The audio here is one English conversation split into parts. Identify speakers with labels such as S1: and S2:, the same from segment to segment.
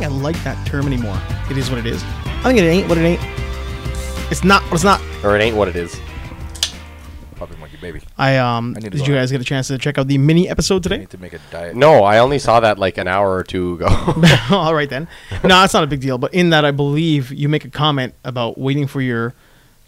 S1: don't like that term anymore. It is what it is. I think it ain't what it ain't. It's not what it's not.
S2: Or it ain't what it is. Puppy monkey baby.
S1: I um.
S3: I need
S1: did
S3: to go
S1: you
S3: out.
S1: guys get a chance to check out the mini episode
S3: I
S1: today?
S3: need to make a diet.
S2: No, I only saw that like an hour or two ago.
S1: All right then. No, it's not a big deal. But in that, I believe you make a comment about waiting for your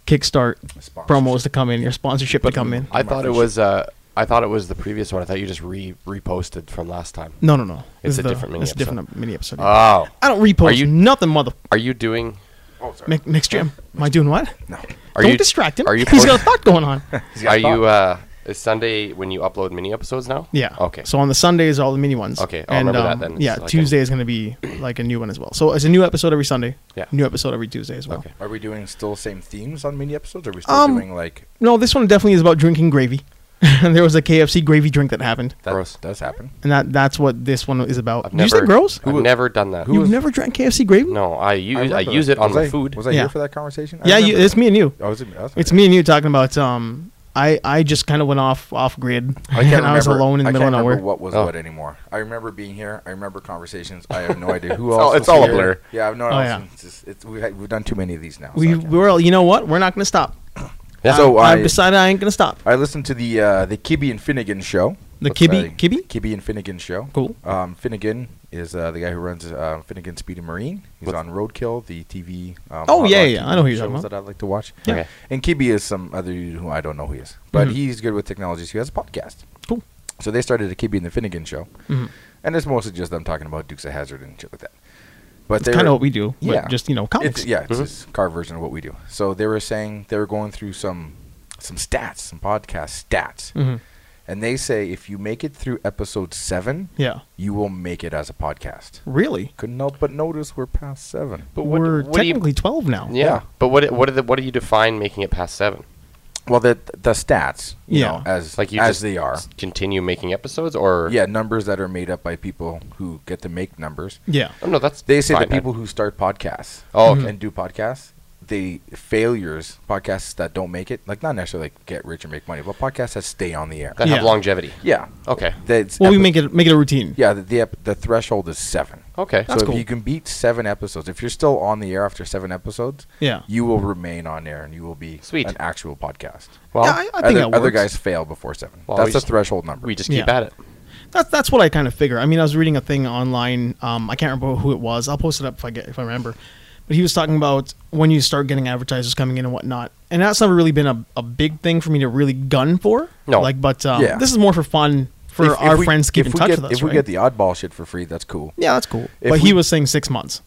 S1: Kickstart
S3: Sponsorship.
S1: promos to come in, your sponsorship to come in.
S2: I thought it was. Uh, I thought it was the previous one. I thought you just re reposted from last time.
S1: No, no, no. This
S2: It's
S1: is
S2: a
S1: the-
S2: different mini
S1: It's a different mini episode.
S2: Oh,
S1: I don't repost
S2: Are you-
S1: nothing, mother.
S2: are you doing?
S3: Oh, sorry.
S1: Mi- Mixed Jam. Am I doing what?
S3: no.
S2: Are
S1: don't
S2: you
S1: distract him.
S2: Are you?
S1: He's got a
S2: post-
S1: thought going on.
S3: He's got
S2: are
S3: a thought.
S2: you? Uh, is Sunday when you upload mini episodes now?
S1: Yeah.
S2: Okay.
S1: So on the Sundays, all the mini ones. um,
S2: Okay, I'll remember that then.
S1: Yeah.
S2: So I can-
S1: Tuesday
S3: um,
S1: is going to be like a new one as well. So it's a new episode every Sunday.
S2: Yeah.
S1: New episode every Tuesday as well.
S2: Okay.
S3: Are we doing still same themes on mini episodes? Or are we still
S1: Um,
S3: doing like
S1: No, this one definitely is about drinking gravy. there was a KFC gravy drink that happened,
S3: that
S2: gross.
S3: does happen?
S1: and that that's what this one is about.
S2: I've
S1: Did you say
S2: never.
S1: gross?
S2: I've never done that.
S3: who
S1: You've
S3: was-
S1: never drank KFC gravy?
S2: No, I use I,
S3: remember
S2: use
S3: that.
S2: it on
S3: was
S2: my
S3: I,
S2: food.
S3: Was I
S1: Yeah.
S3: here for that conversation? I
S1: Yeah, you,
S3: remember
S1: it's
S3: that.
S1: me and you.
S3: Oh, was it me? That's
S1: It's
S3: okay.
S1: me and you talking about um. I, I just kind of went off off grid,
S3: I can't
S1: and I was
S3: remember-
S1: alone in the
S3: I
S1: middle of
S3: can't
S1: nowhere.
S3: remember what was
S2: Oh.
S3: what anymore. I remember being here. I remember conversations. I have no idea who
S2: It's
S3: else.
S2: all-
S3: was
S2: it's all a
S3: here.
S2: blur.
S3: Yeah, I've no
S1: Oh,
S3: idea.
S1: yeah.
S3: It's just, it's, we, had- we've done too many of these now. so I
S1: We
S3: can't
S1: we were all, you know what? We're not gonna stop.
S2: Yeah.
S3: So
S1: I,
S3: I-
S1: have decided I ain't gonna stop.
S3: I listened to the uh, the Kibby and Finnegan show.
S1: The
S3: What's
S1: Kibby-
S3: that?
S1: Kibby?
S3: Kibby and Finnegan show.
S1: Cool.
S3: Um, Finnegan is uh, the guy who runs uh, Finnegan Speed and Marine. He's
S2: What's-
S3: on Roadkill, the TV. Um,
S1: Oh,
S3: hot
S1: yeah,
S3: rod
S1: yeah,
S3: TV
S1: I know who you're talking
S3: shows
S1: about.
S3: That I like to watch.
S1: Yeah.
S2: Okay.
S3: And Kibby is some other dude who I don't know who he is, but
S1: Mhm.
S3: he's good with technology. So he has a podcast.
S1: Cool.
S3: So they started the Kibby and the Finnegan show,
S1: Mhm.
S3: and it's mostly just them talking about Dukes of Hazard and shit like that. But
S1: It's kind of what we do,
S3: Yeah.
S1: but just you know comics.
S3: it's, yeah, it's
S2: Mhm.
S3: just car version of what we do. So they were saying they were going through some some stats, some podcast stats,
S1: hmm
S3: and they say if you make it through episode seven,
S1: Yeah.
S3: you will make it as a podcast.
S1: Really?
S3: Couldn't help but notice we're past seven.
S2: But what,
S1: We're
S2: what do you-
S1: technically 12 now.
S2: yeah.
S3: Yeah.
S2: But what what do the, what do you define making it past seven?
S3: Well, the the stats, you
S1: Yeah.
S3: know, as
S2: Like you
S3: as
S2: just
S3: they are,
S2: s- continue making episodes or
S3: yeah, numbers that are made up by people who get to make numbers.
S1: Yeah.
S2: Oh, no, that's
S3: They say
S2: fine,
S3: that
S2: man.
S3: people who start podcasts
S2: Oh, okay.
S3: and do podcasts, the failures, podcasts that don't make it, like not necessarily like get rich or make money, but podcasts that stay on the air.
S2: that
S1: Yeah.
S2: have longevity.
S3: yeah.
S2: Okay.
S3: That's
S1: Well, we
S3: epi-
S1: make it make it a routine.
S3: Yeah, the the, ep- the threshold is seven.
S2: Okay.
S1: That's
S3: so
S1: cool.
S3: if you can beat seven episodes, if you're still on the air after seven episodes,
S1: Yeah.
S3: you will remain on air and you will be
S2: Sweet.
S3: an actual podcast.
S2: well,
S1: Yeah, I, I think
S3: other,
S1: that works.
S3: other guys fail before seven.
S2: Well, we
S3: That's the
S2: just-
S3: threshold number.
S2: we just keep
S1: Yeah.
S2: at it.
S1: That's that's what I kind of figure. I mean, I was reading a thing online. Um, I can't remember who it was. I'll post it up if I get if I remember. But he was talking about when you start getting advertisers coming in and whatnot, and that's never really been a, a big thing for me to really gun for.
S2: No.
S1: Like, but um,
S3: Yeah.
S1: this is more for fun for
S3: If- if
S1: our
S3: we-
S1: friends to keep
S3: if
S1: in
S3: we
S1: touch
S3: get,
S1: with us.
S3: If
S1: right?
S3: we get the oddball shit for free, that's cool.
S1: yeah, that's cool.
S3: if
S1: But
S3: we-
S1: he was saying six months.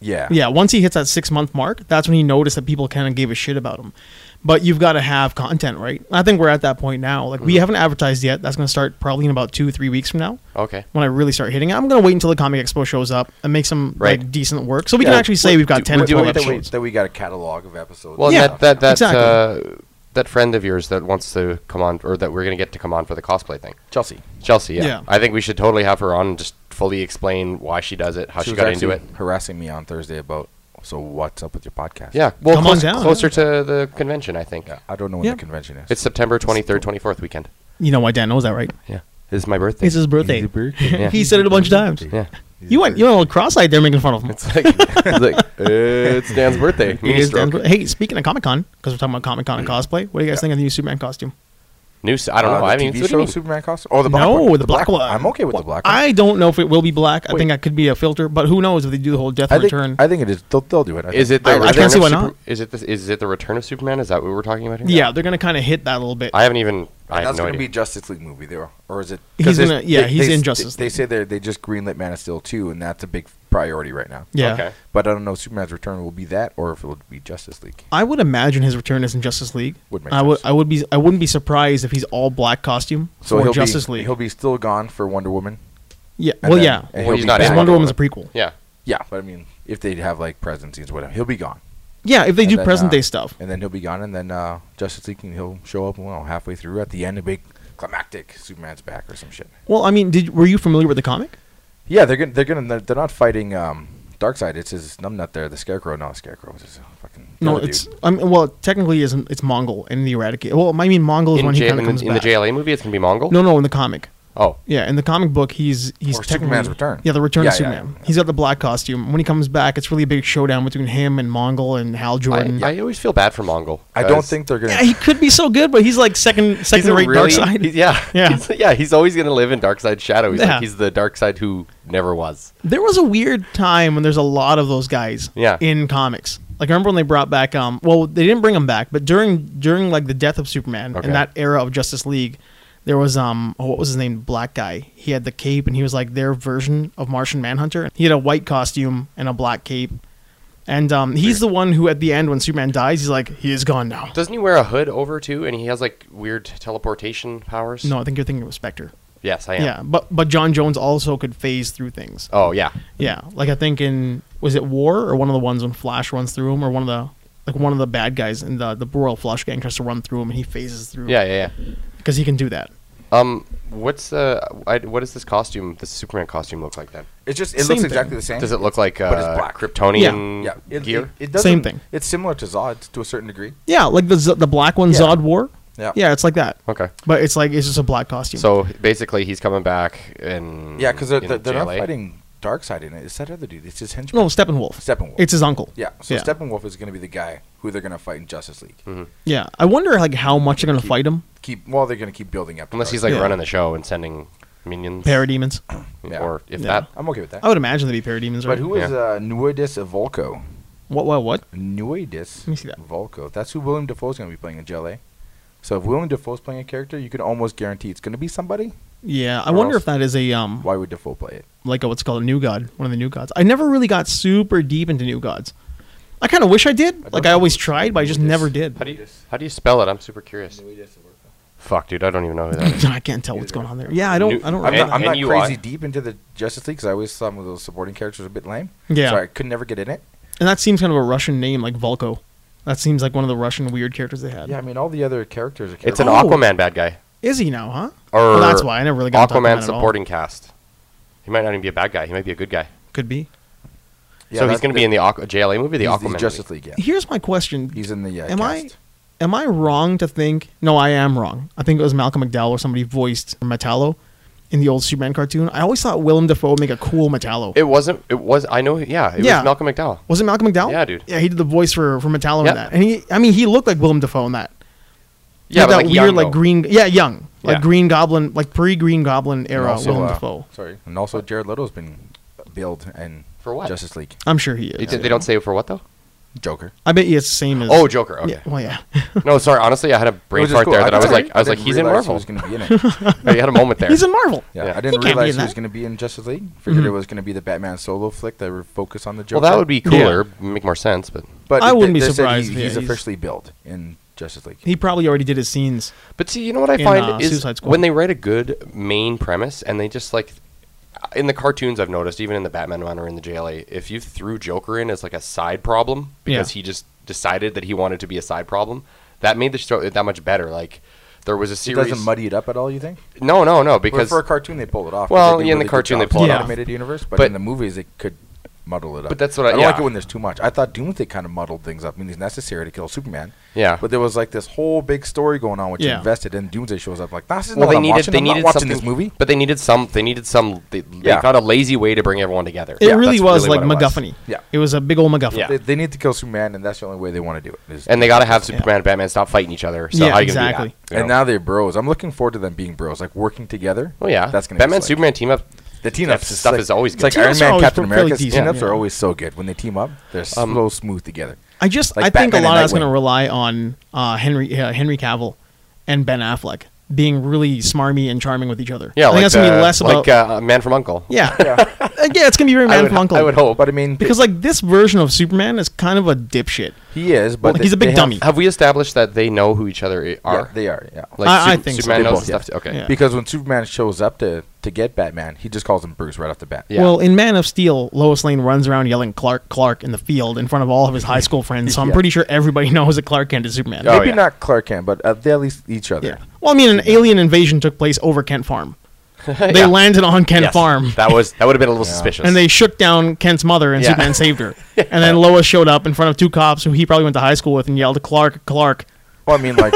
S3: Yeah.
S1: Yeah, once he hits that six month mark, that's when he noticed that people kind of gave a shit about him. But you've got to have content, right? I think we're at that point now. Like we haven't advertised yet. That's going to start probably in about two, three weeks from now
S2: Okay.
S1: when I really start hitting it. I'm going to wait until the Comic Expo shows up and make some like
S2: Right.
S1: decent work, so we
S3: Yeah,
S1: can actually say
S3: we're-
S1: we've got
S3: do-
S1: ten
S3: we're
S1: or twelve
S3: doing that we,
S1: episodes.
S3: that we got a catalog of episodes.
S2: Well,
S3: and
S1: Yeah,
S2: that that that
S1: exactly.
S2: uh, that friend of yours that wants to come on or that we're gonna get to come on for the cosplay thing,
S3: Chelsea.
S2: Chelsea. Yeah.
S1: Yeah.
S2: I think we should totally have her on and just fully explain why she does it, how she,
S3: was
S2: got into it.
S3: actually harassing me on Thursday about. So what's up with your podcast?
S2: Yeah. Well,
S1: Come on
S2: close,
S1: down,
S2: closer to the convention, I think.
S3: Yeah, I don't know when
S1: Yeah.
S3: the convention is.
S2: It's September 23rd, 24th weekend.
S1: you know why Dan knows that, right?
S2: Yeah. It's my birthday.
S1: It's his birthday.
S2: Yeah.
S1: he said it a bunch of times.
S2: yeah.
S1: You went, you went all cross-eyed there making fun of him.
S2: It's like, it's like, uh, it's Dan's birthday.
S1: It
S2: Mini
S1: is
S2: stroke.
S1: Dan's birth- hey, speaking of Comic Con, because we're talking about Comic Con and cosplay, what do you guys think of the new Superman costume?
S2: New, s- I don't
S3: Uh,
S2: know.
S3: the
S2: I mean, it's- what
S3: TV
S2: do you
S3: show
S2: mean?
S3: Superman costume. Oh, the black
S1: no,
S3: one.
S1: the, black, one.
S3: I'm okay with the
S1: Well,
S3: black one.
S1: I don't know if it will be black. I
S2: Wait.
S1: think that could be a filter, but who knows if they do the whole Death
S3: I think,
S1: Return?
S3: I think it is. They'll, they'll do it. I
S2: Is
S3: think.
S2: it the
S1: I- I
S2: return
S1: can't see
S2: of
S1: why
S2: Super-
S1: not.
S2: Is it the, is it the return of Superman? Is that what we're talking about here?
S1: yeah, they're gonna kind of hit that a little bit.
S2: I haven't even. I have
S3: That's
S2: no
S3: going to
S2: idea.
S3: be Justice League movie there, or is it?
S1: He's
S3: 'cause there's-
S1: gonna- yeah, he's
S3: they,
S1: in
S3: s-
S1: Justice
S3: They
S1: League.
S3: say they they just greenlit Man of Steel two, and that's a big priority right now.
S1: yeah,
S2: Okay.
S3: But I don't know if Superman's return will be that, or if it will be Justice League.
S1: I would imagine his return is in Justice League.
S3: Would make
S1: I would.
S3: sense.
S1: I would be. I wouldn't be surprised if he's all black costume
S3: So
S1: for
S3: he'll
S1: Justice
S3: be,
S1: League.
S3: He'll be still gone for Wonder Woman.
S1: yeah.
S3: and
S1: Well,
S3: then-
S1: yeah.
S3: and
S2: Well,
S3: he'll
S2: he's
S3: be
S2: not
S1: Because
S2: in
S3: back.
S1: Wonder
S2: Wonder
S1: Woman's a prequel.
S2: Yeah.
S3: Yeah, but I mean, if they have like present scenes, whatever, he'll be gone.
S1: Yeah. If they
S3: And
S1: do
S3: then,
S1: present
S3: uh,
S1: day stuff.
S3: and then he'll be gone, and then uh, Justice League, and he'll show up well, halfway through at the end, a big climactic Superman's back or some shit.
S1: Well, I mean, did were you familiar with the comic?
S3: Yeah, they're gonna they're gonna they're, they're not fighting um, Darkseid. It's his numbnut there, the Scarecrow. No, Scarecrow is fucking
S1: No,
S3: other dude.
S1: it's. I mean, well, technically, isn't it's Mongol in the Eradicate? Well, I mean, Mongol is
S2: In,
S1: when he
S2: J-
S1: kind
S2: in,
S1: of comes
S2: the- in the
S1: back.
S2: JLA movie, it's gonna be Mongol.
S1: No, no, in the comic.
S2: Oh,
S1: Yeah, in the comic book, he's he's
S3: Or
S1: technically-
S3: Superman's Return.
S1: Yeah, the Return of
S3: Yeah, yeah,
S1: Superman. He's got the black costume. When he comes back, it's really a big showdown between him and Mongol and Hal Jordan.
S2: I, I always feel bad for Mongol.
S3: I don't
S2: guys.
S3: think they're gonna.
S1: Yeah, he could be so good, but he's like second
S2: He's
S1: second
S2: a
S1: rate
S2: really-
S1: Dark
S2: he's-
S1: Side.
S2: yeah,
S1: Yeah.
S2: he's, yeah. He's always gonna live in dark side shadow. He's
S1: Yeah.
S2: like he's the dark side who never was.
S1: There was a weird time when there's a lot of those guys.
S2: Yeah.
S1: in comics. Like I remember when they brought back um well they didn't bring him back but during during like the death of Superman
S2: Okay.
S1: in that era of Justice League there was um oh, what was his name black guy he had the cape and he was like their version of Martian Manhunter he had a white costume and a black cape and um he's the one who at the end when Superman dies he's like he is gone now
S2: Doesn't he wear a hood over too? And he has like weird teleportation powers.
S1: no I think you're thinking of Spectre
S2: Yes, I
S1: yeah,
S2: am.
S1: but but John Jones also could phase through things
S2: Oh yeah.
S1: yeah like I think in was it War or one of the ones when Flash runs through him or one of the like one of the bad guys in the the Royal Flush gang tries to run through him and he phases through
S2: Yeah, yeah, yeah.
S1: because he can do that.
S2: Um, what's uh, I, what does this costume, this Superman costume, look like then?
S3: It's just it
S1: Same
S3: looks
S1: thing.
S3: exactly the same.
S2: Does it look like uh,
S3: But it's black.
S2: Kryptonian
S3: Yeah, it,
S2: gear? Mm-hmm.
S3: It, it doesn't,
S1: Same thing.
S3: It's similar to Zod to a certain degree.
S1: Yeah, like the Z- the black one
S3: Yeah.
S1: Zod wore.
S3: Yeah.
S1: yeah, it's like that.
S2: okay.
S1: But it's like it's just a black costume.
S2: So basically, he's coming back and
S3: Yeah, because they're,
S2: in
S3: they're, they're not
S2: JLA.
S3: fighting Darkseid in it. It's that other dude. It's his henchman.
S1: no, Steppenwolf.
S3: Steppenwolf.
S1: It's his uncle.
S3: yeah, so
S1: yeah.
S3: Steppenwolf is going to be the guy who they're going to fight in Justice League.
S2: Mm-hmm.
S1: yeah. I wonder like how much they're gonna fight him.
S3: Keep well, they're going to keep building up. to
S2: Unless he's
S3: Darkseid.
S2: like
S1: Yeah.
S2: running the show and sending minions,
S1: Parademons.
S3: Yeah.
S2: or if
S1: Yeah.
S2: that.
S3: I'm okay with that.
S1: I would imagine they'd be parademons, right?
S3: but who is
S2: Yeah.
S3: uh, Nuidis Volko?
S1: What? What? What?
S3: Nuidis
S1: Let me see that.
S3: Volko. That's who William Defoe's going to be playing in JLA. So if William Defoe's playing a character, you can almost guarantee it's going to be somebody.
S1: Yeah, I
S3: Or
S1: wonder
S3: else-
S1: if that is a um
S3: Why would Defoe play it?
S1: like a, what's called a new god, one of the new gods. I never really got super deep into new gods. I kind of wish I did. like
S3: don't
S1: I always
S3: know.
S1: tried, but I just
S3: Who is-
S1: never did.
S2: How do you how do you spell it? I'm super curious. Fuck, dude, I don't even know who that is.
S1: I can't tell what's going on there. Yeah, I don't.
S2: New-
S1: I don't.
S3: I'm
S1: Remember
S3: not,
S1: that.
S3: I'm not
S2: NUI.
S3: crazy deep into the Justice League because I always thought some of those supporting characters were a bit lame.
S1: Yeah.
S3: So I could never get in it.
S1: and that seems kind of a Russian name, like Volko. That seems like one of the Russian weird characters they had.
S3: Yeah, I mean, all the other characters are
S2: It's
S3: characters.
S2: an
S1: Oh.
S2: Aquaman bad guy
S1: Is he now, huh?
S2: or
S1: Well, that's why I never really got to talk about
S2: Aquaman
S1: it at all.
S2: supporting cast. He might not even be a bad guy. He might be a good guy.
S1: Could be.
S3: Yeah,
S2: so he's
S3: that's-
S2: going to be in the Aqu- JLA movie, the
S3: he's
S2: Aquaman.
S3: Justice
S2: movie.
S3: League, yeah.
S1: Here's my question.
S3: He's in the uh,
S1: am I
S3: cast.
S1: am I wrong to think? No, I am wrong. I think it was Malcolm McDowell or somebody voiced Metallo in the old Superman cartoon. I always thought Willem Dafoe would make a cool Metallo.
S2: It wasn't. It was. I know. Yeah. It
S1: Yeah.
S2: was Malcolm McDowell.
S1: was it Malcolm McDowell?
S2: Yeah, dude.
S1: Yeah, he did the voice for for Metallo
S2: Yeah.
S1: in that, and he I mean he looked like Willem Dafoe in that. He
S2: Yeah,
S1: had
S2: but
S1: that
S2: like
S1: weird
S2: young,
S1: like
S2: though.
S1: green. Yeah, young like
S2: Yeah.
S1: Green Goblin, like pre Green Goblin
S3: And
S1: era
S3: also,
S1: Willem
S3: uh,
S1: Dafoe.
S3: Sorry. And also, Jared Leto's been billed in
S2: For what?
S3: Justice League.
S1: I'm sure he
S2: They,
S1: is.
S2: d- they don't say for what though.
S3: Joker.
S1: I bet you it's the same as.
S2: Oh, Joker. Okay.
S1: Yeah, well, yeah.
S2: No, sorry. Honestly, I had a brain
S3: Which is
S2: fart
S3: cool.
S2: there that I
S3: didn't-
S2: was like, I was like,
S3: didn't
S2: he's in
S3: realize he
S2: Marvel.
S3: was gonna be in it.
S2: I had a moment there.
S1: He's in Marvel.
S3: Yeah,
S2: Yeah. Mm-hmm.
S3: I didn't
S1: He can't be
S3: realize
S1: in
S3: he was
S1: that.
S3: going to be in Justice League. Figured it was going to be the Batman solo flick that were focused on the Joker.
S2: well, that would be cooler, make more sense, but
S3: But
S1: I
S3: they-
S1: wouldn't be
S3: they said
S1: surprised
S3: He's,
S1: if he-
S3: he's
S1: he's-
S3: officially billed in Justice League.
S1: He probably already did his scenes.
S2: but see, you know what I
S1: In,
S2: find
S1: uh,
S2: is
S1: Suicide Squad.
S2: when they write a good main premise and they just like in the cartoons I've noticed, even in the Batman one or in the JLA, if you threw Joker in as like a side problem because
S1: Yeah.
S2: he just decided that he wanted to be a side problem, that made the show that much better. Like there was a
S3: It
S2: series.
S3: doesn't muddy it up at all, you think?
S2: no, no, no,
S3: Because
S2: because
S3: for a cartoon, they pull it off. 'cause
S2: Well,
S3: they do
S2: yeah, in the
S3: really good
S2: cartoon, they
S3: jobs
S1: pull it
S3: the
S1: off.
S3: animated universe, but,
S2: But-
S3: in the movies, it could muddle it up.
S2: But that's what I-
S3: don't like
S2: yeah.
S3: it when there's too much. I thought Doomsday kind of muddled things up. I mean, it's necessary to kill Superman.
S2: Yeah.
S3: But there was like this whole big story going on, which you
S1: Yeah.
S3: invested in. Doomsday shows up like, nah, this is
S2: well,
S3: not
S2: they
S3: what I'm
S2: needed
S3: watching.
S2: they
S3: I'm not
S2: needed
S3: watching
S2: something,
S3: this movie.
S2: but they needed some they needed some they, they
S3: Yeah.
S2: found a lazy way to bring everyone together.
S1: It
S2: Yeah,
S1: really
S2: that's
S1: was
S2: what
S1: like
S2: it was.
S1: MacGuffin.
S3: Yeah.
S1: it was a big old MacGuffin.
S2: Yeah.
S3: They, they need to kill Superman, and that's the only way they want to do it. is-
S2: and they got to have Superman and Batman stop fighting each other. So
S1: Yeah,
S2: how you gonna
S1: exactly.
S2: Do that, you
S3: And
S2: know?
S3: now they're bros. I'm looking forward to them being bros, like working together.
S2: oh yeah,
S3: that's gonna
S2: Batman
S3: be slick.
S2: Superman team up.
S3: The team
S2: that
S3: ups is
S2: stuff
S3: slick.
S2: is always
S3: It's
S2: good.
S3: like
S1: Team
S3: Iron
S1: ups are
S3: Man,
S1: always
S3: Captain
S1: fairly
S3: America's
S1: decent,
S3: team ups
S1: yeah.
S3: are always so good when they team up. They're
S2: Um,
S3: so smooth together.
S1: I just
S3: Like
S1: I think a
S3: Batman and
S1: lot of that's
S3: Nightwing.
S1: going to rely on uh, Henry uh, Henry Cavill and Ben Affleck being really smarmy and charming with each other.
S2: yeah,
S1: I think
S2: like
S1: that's going to
S2: uh,
S1: be less about
S2: like uh, Man from Uncle.
S1: yeah. Uh, yeah, It's going to be very
S2: I
S1: man
S2: would,
S1: from uncle.
S2: I would hope.
S3: But I mean,
S1: because like this version of Superman is kind of a dipshit.
S3: he is, but
S1: Well, he's a big
S3: they have-
S1: dummy.
S2: have we established that they know who each other i- are?
S3: yeah, they are. Yeah.
S2: like
S1: I- I
S2: Sup-
S1: think so.
S2: Superman
S3: They
S2: knows
S3: both,
S2: the stuff.
S3: yeah.
S2: too. Okay,
S1: Yeah.
S3: because when Superman shows up to to get Batman, he just calls him Bruce right off the bat.
S2: Yeah.
S1: Well, in Man of Steel, Lois Lane runs around yelling Clark Clark in the field in front of all of his high school friends. So I'm
S3: Yeah.
S1: pretty sure everybody knows that Clark Kent is Superman.
S2: Oh,
S3: Maybe
S2: yeah.
S3: not Clark Kent, but uh, they at least each other.
S1: Yeah. Well, I mean, an alien invasion took place over Kent Farm. They
S2: Yeah.
S1: landed on Kent
S2: Yes.
S1: Farm.
S2: That was that would have been a little suspicious.
S1: and they shook down Kent's mother, and
S2: Yeah.
S1: Superman saved her. And then Lois showed up in front of two cops who he probably went to high school with, and yelled, "Clark, Clark!"
S3: Well, I mean, like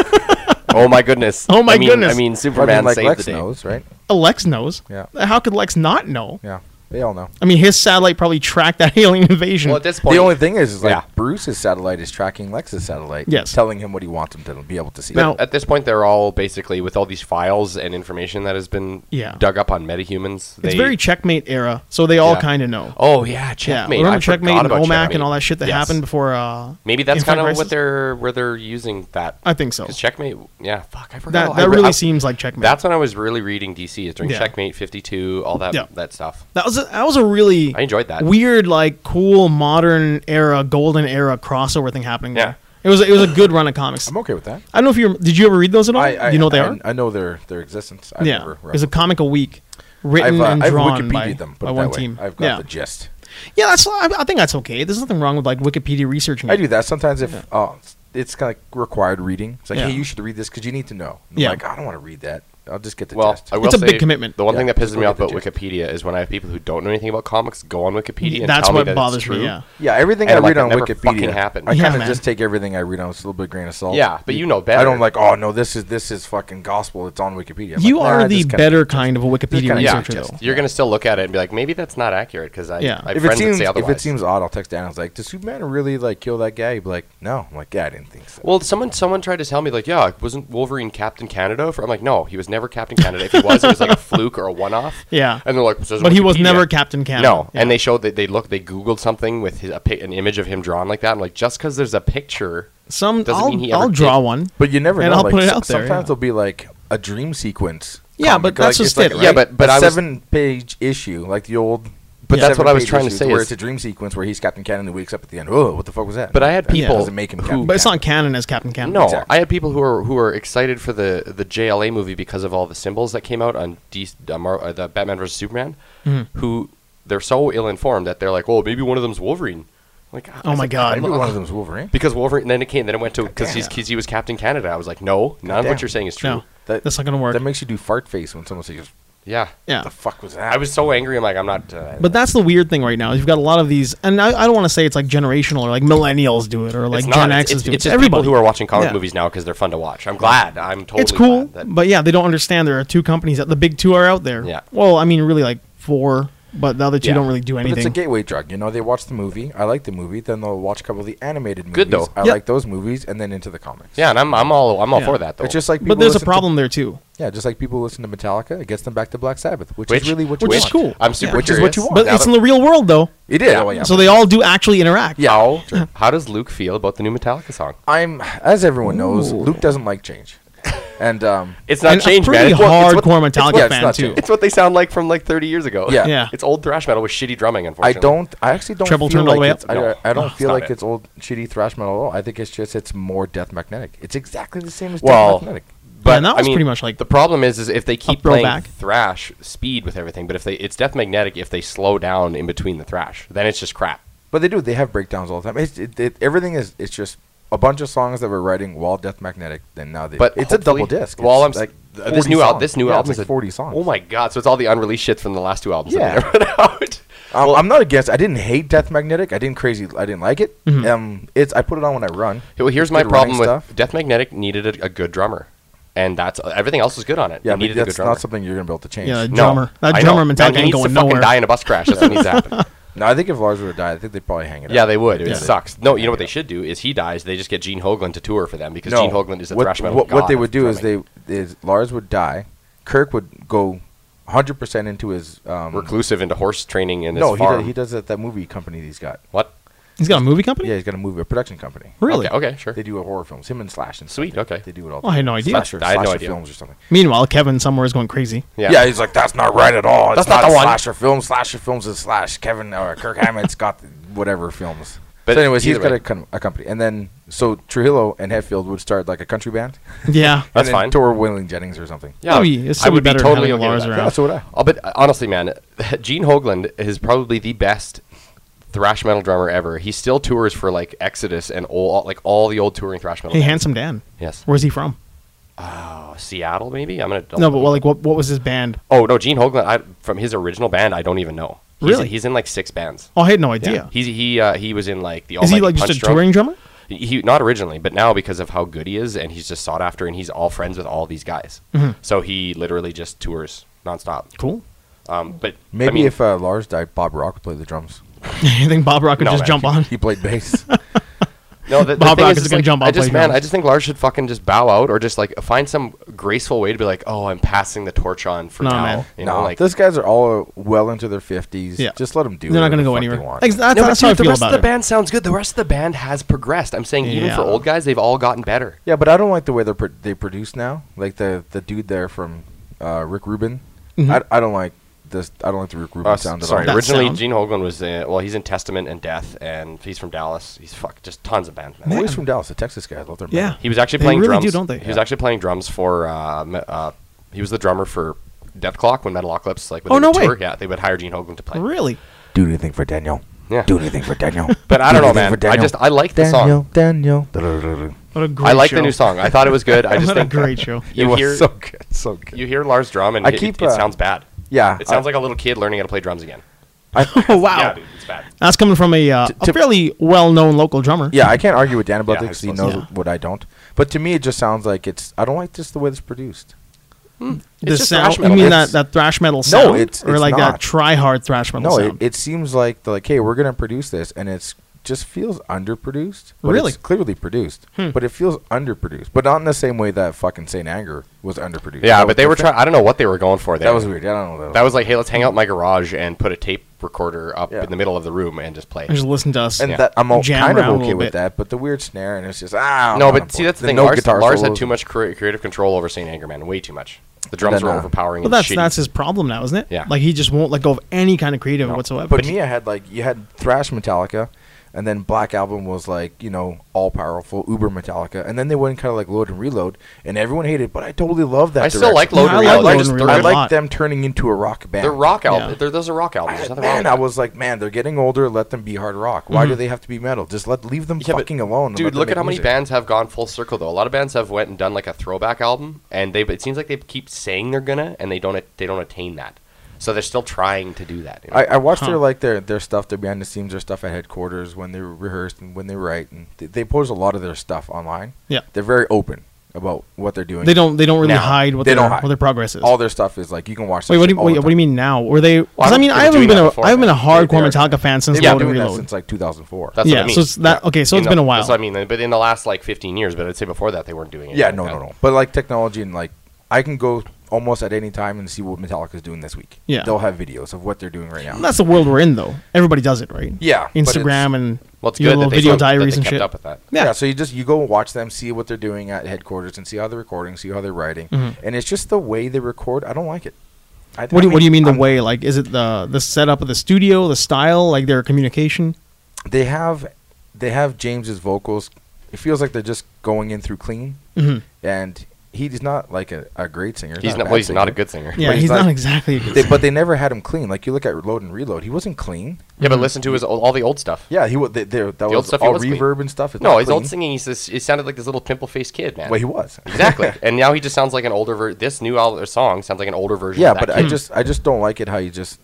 S2: Oh my goodness.
S1: Oh my
S2: I mean,
S1: goodness.
S2: I mean,
S3: But I
S2: Superman
S3: mean, like
S2: saved
S3: Lex
S2: the day.
S3: knows, right?
S1: Lex knows.
S3: Yeah.
S1: How could Lex not know?
S3: Yeah, they all know.
S1: I mean, his satellite probably tracked that alien invasion.
S2: Well, at this point,
S3: the only thing is, is like
S2: Yeah.
S3: Bruce's satellite is tracking Lex's satellite.
S1: Yes.
S3: telling him what he wants him to be able to see.
S1: Now-
S2: at this point, they're all basically with all these files and information that has been
S1: Yeah.
S2: dug up on metahumans. They,
S1: it's very checkmate era, so they all
S2: Yeah.
S1: kind of know.
S2: Oh yeah,
S1: yeah,
S2: checkmate.
S1: remember
S2: I
S1: checkmate
S2: forgot
S1: and
S2: about
S1: OMAC
S2: checkmate.
S1: and all that shit that
S2: Yes.
S1: happened before. Uh,
S2: Maybe that's
S1: Infinite
S2: kind of
S1: Crisis?
S2: what they're where they're using that.
S1: I think so.
S2: 'Cause checkmate. Yeah, fuck, I forgot.
S1: That
S2: I
S1: that
S2: re-
S1: really
S2: I-
S1: seems like checkmate.
S2: That's when I was really reading DC is during
S1: Yeah.
S2: Checkmate 52, all that
S1: Yeah.
S2: that stuff.
S1: that was a, that was a really
S2: I enjoyed that.
S1: weird, like cool modern era, golden era crossover thing happening.
S2: Yeah.
S1: there. it was it was a good run of comics.
S3: I'm okay with that.
S1: I don't know if you rem- did you ever read those at all? Do you know what they
S3: I,
S1: are?
S3: I know their their existence. I've
S1: yeah,
S3: never read
S1: it's a
S3: them.
S1: comic a week, written
S3: I've, uh,
S1: and
S3: I've
S1: drawn
S3: Wikipedia'd
S1: by,
S3: them, put
S1: by
S3: it
S1: one
S3: that way.
S1: team.
S3: I've got
S1: yeah.
S3: the gist.
S1: yeah, that's I, I think that's okay. There's nothing wrong with like Wikipedia researching.
S3: I
S1: it.
S3: do that sometimes if uh, it's kind of like required reading. It's like,
S1: Yeah.
S3: hey, you should read this because you need to know. And I'm
S1: Yeah.
S3: like I don't want to read that. I'll just get the
S2: Well,
S3: gist.
S2: I will
S1: It's a
S2: say
S1: big commitment.
S2: The one
S3: Yeah,
S2: thing that
S3: just
S2: pisses me
S3: look
S2: off
S3: at
S2: about
S3: the gist.
S2: Wikipedia is when I have people who don't know anything about comics go on Wikipedia and
S1: That's
S2: tell
S1: what
S2: me that
S1: bothers
S2: it's
S1: me,
S2: true.
S1: yeah.
S3: yeah, everything
S2: and,
S3: I
S2: like,
S3: read
S2: it
S3: on
S2: never fucking
S3: Wikipedia,
S2: happened.
S3: I
S1: Yeah,
S3: kind of
S1: man.
S3: just take everything I read on with a little bit of grain of salt.
S2: Yeah, but you know
S3: I
S2: better.
S3: don't like. Oh no, this is this is fucking gospel. It's on Wikipedia. I'm
S1: You
S3: like,
S1: are
S3: nah,
S1: the
S3: just kinda-
S1: better kind of a Wikipedia
S3: kinda
S2: Yeah,
S1: researcher,
S3: just-
S1: though.
S2: you're gonna still look at it and be like, maybe that's not accurate because I,
S1: Yeah.
S2: I have
S3: If it
S2: friends
S3: seems
S2: that say
S3: if
S2: otherwise.
S3: it seems odd, I'll text Dan. I was like, "Does Superman really like kill that guy?" He'd be like, "No." I'm like, "Yeah, I didn't think so."
S2: well, someone someone tried to tell me like, yeah, wasn't Wolverine Captain Canada? For I'm like, no, he was never Captain Canada. If he was, it was like a fluke or a one off.
S1: Yeah.
S2: and they're like, "Says
S1: But he was
S2: Wikipedia."
S1: never Captain Canada.
S2: No,
S1: Yeah.
S2: and they showed that they looked, they googled something with his, a, pic- an image of him drawn like that. I'm like, just because there's a picture,
S1: Some
S2: Doesn't
S1: I'll,
S2: mean he ever
S1: I'll draw
S2: did.
S1: one.
S3: But you never
S1: And
S3: know.
S1: I'll
S3: like,
S1: put it
S3: so-
S1: out there,
S3: Sometimes
S1: yeah.
S3: there'll be like a dream sequence.
S1: Yeah, but that's
S3: like,
S1: just
S3: it's like-
S1: it,
S2: Yeah, right? but- but
S3: a
S2: I was-
S3: seven-page issue, like the old.
S2: But that's what I was
S3: seven-page
S2: trying to
S3: issues
S2: say
S3: Where
S2: is-
S3: it's a dream sequence where he's Captain Cannon and wakes up at the end. Oh, what the fuck was that?
S2: But I had
S3: That
S2: people
S3: doesn't make him
S2: who-
S3: Captain
S1: But it's
S3: Cannon.
S1: not canon as Captain Canada.
S2: No,
S3: Exactly.
S2: I had people who are who are excited for the the JLA movie because of all the symbols that came out on D, uh, Mar- uh, the Batman vs Superman,
S1: Mm-hmm.
S2: who they're so ill informed that they're like, oh, maybe one of them's Wolverine. Like, I
S1: Oh
S2: was
S1: my
S2: like,
S1: God.
S3: Maybe
S2: I'm-
S3: one of them's Wolverine.
S2: Because Wolverine, then it came, then it went to because
S3: Goddamn.
S2: he's 'cause he was Captain Canada. I was like, no, none of
S3: Goddamn.
S2: what you're saying is true.
S1: No, that's not gonna work.
S3: That makes you do fart face when someone says,
S2: Yeah,
S1: yeah.
S3: "What the fuck was that?"
S2: I was so angry. I'm like, I'm not. Uh,
S1: But that's the weird thing right now. is You've got a lot of these, and I, I don't want to say it's like generational or like millennials do it or like
S2: it's
S1: Gen
S2: not. It's,
S1: X's
S2: it's,
S1: do it.
S2: it's just
S1: Everybody
S2: people who are watching comic
S1: Yeah.
S2: movies now because they're fun to watch. I'm glad. I'm totally.
S1: it's cool,
S2: glad that-
S1: but yeah, they don't understand there are two companies that the big two are out there.
S2: Yeah.
S1: Well, I mean, really like four, but the other two
S2: Yeah.
S1: don't really do
S3: But
S1: anything.
S3: it's a gateway drug. You know, they watch the movie. I like the movie. Then they'll watch a couple of the animated movies.
S2: Good, though.
S3: I
S1: Yeah.
S3: like those movies, and then into the comics.
S2: yeah, and I'm I'm all I'm all
S1: Yeah.
S2: for that though.
S3: It's just like people
S1: but there's a
S3: listen to-
S1: problem there too.
S3: yeah, just like people listen to Metallica, it gets them back to Black Sabbath, which,
S2: which
S3: is really what you
S1: which is
S3: want.
S1: cool.
S2: I'm super.
S1: Yeah.
S3: Which is what
S2: curious.
S3: you want.
S1: But
S2: Now
S1: it's
S2: that-
S1: in the real world though,
S3: It is.
S2: Yeah.
S3: Oh, yeah.
S1: so they all do actually interact.
S3: Yeah.
S2: How, how does Luke feel about the new Metallica song?
S3: I'm as everyone knows,
S1: Ooh.
S3: Luke doesn't like change, and um,
S2: It's
S1: And a pretty hardcore
S3: yeah,
S1: Metallica
S3: it's
S1: fan
S3: not
S1: too.
S3: changed.
S2: It's what they sound like from like 30 years ago.
S3: Yeah.
S1: Yeah.
S2: It's old thrash metal with shitty drumming,
S3: I
S2: unfortunately.
S3: don't. I actually don't
S1: Treble
S3: feel
S1: turned all
S3: like
S1: the way
S3: it's,
S1: up?
S3: I,
S2: No.
S3: I don't
S2: No, it's
S3: feel
S2: not
S3: like
S2: it.
S3: it's old shitty thrash metal. At all. I think it's just it's more death magnetic. It's exactly the same as
S2: Well,
S3: death magnetic.
S1: and that
S2: I
S1: was
S2: mean,
S1: pretty much like
S2: the problem is, is if they keep
S1: up, roll
S2: playing
S1: back.
S2: thrash speed with everything, but if they it's death magnetic, if they slow down in between the thrash, then it's just crap.
S3: But they do. They have breakdowns all the time. It's, it, it, everything is. It's just a bunch of songs that were writing while death magnetic. Then now they.
S2: But
S3: it's a double
S2: hopefully-
S3: disc.
S2: Well, I'm
S3: It's
S2: like
S3: like
S2: this
S3: 40
S2: new album.
S3: songs.
S2: This new
S3: Yeah, it's
S2: album
S3: like forty songs.
S2: Oh my god! So it's all the unreleased shit from the last two albums.
S3: Yeah.
S2: That they put out.
S3: Um, I'm not against. I didn't hate Death Magnetic. I didn't crazy. I didn't like it. Um, it's I put it on when I run.
S2: Mm-hmm. Well, here's
S3: It's
S2: my
S3: good running
S2: problem with
S3: stuff.
S2: Death Magnetic needed a, a good drummer, and that's everything else is good on it.
S3: Yeah,
S2: It
S3: but
S2: needed a good
S3: that's
S2: drummer.
S3: not something you're gonna be able to change.
S1: Yeah,
S3: no.
S1: drummer. That
S2: I
S1: drummer
S2: know.
S1: mentality
S2: Man, he
S1: ain't
S2: needs
S1: going
S2: to fucking
S1: nowhere.
S2: die in a bus crash. That's what needs to happen.
S3: I think if Lars would have died, I think they'd probably hang it.
S2: Yeah,
S3: up.
S2: they would. It
S1: Yeah.
S2: sucks. No, you know what they should do is he dies. They just get Gene Hoglan to tour for them because Gene Hoglan is a
S3: what,
S2: thrash metal
S3: What,
S2: god
S3: what they
S2: of
S3: would do is
S2: drumming.
S3: they is Lars would die. Kirk would go, hundred percent into his um,
S2: reclusive into horse training and
S3: No,
S2: his
S3: he does,
S2: farm.
S3: he does that that movie company he's got.
S2: What?
S1: He's got a movie company.
S3: Yeah, he's got a movie, a production company.
S1: Really?
S2: Okay, okay, sure.
S3: They do a horror films. Him and Slash and stuff.
S2: Sweet,
S3: They-
S2: okay.
S3: They do it all.
S1: Oh, I had no idea.
S3: Slasher,
S2: I had no
S3: slasher
S2: idea.
S3: films or something.
S1: Meanwhile, Kevin somewhere is going crazy.
S2: Yeah.
S3: Yeah. he's like, that's not right at all. It's
S2: That's not the one."
S3: Slasher films. Slasher films is slash Kevin or Kirk Hammett's got the- whatever films.
S2: But
S3: so, anyways, he's
S2: either
S3: got
S2: way.
S3: a, com- a company, and then so Trujillo and Hetfield would start like a country band.
S1: Yeah.
S2: That's
S3: and then
S2: fine.
S3: Tour Willing Jennings or something.
S2: Yeah,
S1: Maybe it's
S2: I
S1: still
S2: would be
S1: better
S2: totally
S1: having
S2: okay
S1: Lars
S2: with that.
S1: around.
S3: Yeah, so would I.
S2: Oh, but uh, honestly, man, Gene Hoglan is probably the best thrash metal drummer ever. He still tours for like Exodus and all like all the old touring thrash metal.
S1: Hey,
S2: bands.
S1: handsome Dan.
S2: Yes.
S1: Where's he from?
S2: Oh, Seattle, maybe. I'm gonna.
S1: No, but well, like what? What was his band?
S2: oh no, Gene Hoglan. I, from his original band, I don't even know. He's-
S1: Really?
S2: He's in like six bands.
S1: Oh, I had no idea.
S2: He's he uh, he was in like the. All
S1: Is he like
S2: Mighty
S1: just a
S2: Punch Drunk.
S1: touring drummer?
S2: He not originally, but now because of how good he is, and he's just sought after, and he's all friends with all these guys.
S1: Mm-hmm.
S2: So he literally just tours nonstop.
S1: Cool.
S2: Um, but
S3: Maybe
S2: I mean,
S3: if uh, Lars died, Bob Rock would play the drums.
S1: you think Bob Rock would
S2: No,
S1: just
S2: man.
S1: jump on?
S3: He played bass.
S2: No, the, the
S1: Bob
S2: thing
S1: Rock
S2: is,
S1: is
S2: it's
S1: gonna
S2: like,
S1: jump
S2: I
S1: off
S2: just
S1: like
S2: man,
S1: drums.
S2: I just think Lars should fucking just bow out or just like find some graceful way to be like, oh, I'm passing the torch on for
S1: No,
S2: now.
S1: man.
S2: You know,
S3: no,
S2: like
S3: those guys are all well into their fifties.
S1: Yeah.
S3: Just let them do.
S1: They're not
S3: whatever
S1: going to
S3: the
S1: go
S3: fuck they
S1: anywhere.
S3: want.
S1: Ex- that's
S2: no, but
S1: that's how I
S2: dude, the
S1: feel
S2: rest of
S1: about
S2: the
S1: it.
S2: band sounds good. The rest of the band has progressed. I'm saying even for
S1: Yeah.
S2: old guys, they've all gotten better.
S3: Yeah, but I don't like the way they pro- they produce now. Like the the dude there from uh, Rick Rubin.
S1: Mhm.
S3: I, I don't like this. I don't like the Rick Rubin
S2: Uh, s-
S3: sound at
S2: sorry,
S1: That
S3: all.
S2: originally
S1: sound.
S2: Gene Hoglan was uh, well, he's in Testament and Death, and he's from Dallas. He's fuck just tons of bands. Man.
S3: Well, he's from Dallas, a Texas guy. I love their
S1: Yeah.
S3: metal.
S2: He was actually
S1: They
S2: playing
S1: really
S2: drums.
S1: do, don't they?
S2: He was
S1: Yeah.
S2: actually playing drums for. Uh, me- uh, he was the drummer for Death Clock when Metalocalypse like when
S1: Oh,
S2: they
S1: no
S2: would
S1: way.
S2: tour, Yeah, they would hire Gene Hoglan to play.
S1: Really?
S3: Do anything for Daniel.
S2: Yeah.
S3: Do anything for Daniel.
S2: But I don't know,
S3: anything
S2: man.
S3: for
S2: I
S3: Daniel.
S2: just I like the song.
S3: Daniel, Daniel. Da-da-da-da-da.
S1: What a great
S2: I like
S1: show.
S2: the new song. I thought it was good. I just
S1: What a
S2: think
S1: great show.
S2: You
S3: it
S2: hear
S3: was so good, so good.
S2: you hear Lars drum and
S3: I
S2: it,
S3: keep,
S2: it
S3: uh,
S2: sounds bad.
S1: Ah,
S3: yeah,
S2: It sounds
S3: I-
S2: like a little kid learning how to play drums again.
S1: oh, wow.
S2: Yeah, dude, it's bad.
S1: That's coming from a, uh, a
S3: to-
S1: fairly well-known local drummer.
S3: yeah, I can't argue with Dan about
S2: Yeah,
S3: that
S2: I
S3: 'cause he
S2: suppose
S3: knows
S1: so. Yeah.
S3: what I don't. But to me, it just sounds like it's. I don't like just the way it's produced.
S1: the
S2: It's just
S1: sound.
S2: thrash
S1: You
S2: metal.
S1: mean
S3: It's-
S1: that, that thrash metal sound?
S3: it's-
S1: or
S3: it's
S1: like
S3: not.
S1: that try-hard thrash metal
S3: No, it,
S1: sound?
S3: it seems like they're like, hey, we're gonna produce this, and it's just feels underproduced. But
S1: Really? Hmm.
S3: it's clearly produced, but it feels underproduced. But not in the same way that fucking Saint Anger was underproduced.
S2: Yeah,
S3: That was
S2: but they were
S3: different.
S2: trying. I don't know what they were going for. There.
S3: That was weird. I don't know.
S2: That was like, hey, let's hang out in my garage and put a tape recorder up
S3: Yeah.
S2: in the middle of the room and just play.
S1: Just listen to us.
S3: and
S2: yeah.
S3: that I'm all
S1: Jam
S3: kind of
S1: around a
S3: okay
S1: little
S3: with
S1: bit.
S3: that. But the weird snare and it's just ah. I'm
S2: no,
S3: not on
S2: but see,
S3: board.
S2: that's the thing.
S3: No
S2: Lars,
S3: guitar
S2: Lars had
S3: solos.
S2: too much cre- creative control over Saint Anger Man. Way too much. The drums
S3: Then,
S2: were
S3: uh,
S2: overpowering.
S1: well,
S2: and
S1: that's
S2: shitty.
S1: that's his problem now, isn't it?
S2: Yeah.
S1: Like he just won't let go of any kind of creative whatsoever.
S3: But Uh, me, I had like you had thrash Metallica, and then Black Album was like you know all powerful Uber Metallica, and then they went kind of like Load and Reload, and everyone hated. But I totally love that.
S2: I still like
S3: direction.
S2: Load
S1: Yeah,
S2: and
S1: I
S2: Reload.
S1: like
S2: I
S1: Load
S2: just-
S1: and
S2: they're
S1: Reload
S3: I
S1: a
S2: good-
S3: like
S1: lot.
S3: them turning into a rock band.
S2: They're rock albums.
S1: Yeah.
S2: They're, those are rock albums. There's
S3: I,
S2: nothing wrong
S3: man,
S2: with
S3: I
S2: that.
S3: was like, man, they're getting older. Let them be hard rock. Why do they have to be metal? Just let leave them
S2: Mm-hmm. Yeah, but,
S3: fucking alone. and let
S2: Dude,
S3: them
S2: look at
S3: make
S2: how many
S3: music.
S2: bands have gone full circle though. A lot of bands have went and done like a throwback album, and they it seems like they keep saying they're gonna, and they don't they don't attain that. So they're still trying to do that. you know?
S3: I, I watched
S1: Huh.
S3: their like their their stuff, their behind the scenes, their stuff at headquarters when they rehearsed and when they write, and they, they post a lot of their stuff online.
S1: Yeah.
S3: they're very open about what they're doing.
S1: they don't they don't really
S2: Now,
S1: hide what
S3: they
S1: their
S3: don't hide.
S1: what their progress is.
S3: all their stuff is like you can watch.
S1: Wait,
S3: that
S1: what do
S3: shit
S1: you,
S3: all
S1: wait,
S3: the
S1: what do you
S3: time.
S1: mean now? Were they? Because
S2: don't
S1: I mean,
S2: think
S1: I
S2: they were
S1: haven't
S2: doing
S1: been
S2: that
S1: a
S2: before,
S1: I haven't been a
S2: man.
S1: hardcore
S3: They- they are.
S1: Metallica fan since
S3: They've
S1: Load
S3: been
S1: and
S3: doing that
S1: Reload.
S3: since like 2004.
S2: That's what I
S1: Yeah,
S2: mean.
S1: so it's that okay. So
S2: In
S1: it's
S2: the-
S1: been a while.
S2: That's what I mean. But in the last like 15 years, but I'd say before that they weren't doing it.
S3: yeah, no, no, no. But like technology and like I can go almost at any time and see what Metallica's doing this week.
S1: Yeah.
S3: they'll have videos of what they're doing right now.
S1: That's the world we're in, though. Everybody does it, right?
S3: Yeah, but it's-
S1: Instagram and
S2: Well, it's
S1: your
S2: good
S1: little
S2: that they,
S1: video
S2: kept- that they
S1: diaries and
S2: kept
S1: shit.
S2: up with that.
S3: Yeah.
S1: Yeah.
S3: so you just you go watch them, see what they're doing at headquarters, and see how they're recording, see how they're writing, and it's just the way they record. I don't like it. I,
S1: Mm-hmm. What do,
S3: I
S1: what do you mean the
S3: I'm-
S1: way? Like, is it the the setup of the studio, the style, like their communication?
S3: they have? They have James's vocals. It feels like they're just going in through clean,
S1: hmm
S3: and he's not like a, a great singer.
S2: He's
S3: a
S2: not.
S3: bad
S2: Well, he's not a
S3: singer.
S2: good singer.
S1: Yeah,
S3: But he's
S1: he's,
S3: not-
S1: not, exactly. A good
S3: They, but they never had him clean. Like you look at Load and Reload, he wasn't clean.
S2: Yeah, but listen to his all all the old stuff.
S3: Yeah, he was. They, they, that
S2: old
S3: was
S2: stuff he
S3: all
S2: was clean.
S3: reverb and stuff. It's
S2: No,
S3: not
S2: his old
S3: clean.
S2: singing. He's this. He sounded like this little pimple-faced kid, man.
S3: Well, he was.
S2: exactly. And now he just sounds like an older ver- This new album or song sounds like an older version.
S3: yeah
S2: of that
S3: but i
S2: kid.
S3: just i just don't like it how you just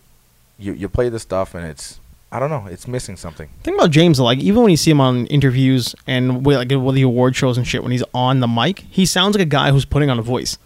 S3: you you play the stuff and it's i don't know it's missing something
S1: thing about James, like even when you see him on interviews and with, like with the award shows and shit, when he's on the mic, he sounds like a guy who's putting on a voice.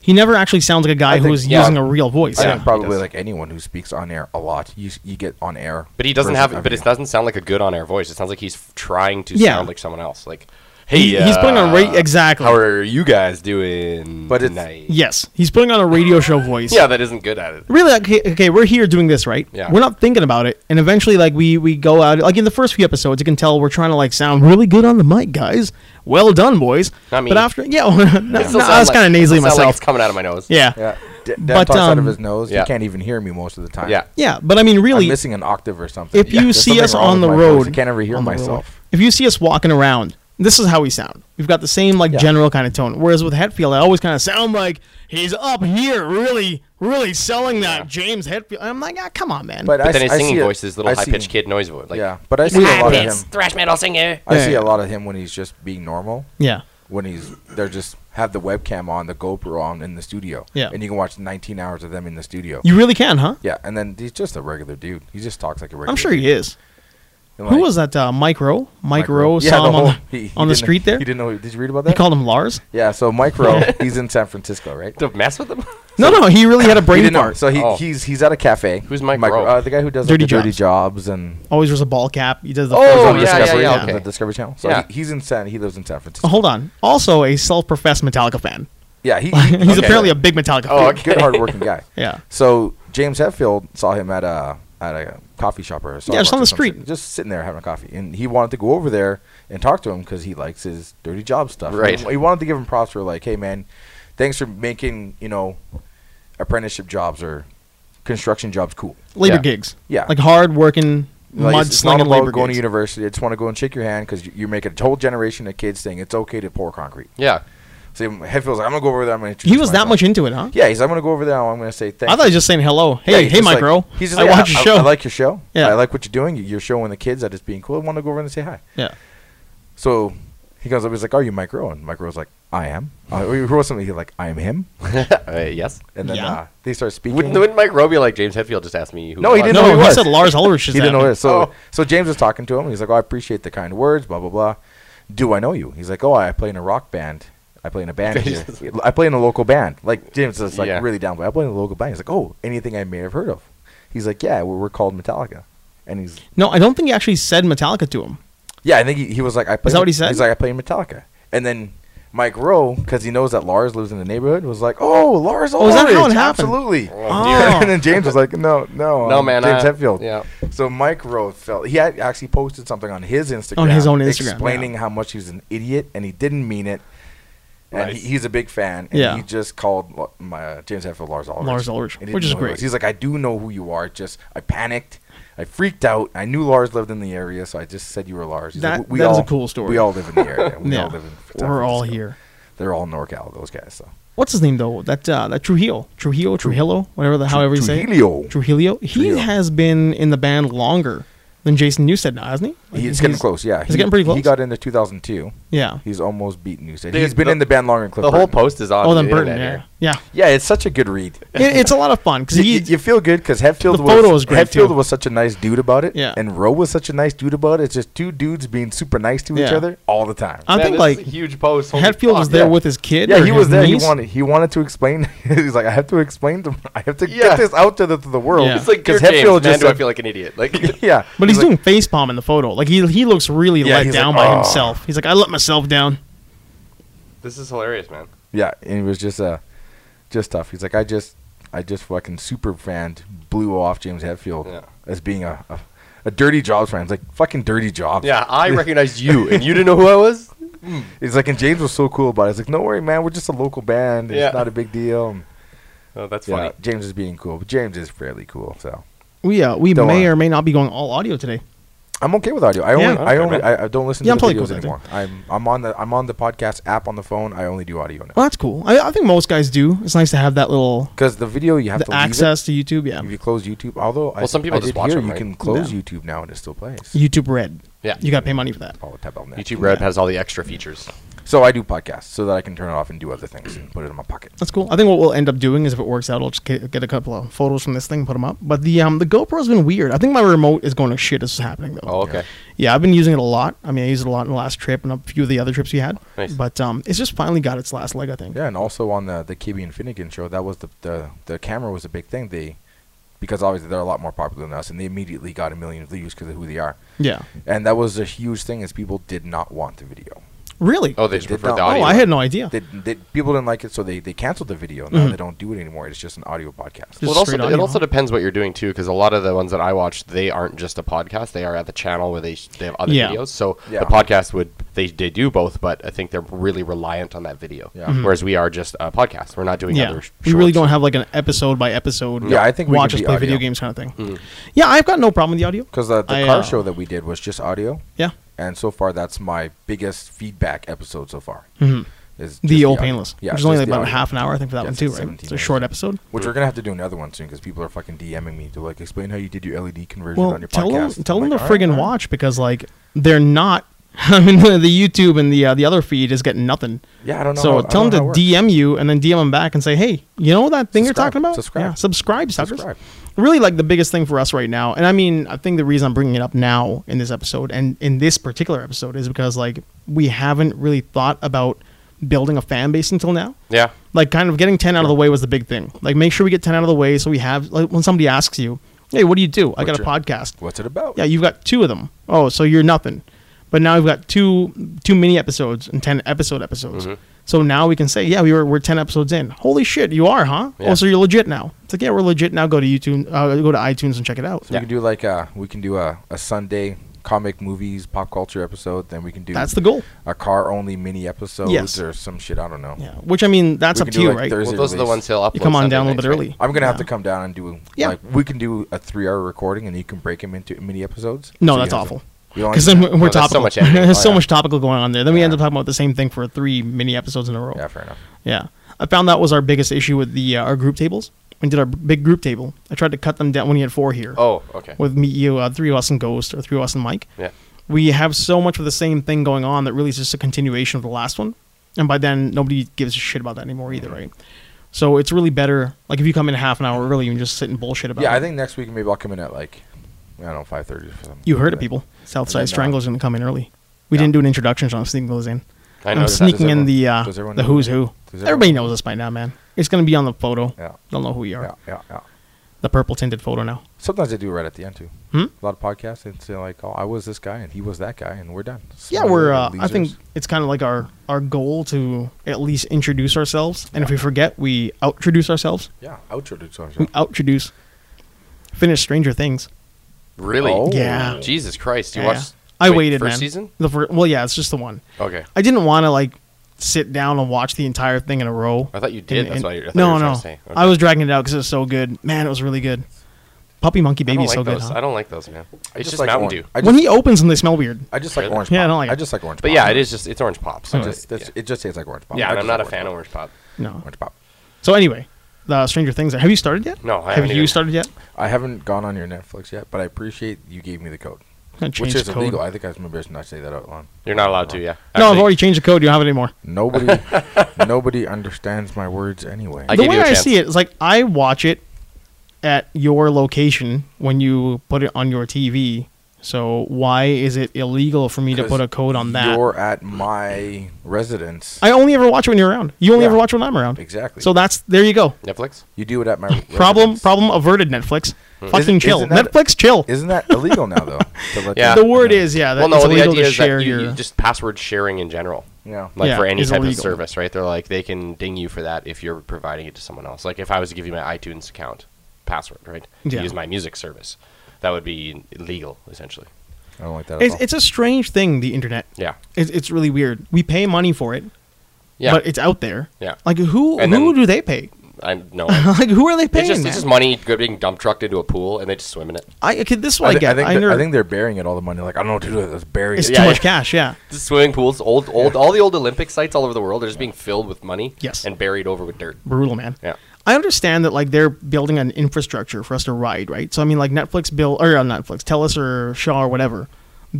S1: He never actually sounds like a guy
S3: I think-
S1: who's
S2: yeah.
S1: using a real voice.
S3: i
S2: Yeah,
S3: think
S2: he
S3: probably
S2: does.
S3: like anyone who speaks on air a lot you s- you get on air
S2: But he doesn't
S3: versus
S2: have.
S3: every
S2: But it
S3: day.
S2: doesn't sound like a good on-air voice. It sounds like he's f- trying to
S1: Yeah.
S2: sound like someone else. Like, hey,
S1: He- he's putting on
S2: uh,
S1: ra- exactly.
S2: How are you guys doing
S3: But it's-
S2: tonight?
S1: Yes, he's putting on a radio show voice.
S2: Yeah, that isn't good at it.
S1: really okay, okay we're here doing this right
S2: Yeah.
S1: we're not thinking about it and eventually like we we go out like in the first few episodes you can tell we're trying to like sound really good on the mic guys well done boys
S2: Not me.
S1: but after yeah well, no,
S2: It still
S1: no, i
S2: sounds
S1: was
S2: like-
S1: kind of nasally
S2: it sounds like
S1: myself
S2: it's coming out of my nose.
S1: yeah. yeah
S3: yeah D- Dan
S1: But,
S3: talks out of
S1: um,
S3: his nose
S2: yeah.
S3: you can't even hear me most of the time
S2: Yeah.
S1: yeah but i mean
S3: i'm
S1: really
S3: missing an octave or something
S1: if you
S3: There's
S1: see
S3: something
S1: us
S3: wrong
S1: on the
S3: with my voice.
S1: road
S3: i can't ever hear
S1: on the road,
S3: myself
S1: if you see us walking around this is how we sound we've got the same like
S3: Yeah.
S1: general kind of tone whereas with hetfield i always kind of sound like he's up here really really selling that
S2: Yeah.
S1: james hetfield and i'm like ah, come on man
S3: but, uh, I,
S2: But then his
S3: s- I
S2: singing
S3: see it-
S2: voice is little
S3: I
S2: high
S3: see-
S2: pitched kid noise voice. Like,
S3: yeah but i see a lot of him
S2: thrash metal singer.
S3: i
S1: Yeah,
S3: see
S1: yeah.
S3: a lot of him when he's just being normal
S1: yeah
S3: when he's they're just have the webcam on the gopro on in the studio
S1: Yeah.
S3: and you can watch 19 hours of them in the studio
S1: you really can huh
S3: Yeah, and then he's just a regular dude. He just talks like a regular.
S1: i'm sure he is
S3: And,
S1: Who
S3: like,
S1: was that? Uh, Mike Rowe. Mike
S3: Rowe-
S1: Rowe
S3: Yeah,
S1: saw him
S3: whole-
S1: on the,
S3: he- he
S1: on the
S3: didn't-
S1: street there.
S3: He
S1: He,
S3: didn't know. Did you read about that?
S1: called him Lars.
S3: yeah, so Mike Rowe, he's in San Francisco, right?
S2: To mess with them?
S1: No, no, he really had a
S3: He
S1: brain
S3: didn't know.
S1: fart.
S3: So he,
S2: Oh.
S3: he's he's at a cafe.
S2: Who's Mike
S3: Rowe?
S2: Rowe?
S3: Uh, the guy who does
S1: Dirty
S3: like, the dirty jobs and
S1: Always wears a ball cap. He does the.
S2: Oh,
S1: photos on
S3: on
S2: yeah, yeah,
S1: Discovery.
S2: yeah,
S3: on
S2: okay.
S3: the Discovery Channel. So
S2: Yeah.
S3: he, he's in San. He lives in San Francisco.
S1: Hold on. Also, a self-professed Metallica fan.
S3: Yeah, he,
S1: He's
S3: okay.
S1: apparently a big Metallica.
S2: Oh,
S1: fan.
S3: good, good hardworking guy.
S1: Yeah.
S3: So James Hetfield saw him at a at a coffee shop or a
S1: Yeah, just
S3: Starbucks
S1: on
S3: or
S1: the
S3: some
S1: street.
S3: shit, just sitting there having a coffee, and he wanted to go over there and talk to him because he likes his dirty job stuff.
S2: Right.
S3: He, he wanted to give him props for like, hey man, thanks for making you know apprenticeship jobs or construction jobs cool.
S1: Labor
S2: Yeah.
S1: gigs.
S3: Yeah.
S1: Like hard working
S3: Like,
S1: mud
S3: it's, it's not
S1: slinging
S3: about
S1: labor
S3: going to
S1: gigs.
S3: university. I just want to go and shake your hand because you, you make a whole generation of kids saying it's okay to pour concrete.
S2: Yeah.
S3: So Hetfield's like, I'm gonna go over there. I'm gonna.
S1: He
S3: introduce
S1: was that
S3: myself."
S1: much into it, huh?
S3: Yeah, he's. I'm gonna go over there. and I'm gonna say
S1: I
S3: thanks.
S1: thought he was just saying hello.
S3: Yeah,
S1: Hey,
S3: he's
S1: hey,
S3: just
S1: Mike
S3: like-
S1: Rowe.
S3: He's just
S1: I
S3: like,
S1: watch your show.
S3: I like your show.
S1: Yeah.
S3: I like what you're doing. You're showing the kids that it's being cool. I want to go over and say hi.
S1: yeah.
S3: So he comes up. He's like, "Are you Mike Rowe?" And Mike Rowe's like, "I am." Uh, he wrote something. He's like, "I am him."
S2: Uh, yes.
S3: And then
S1: Yeah.
S3: uh, they start speaking.
S2: Wouldn't, wouldn't Mike Rowe be like James Hetfield just asked me who
S3: No,
S2: it
S3: he
S2: was?"
S1: No,
S3: didn't know who he
S1: he
S3: was.
S1: said Lars Ulrich. Is
S3: he didn't
S1: that.
S3: know this. So
S2: Oh.
S3: so James was talking to him. He's like, "Oh, I appreciate the kind words." Blah blah blah. Do I know you? He's like, "Oh, I play in a rock band. I play in a band. here. I play in a local band." Like James is like
S2: Yeah.
S3: really down. But I play in a local band. He's like, "Oh, anything I may have heard of." He's like, "Yeah, we're, we're called Metallica." And he's
S1: No, I don't think he actually said Metallica to him.
S3: Yeah, I think he, he was like, I play.
S1: that what he said?
S3: He's like, I play Metallica. And then Mike Rowe, because he knows that Lars lives in the neighborhood, was like, Oh, Lars,
S1: Oh, is that how
S3: Ulrich,
S1: it happened?
S3: Absolutely.
S2: Oh,
S1: dear.
S3: and then James was like, No, no,
S2: No,
S3: um,
S2: man,
S3: James
S2: I-
S3: Hetfield.
S2: yeah.
S3: So Mike Rowe felt he had actually posted something on his Instagram,
S1: On his own Instagram,
S3: explaining
S1: yeah.
S3: how much he was an idiot and he didn't mean it. And
S2: Nice.
S3: he, he's a big fan, and
S1: Yeah.
S3: he just called Lo- my, uh, James Hetfield Lars Ulrich.
S1: Lars Ulrich,
S3: He didn't
S1: which is
S3: know who he
S1: great.
S3: was. He's like, I do know who you are. Just I panicked, I freaked out. I knew Lars lived in the area, so I just said you were Lars. He's
S1: That-
S3: like, we
S1: that
S3: all,
S1: is a cool story.
S3: We all live in the area. We
S1: Yeah.
S3: all live in. San
S1: We're all
S3: Francisco.
S1: here.
S3: They're all NorCal. Those guys. So
S1: What's his name though? That uh, that Trujillo, Trujillo, Trujillo, whatever the however you say. it.
S3: Trujillo.
S1: Trujillo. He
S3: Trujillo.
S1: has been in the band longer than Jason Newsted now, hasn't he? Like,
S3: he's getting close. Yeah,
S1: he's getting pretty
S3: He
S1: close?
S3: got into 2002.
S1: Yeah.
S3: He's almost beaten Newstead.
S2: Dude,
S3: he's been
S2: the-
S3: in the band longer than Cliff
S2: The whole
S3: Burton.
S2: post is on
S1: oh,
S2: the
S1: then Burton. Yeah.
S2: internet
S1: Yeah.
S3: Yeah, it's such a good read.
S1: It- it's a lot of fun because
S3: You,
S1: he.
S3: you- you feel good because Hetfield
S1: The
S3: was
S1: photo was great,
S3: Hetfield
S1: too.
S3: was such a nice dude about it,
S1: Yeah.
S3: and Rowe was such a nice dude about it. It's just two dudes being super nice to each
S1: Yeah.
S3: other all the time.
S1: I
S2: Man,
S1: think
S2: this is
S1: like
S2: a huge post. Holy
S1: Hetfield was
S2: fuck.
S1: there
S3: yeah.
S1: with his kid. or
S3: yeah, he
S1: his
S3: was there.
S1: niece.
S3: He wanted he wanted to explain. he's like, I have to explain to I have to
S2: Yeah.
S3: get this out to the, to the world.
S1: Yeah.
S2: It's like
S3: because
S2: because
S3: Hetfield just
S2: do I
S3: said-
S2: feel like an idiot? Like
S3: yeah,
S1: But he's, doing face palm in the photo. Like he he looks really
S3: Yeah,
S1: let
S3: he's
S1: down
S3: like,
S1: by
S3: "Oh."
S1: himself. He's like, I let myself down.
S2: this is hilarious, man.
S3: yeah, and it was just uh just tough. He's like, I just I just fucking super fanned blew off James Hetfield
S2: Yeah.
S3: as being a, a a dirty jobs fan. It's like fucking dirty jobs.
S2: Yeah, I recognized you, and you didn't know who I was.
S3: He's like, and James was so cool about it. He's like, no worry, man. We're just a local band. It's
S2: Yeah.
S3: not a big deal. And,
S2: Oh, that's
S3: yeah,
S2: funny.
S3: James is being cool. But James is fairly cool. So
S1: We uh, we
S3: Don't
S1: may
S3: wanna-
S1: or may not be going all audio today.
S3: I'm okay with audio. I only,
S1: Yeah.
S3: I
S2: Okay,
S3: only,
S2: man.
S3: I, I don't listen
S1: Yeah, I'm
S3: to the
S1: totally
S3: videos
S1: cool with that,
S3: anymore. I'm, I'm on the, I'm on the podcast app on the phone. I only do audio now
S1: Well, that's cool. I, I think most guys do. It's nice to have that little
S3: because the video you have
S1: the
S3: to
S1: access to YouTube.
S3: Leave it. If
S1: Yeah,
S3: you close YouTube, although I,
S2: Well, some people
S3: I
S2: just
S3: did
S2: watch
S3: hear
S2: them,
S3: you
S2: right?
S3: can close
S1: Yeah.
S3: YouTube now and it still plays.
S1: YouTube Red.
S2: Yeah.
S1: you got to pay money for that.
S3: All the tab on that.
S2: YouTube Red has all the extra features.
S3: So I do podcasts so that I can turn it off and do other things and put it in my pocket.
S1: That's cool. I think what we'll end up doing is if it works out, I'll just get, get a couple of photos from this thing, and put them up. But the um the GoPro's been weird. I think my remote is going to shit. This is happening though.
S2: Oh, okay.
S1: Yeah, I've been using it a lot. I mean, I used it a lot in the last trip and a few of the other trips we had.
S2: Nice.
S1: But um, it's just finally got its last leg. I think.
S3: Yeah, and also on the the KB and Finnegan show, that was the the, the camera was a big thing. They because obviously they're a lot more popular than us, and they immediately got a million views because of who they are.
S1: Yeah.
S3: And that was a huge thing is people did not want the video.
S1: Really.
S2: Oh, they
S3: They
S2: just
S3: did
S2: preferred the
S3: not-
S1: Oh,
S2: audio.
S1: I had no idea. Mm-hmm.
S3: They, they, people didn't like it, so they, they canceled the video. Now they don't do it anymore. It's just an audio podcast.
S1: Just
S2: Well, it also,
S1: straight
S2: it
S1: audio,
S2: also
S1: huh?
S2: depends what you're doing too, because a lot of the ones that I watch, they aren't just a podcast. They are at the channel where they sh- they have other
S1: Yeah.
S2: videos. So
S3: Yeah.
S2: the podcast would they, they do both, but I think they're really reliant on that video.
S3: Yeah. Mhm.
S2: Whereas we are just a podcast. We're not doing
S1: Mm-hmm. yeah,
S2: other.
S1: we really
S2: shorts.
S1: don't have like an episode by episode.
S3: Yeah, I think we
S1: watch us
S3: can be
S1: play
S3: audio. Mm-hmm.
S1: video games kind of thing. Yeah, I've got no problem with the audio.
S3: Because the, the
S1: I,
S3: car
S1: uh,
S3: show that we did was just audio,
S1: Yeah,
S3: and so far that's my biggest feedback episode so far. Is just
S1: Mm-hmm. the old
S3: audio.
S1: painless.
S3: Yeah,
S1: which is only
S3: just
S1: like
S3: the
S1: about
S3: audio.
S1: half an hour, I think, for that
S3: Yeah,
S1: one
S3: it's
S1: too.
S3: like
S1: Right,
S3: 17
S1: it's a
S3: minutes.
S1: short episode.
S3: Which we're gonna have to do another one soon because people are fucking DMing me to like explain how you did your LED conversion
S1: Well,
S3: on your
S1: tell them
S3: podcast.
S1: tell
S3: I'm
S1: them
S3: like,
S1: to
S3: "All right,
S1: friggin'
S3: all right."
S1: watch because like they're not I mean, the, the YouTube and the uh, the other feed is getting nothing.
S3: Yeah, I don't know.
S1: So
S3: how- I
S1: tell
S3: don't
S1: them
S3: know
S1: to
S3: how it works.
S1: DM you and then DM them back and say, hey, you know that thing you're
S3: Subscribe.
S1: talking about?
S3: Subscribe.
S1: Yeah, subscribe, suckers.
S3: Subscribe.
S1: Really, like the biggest thing for us right now. And I mean, I think the reason I'm bringing it up now in this episode and in this particular episode is because, like, we haven't really thought about building a fan base until now.
S2: Yeah.
S1: Like, kind of getting 10 out of the way was the big thing. Like, make sure we get 10 out of the way so we have, like, when somebody asks you, hey, what do you do? I got a
S3: your-
S1: podcast.
S3: What's it about?
S1: Yeah, you've got two of them. Oh, so you're nothing. But now we've got two two mini episodes and ten episode episodes.
S3: Mm-hmm.
S1: So now we can say, yeah, we were we're ten episodes in. Holy shit, you are, huh?
S2: Yeah.
S1: Oh, so you're legit now. It's like, yeah, we're legit now. Go to YouTube, uh, go to iTunes and check it out.
S3: So we can do like a we can do a, a Sunday comic movies pop culture episode. Then we can do
S1: That's the goal.
S3: a car only mini episode
S1: Yes.
S3: or some shit. I don't know.
S1: Yeah, which I mean, that's
S3: We
S1: up
S3: can
S1: to
S3: do,
S1: you,
S3: like,
S1: right?
S3: Thursday
S2: Well, those are the
S3: release.
S2: ones he'll upload.
S1: You come on
S2: Sunday
S1: down a little bit
S2: nights, right?
S1: early.
S3: I'm gonna have
S1: Yeah.
S3: to come down and do
S1: Yeah.
S3: like we can do a three hour recording and you can break them into mini episodes.
S1: No,
S3: So you
S1: that's
S3: have
S1: awful.
S3: them- we don't like
S1: Because then
S3: that.
S1: we're we're
S2: there's so
S1: topical.
S2: much editing.
S1: there's
S2: Oh,
S1: so
S2: yeah.
S1: much topical going on there. Then we end
S3: Yeah.
S1: up talking about the same thing for three mini episodes in a row.
S3: Yeah, fair enough.
S1: Yeah, I found that was our biggest issue with the uh, our group tables. We did our big group table. I tried to cut them down when you had four here.
S2: Oh, okay.
S1: with me, you, uh, three of us and Ghost, or three of us and Mike.
S2: yeah.
S1: We have so much of the same thing going on that really is just a continuation of the last one. And by then, nobody gives a shit about that anymore either,
S3: Mm-hmm.
S1: right? So it's really better, like if you come in half an hour early and just sit and bullshit about.
S3: Yeah,
S1: it.
S3: I think next week maybe I'll come in at like I don't know five thirty or something.
S1: you heard it, people. Southside
S3: And then, uh,
S1: Strangler's gonna come in early. We
S3: yeah.
S1: didn't do an introduction, so I'm sneaking those in.
S2: I
S1: I'm
S2: noticed that.
S1: sneaking in
S3: everyone-
S1: the uh,
S3: does everyone
S1: the
S3: know
S1: who's
S3: that?
S1: who.
S3: Does everyone
S1: Everybody
S3: know?
S1: knows us by now, man. It's gonna be on the photo.
S3: Yeah.
S1: They'll know who we are.
S3: Yeah, yeah, yeah.
S1: The purple tinted photo now.
S3: Sometimes I do right at the end too.
S1: Hmm?
S3: A lot of podcasts and say like, "Oh, I was this guy and he was that guy, and we're done."
S1: yeah
S3: Small
S1: we're uh,
S3: little
S1: i think
S3: losers.
S1: it's kind of like our our goal to at least introduce ourselves and if we forget we outintroduce ourselves
S3: yeah outro to songs.
S1: we outintroduce finish stranger things
S2: Really?
S3: Oh.
S1: Yeah.
S2: Jesus Christ! You
S1: Yeah.
S2: watched?
S1: i
S2: wait,
S1: waited
S2: first
S1: man.
S2: season.
S1: the first well yeah it's just the one
S2: Okay.
S1: i didn't want to like sit down and watch the entire thing in a row
S2: I thought you did.
S1: And-
S2: That's
S1: and-
S2: why you're. I thought you
S1: no no
S2: were trying to say. Okay.
S1: i was dragging it out because it was so good man it was really good puppy monkey
S2: I
S1: baby
S2: don't
S1: is
S2: like
S1: so good
S2: those.
S1: huh?
S2: I don't like those, man. It's just,
S3: like
S2: Mountain
S3: orange.
S2: Dew.
S3: I just,
S1: when he opens them they smell weird
S3: I just like
S2: Really?
S3: orange.
S1: Yeah, I
S3: pop.
S1: don't like
S3: I
S1: it.
S3: just like orange.
S2: But
S3: pop.
S2: yeah, it is just it's orange pop. So
S3: I
S2: it's-
S3: just, that's,
S2: yeah.
S3: It just tastes like orange pop.
S2: Yeah,
S3: I
S2: and I'm
S3: just
S2: not a
S3: like
S2: fan of orange pop.
S1: no
S3: Orange pop.
S1: so anyway the stranger things have you started yet
S2: No, I
S1: have
S2: haven't
S1: you
S2: either.
S1: started yet
S3: I haven't gone on your Netflix yet, but I appreciate you gave me the code,
S1: I'm gonna change
S3: which is
S1: the code.
S3: illegal. I think I was maybe I should not say that out loud.
S2: You're not allowed to.
S1: no
S2: Yeah.
S1: i've
S2: Actually,
S1: already changed the code you don't have it anymore
S3: Nobody, nobody understands my words anyway.
S2: I-
S1: the
S2: gave
S1: way
S2: you a
S1: I
S2: chance.
S1: see it is like I watch it at your location when you put it on your TV. So why is it illegal for me to put a code on that?
S3: You're at my residence.
S1: I only ever watch it when you're around. You only
S3: Yeah.
S1: ever watch it when I'm around.
S3: Exactly.
S1: So that's there you go.
S2: Netflix.
S3: you do it Hmm. at my
S1: Problem
S3: residence.
S1: problem averted. Netflix, fucking
S3: Isn't-
S1: chill.
S3: isn't that-
S1: Netflix, chill.
S3: Isn't that illegal now though? To let
S2: Yeah.
S3: them-
S1: the word is yeah. That
S2: well, no.
S1: it's
S2: The
S1: illegal
S2: idea
S1: to
S2: is
S1: share
S2: that you,
S1: your
S2: you just password sharing in general.
S3: Yeah.
S2: Like
S1: Yeah,
S2: for any
S1: is
S2: type
S1: illegal.
S2: of service, right? They're like they can ding you for that if you're providing it to someone else. Like if I was to give you my iTunes account password, right? To
S1: Yeah.
S2: use my music service, that would be illegal essentially.
S3: I don't like that. At
S1: It's,
S3: all.
S1: it's a strange thing. The internet.
S2: Yeah.
S1: It's, it's really weird. We pay money for it,
S2: Yeah.
S1: but it's out there.
S2: Yeah.
S1: Like who
S2: And
S1: who
S2: then-
S1: do they pay?
S2: I know.
S1: like who are they paying?
S2: It's just,
S1: man?
S2: it's just money getting dump trucked into a pool and they just swim in it.
S1: I okay, this one
S3: I,
S1: I,
S3: thi-
S1: get.
S3: I think
S1: I
S3: they're-
S1: under-
S3: I think they're burying it all the money. Like I don't know what to do with it. Let's bury
S1: It's
S3: it.
S2: Yeah,
S1: too much
S2: yeah.
S1: cash. Yeah.
S2: The swimming pools, old, old, all the old Olympic sites all over the world are just being filled with money
S1: Yes.
S2: and buried over with dirt.
S1: brutal, man.
S2: Yeah.
S1: I understand that like they're building an infrastructure for us to ride, right? So I mean, like Netflix build or uh, Netflix, Telus or Shaw or whatever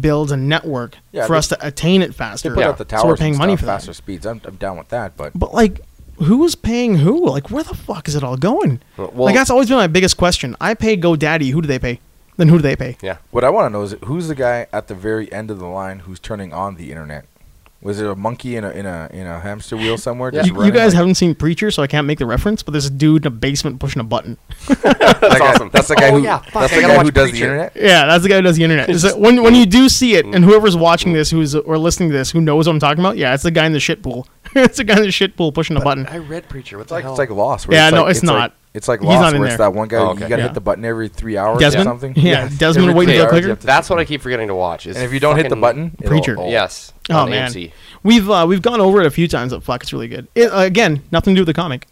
S1: builds a network
S3: Yeah,
S1: for
S3: they-
S1: us to attain it faster.
S3: They put
S2: Yeah.
S3: out the towers.
S1: so we're paying money for
S3: faster
S1: that.
S3: speeds. I'm, I'm down with that, but
S1: But like, who's paying who? Like, where the fuck is it all going?
S2: Well-
S1: like that's always been my biggest question. I pay GoDaddy. Who do they pay? Then who do they pay?
S2: Yeah.
S3: What I want to know is who's the guy at the very end of the line who's turning on the internet? Was it a monkey in a in a in a hamster wheel somewhere?
S2: Yeah.
S3: just
S1: You, you
S3: running,
S1: guys
S3: like-
S1: haven't seen Preacher, so I can't make the reference. But there's a dude in a basement pushing a button.
S3: that's
S2: That's awesome.
S3: That's the guy
S2: Oh,
S3: who
S2: yeah, fuck,
S3: that's
S2: I
S3: the
S2: gotta
S3: guy who
S2: watch
S3: does the
S2: Preacher.
S3: internet.
S1: Yeah, that's the guy who does the internet. Is that when when you do see it, and whoever's watching this, who's or listening to this, who knows what I'm talking about? Yeah, it's the guy in the shit pool. it's the guy in the shit pool pushing a button.
S2: I read Preacher. What
S3: It's
S2: the
S3: like
S2: hell?
S3: it's like Lost.
S1: Yeah,
S3: it's
S1: no,
S3: like,
S1: it's
S3: like-
S1: not.
S3: it's like
S1: He's
S3: Lost,
S1: not in
S3: where it's
S1: there.
S3: that one guy
S2: Oh,
S3: you
S2: okay.
S3: gotta
S1: Yeah.
S3: hit the button every three hours or
S1: Desmond?
S3: something.
S1: Yeah, Desmond waiting
S3: every three
S1: for the
S3: hours
S1: clicker?
S3: you have to-
S2: That's what I keep forgetting to watch. is
S3: and if you don't hit the
S2: fucking-
S3: button, it'll-
S1: Preacher.
S3: oh.
S2: yes.
S1: Oh
S2: on
S1: man,
S2: AMC.
S1: we've uh, we've gone over it a few times. But fuck, it's really good. It, uh, again, nothing to do with the comic.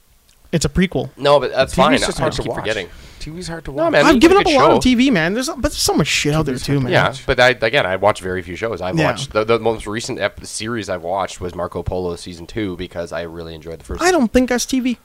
S1: It's a prequel.
S2: No, but that's
S3: TV's
S2: fine.
S3: just
S2: I
S3: hard
S2: just
S3: to
S2: keep
S3: watch.
S2: forgetting.
S3: TV's hard to
S2: No,
S3: watch.
S2: man, I mean,
S1: I've given up
S2: it's
S1: a
S2: a
S1: lot on
S2: show.
S1: TV, man. There's but there's so much shit out there too, man.
S2: Yeah, but I, again, I watch very few shows. I've
S1: Yeah.
S2: watched the, the most recent ep- series I've watched was Marco Polo season two because I really enjoyed the first.
S1: I don't think that's TV.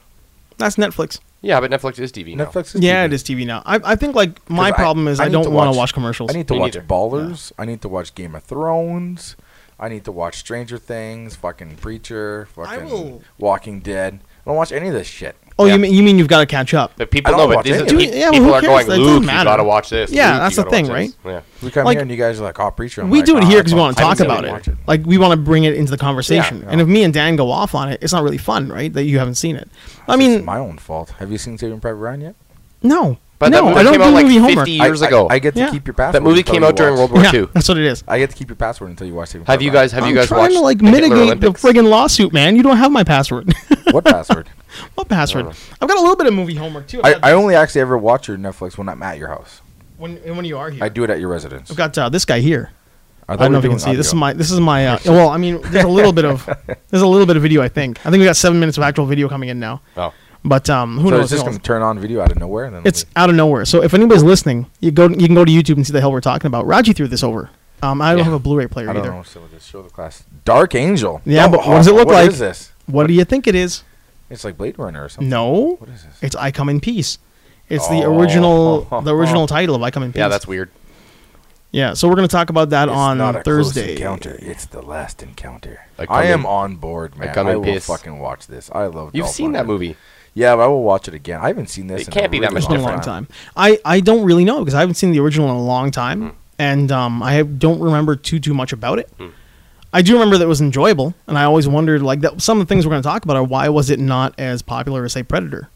S1: That's Netflix.
S2: Yeah, but Netflix is TV. Now.
S3: Netflix. Is
S1: Yeah,
S3: TV.
S1: it is TV now. I, I think like my
S3: 'Cause I-
S1: problem is I,
S3: need
S1: don't
S3: to
S1: want to watch commercials.
S3: I need to
S2: Me
S3: watch
S2: neither.
S3: Ballers. I need to watch Game of Thrones. I need to watch Stranger Things, fucking Preacher, fucking
S1: will-
S3: Walking Dead. I don't watch any of this shit.
S1: Oh,
S2: Yeah.
S1: you mean you mean you've got to catch up?
S2: But
S3: I
S2: people
S3: don't
S2: know, but
S3: watch
S2: these
S3: it.
S2: are,
S1: Dude,
S2: pe-
S1: yeah,
S2: people
S1: who
S2: are
S1: cares?
S2: going,
S1: That doesn't
S2: Luke, you
S1: matter."
S2: gotta watch this.
S1: Yeah,
S2: Luke, you
S1: that's the
S2: gotta watch
S1: thing,
S2: this." Yeah.
S3: We come
S1: Like-
S3: here and you guys are like, "Oh, Preacher." I'm
S1: we
S3: like,
S1: do it
S3: "Nah,
S1: here because we
S3: fuck,
S1: want to
S3: I
S1: talk
S3: don't
S1: about
S3: watch
S1: it. Like we want to bring it into the conversation.
S3: Yeah,
S1: And
S3: yeah.
S1: if me and Dan go off on it, it's not really fun, right? That you haven't seen it. I
S3: It's
S1: mean,
S3: my own fault. Have you seen Saving Private Ryan yet?
S1: no,
S2: But that
S1: no,
S2: movie
S1: I don't
S2: came
S1: do
S2: out like
S1: movie
S2: 50
S1: homework.
S2: years-
S3: I-
S2: ago.
S3: I, I get to
S1: Yeah.
S3: keep your password.
S2: That movie
S3: until
S2: came
S3: you
S2: out during
S3: watch-
S2: World War
S1: yeah,
S2: II.
S1: that's what it is.
S3: I get to keep your password until you watch Saving
S2: Have
S3: Private
S2: you guys? Have
S1: I'm
S2: you guys
S1: trying
S2: watched?
S1: to like
S2: the Hitler
S1: mitigate the
S2: Olympics?
S1: friggin' lawsuit, man. You don't have my password.
S3: Ryan. what password?
S1: what password? I've got a little bit of movie homework too. I've got-
S3: I, I only actually ever watch your Netflix when I'm at your house.
S1: when when you are here,
S3: I do it at your residence.
S1: I've got uh, this guy here.
S3: I,
S1: I don't know if you can see. This is my. This is my. Uh, well, I mean, there's a little bit of. There's a little bit of video. I think. I think we got seven minutes of actual video coming in now.
S2: Oh,
S1: But um, who
S3: So
S1: knows?
S3: it's just
S1: who
S3: gonna
S1: knows?
S3: turn on video out of nowhere, and then
S1: It's out of nowhere. So if anybody's listening, you go. You can go to YouTube and see the hell we're talking about. Raji threw this over. Um, I don't
S2: Yeah.
S1: have a Blu-ray player
S3: I don't
S1: either.
S3: know. So just show the class. Dark Angel.
S1: Yeah,
S3: Oh,
S1: but what does it look
S3: what
S1: like?
S3: is this?
S1: What do you think it is?
S3: It's like Blade Runner or something.
S1: No,
S3: What is this?
S1: it's I Come in Peace. It's the
S3: Oh.
S1: original. The original title of I Come in Peace.
S2: yeah, that's weird.
S1: Yeah, so we're gonna talk about that
S3: It's
S1: on
S3: not a close
S1: Thursday.
S3: encounter. It's the last encounter.
S2: I come
S3: I am
S2: in-
S3: on board, man.
S2: come
S3: I,
S2: in
S3: will
S2: peace.
S3: fucking watch this. I love.
S2: You've
S3: Dolph
S2: seen that
S3: Lundgren.
S2: movie.
S3: Yeah, but I will watch it again. I haven't seen this.
S2: It
S3: in a
S2: can't be that
S3: really
S2: much
S1: It's been a
S2: different.
S1: long time. I, I don't really know because I haven't seen the original in a long time,
S3: Hmm.
S1: and um, I have- don't remember too too much about it. I do remember that it was enjoyable, and I always wondered like that. Some of the things we're going to talk about are why was it not as popular as say Predator?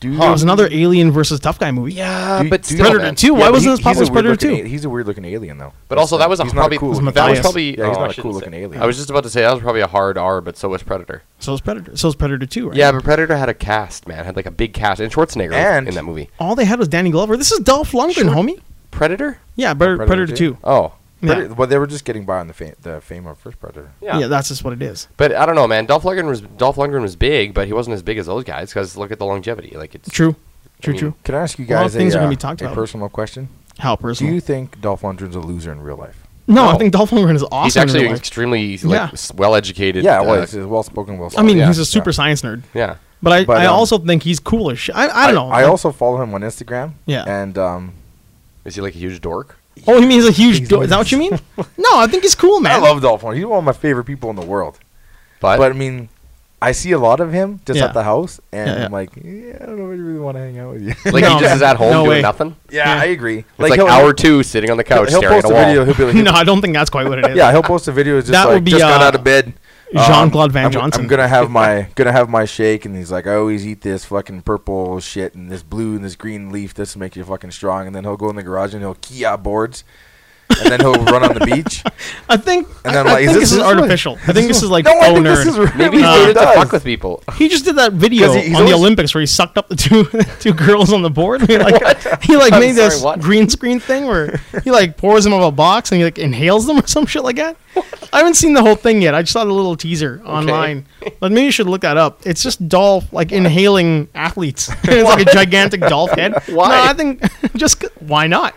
S3: Dude,
S1: It was another alien versus tough guy movie.
S2: Yeah,
S3: Do-
S2: but
S3: do
S2: still,
S3: you-
S1: Predator
S2: man.
S1: Two.
S3: Yeah,
S1: why
S3: but
S1: wasn't
S3: he-
S1: this
S3: he's
S1: possible
S3: a
S1: as Predator
S3: weird-looking
S1: Two?
S3: a- He's a weird looking alien, though.
S2: But
S3: That's
S2: also,
S3: the-
S2: that was a
S3: he's not
S2: probably
S3: cool looking
S2: that was
S1: Matthias.
S2: probably.
S3: Yeah, he's
S2: oh,
S3: not
S2: I
S3: a
S2: shouldn't
S3: cool-looking
S2: say-
S3: alien.
S2: I was just about to say that was probably a hard R, but so was Predator.
S1: So is Predator. So is Predator Two, right?
S2: Yeah, but Predator had a cast, man. Had like a big cast, and Schwarzenegger was
S3: And-
S2: in that movie.
S1: All they had was Danny Glover. This is Dolph Lundgren, homie.
S2: Predator.
S1: Yeah, Predator,
S3: Predator
S1: Predator
S3: two?
S1: Two.
S2: Oh,
S1: Yeah.
S3: Predator- But they were just getting by on the fame, the fame of first Predator.
S1: yeah, that's just what it is.
S2: But I don't know, man. Dolph Lundgren was Dolph Lundgren was big, but he wasn't as big as those guys. Because look at the longevity. Like it's
S1: True, true,
S2: mean,
S1: true.
S3: Can I ask
S1: A
S3: you
S1: lot
S3: guys
S1: of things
S3: a,
S1: are gonna
S3: uh,
S1: be talked
S3: a
S1: about.
S3: personal question?
S1: How
S3: Do
S1: personal.
S3: you think Dolph Lundgren's a loser in real life?
S1: no, I
S2: No.
S1: think Dolph Lundgren is awesome.
S2: He's
S1: in
S2: actually
S1: real life.
S2: extremely like
S1: Yeah.
S2: s- well educated.
S3: yeah,
S2: uh,
S3: well, he's well spoken, well.
S1: I mean,
S2: Yeah,
S1: he's a
S2: yeah.
S1: super science nerd.
S2: yeah.
S1: But I,
S3: But,
S1: I
S3: um,
S1: also think he's cool as shit. I, I don't know.
S3: I
S1: Like-
S3: also follow him on Instagram.
S1: Yeah.
S3: and um,
S2: Is he like a huge dork?
S1: Oh, you mean he's a huge?
S3: He's
S1: Do- is that what you mean? no, I think he's cool,
S3: I
S1: man.
S3: love Dolph Lundgren. He's one of my favorite people in the world.
S2: But,
S3: But I mean, I see a lot of him just
S1: Yeah.
S3: at the house, and
S1: Yeah, yeah.
S3: I'm like, yeah, I don't know if I really want to hang out with you.
S2: like
S1: No,
S2: he just is at home
S1: no
S2: doing
S1: way.
S2: nothing.
S3: yeah,
S1: Yeah.
S3: I agree.
S2: It's like,
S3: he'll-
S2: hour two sitting on the couch
S3: he'll
S2: staring
S3: post
S2: at a
S3: a
S2: wall.
S3: video. He'll be like,
S1: no, I don't think that's quite what it is.
S3: yeah, he'll post a video. It's just
S1: That
S3: like
S1: would be,
S3: just got
S1: uh,
S3: out of bed. Um,
S1: Jean-Claude Van
S3: I'm-
S1: Johnson.
S3: I'm gonna have my gonna have my shake, and he's like, I always eat this fucking purple shit and this blue and this green leaf. This will make you fucking strong. And then he'll go in the garage and he'll key out boards, and then he'll run on the beach.
S1: I think.
S3: And
S1: I,
S3: I'm
S1: I
S3: like, is
S1: think
S3: this-
S1: this, is
S3: this
S1: artificial. I think this is like
S3: no, I
S1: oh
S3: think
S1: nerd.
S3: this is really
S2: Maybe
S3: what
S2: he's
S1: Uh,
S2: doing
S3: he
S2: it to
S3: does.
S2: fuck with people.
S1: he just did that video
S3: 'Cause he- he's
S1: on the
S3: always-
S1: Olympics where he sucked up the two two girls on the board. He like he like
S2: I'm
S1: made
S2: sorry,
S1: this
S2: what?
S1: green screen thing where he like pours them out of a box and he like inhales them or some shit like that. I haven't seen the whole thing yet. I just saw the little teaser online, but maybe you should look that up. It's just Dolph like inhaling athletes. it's like a gigantic Dolph head.
S2: Why?
S1: No, I think just c- why not?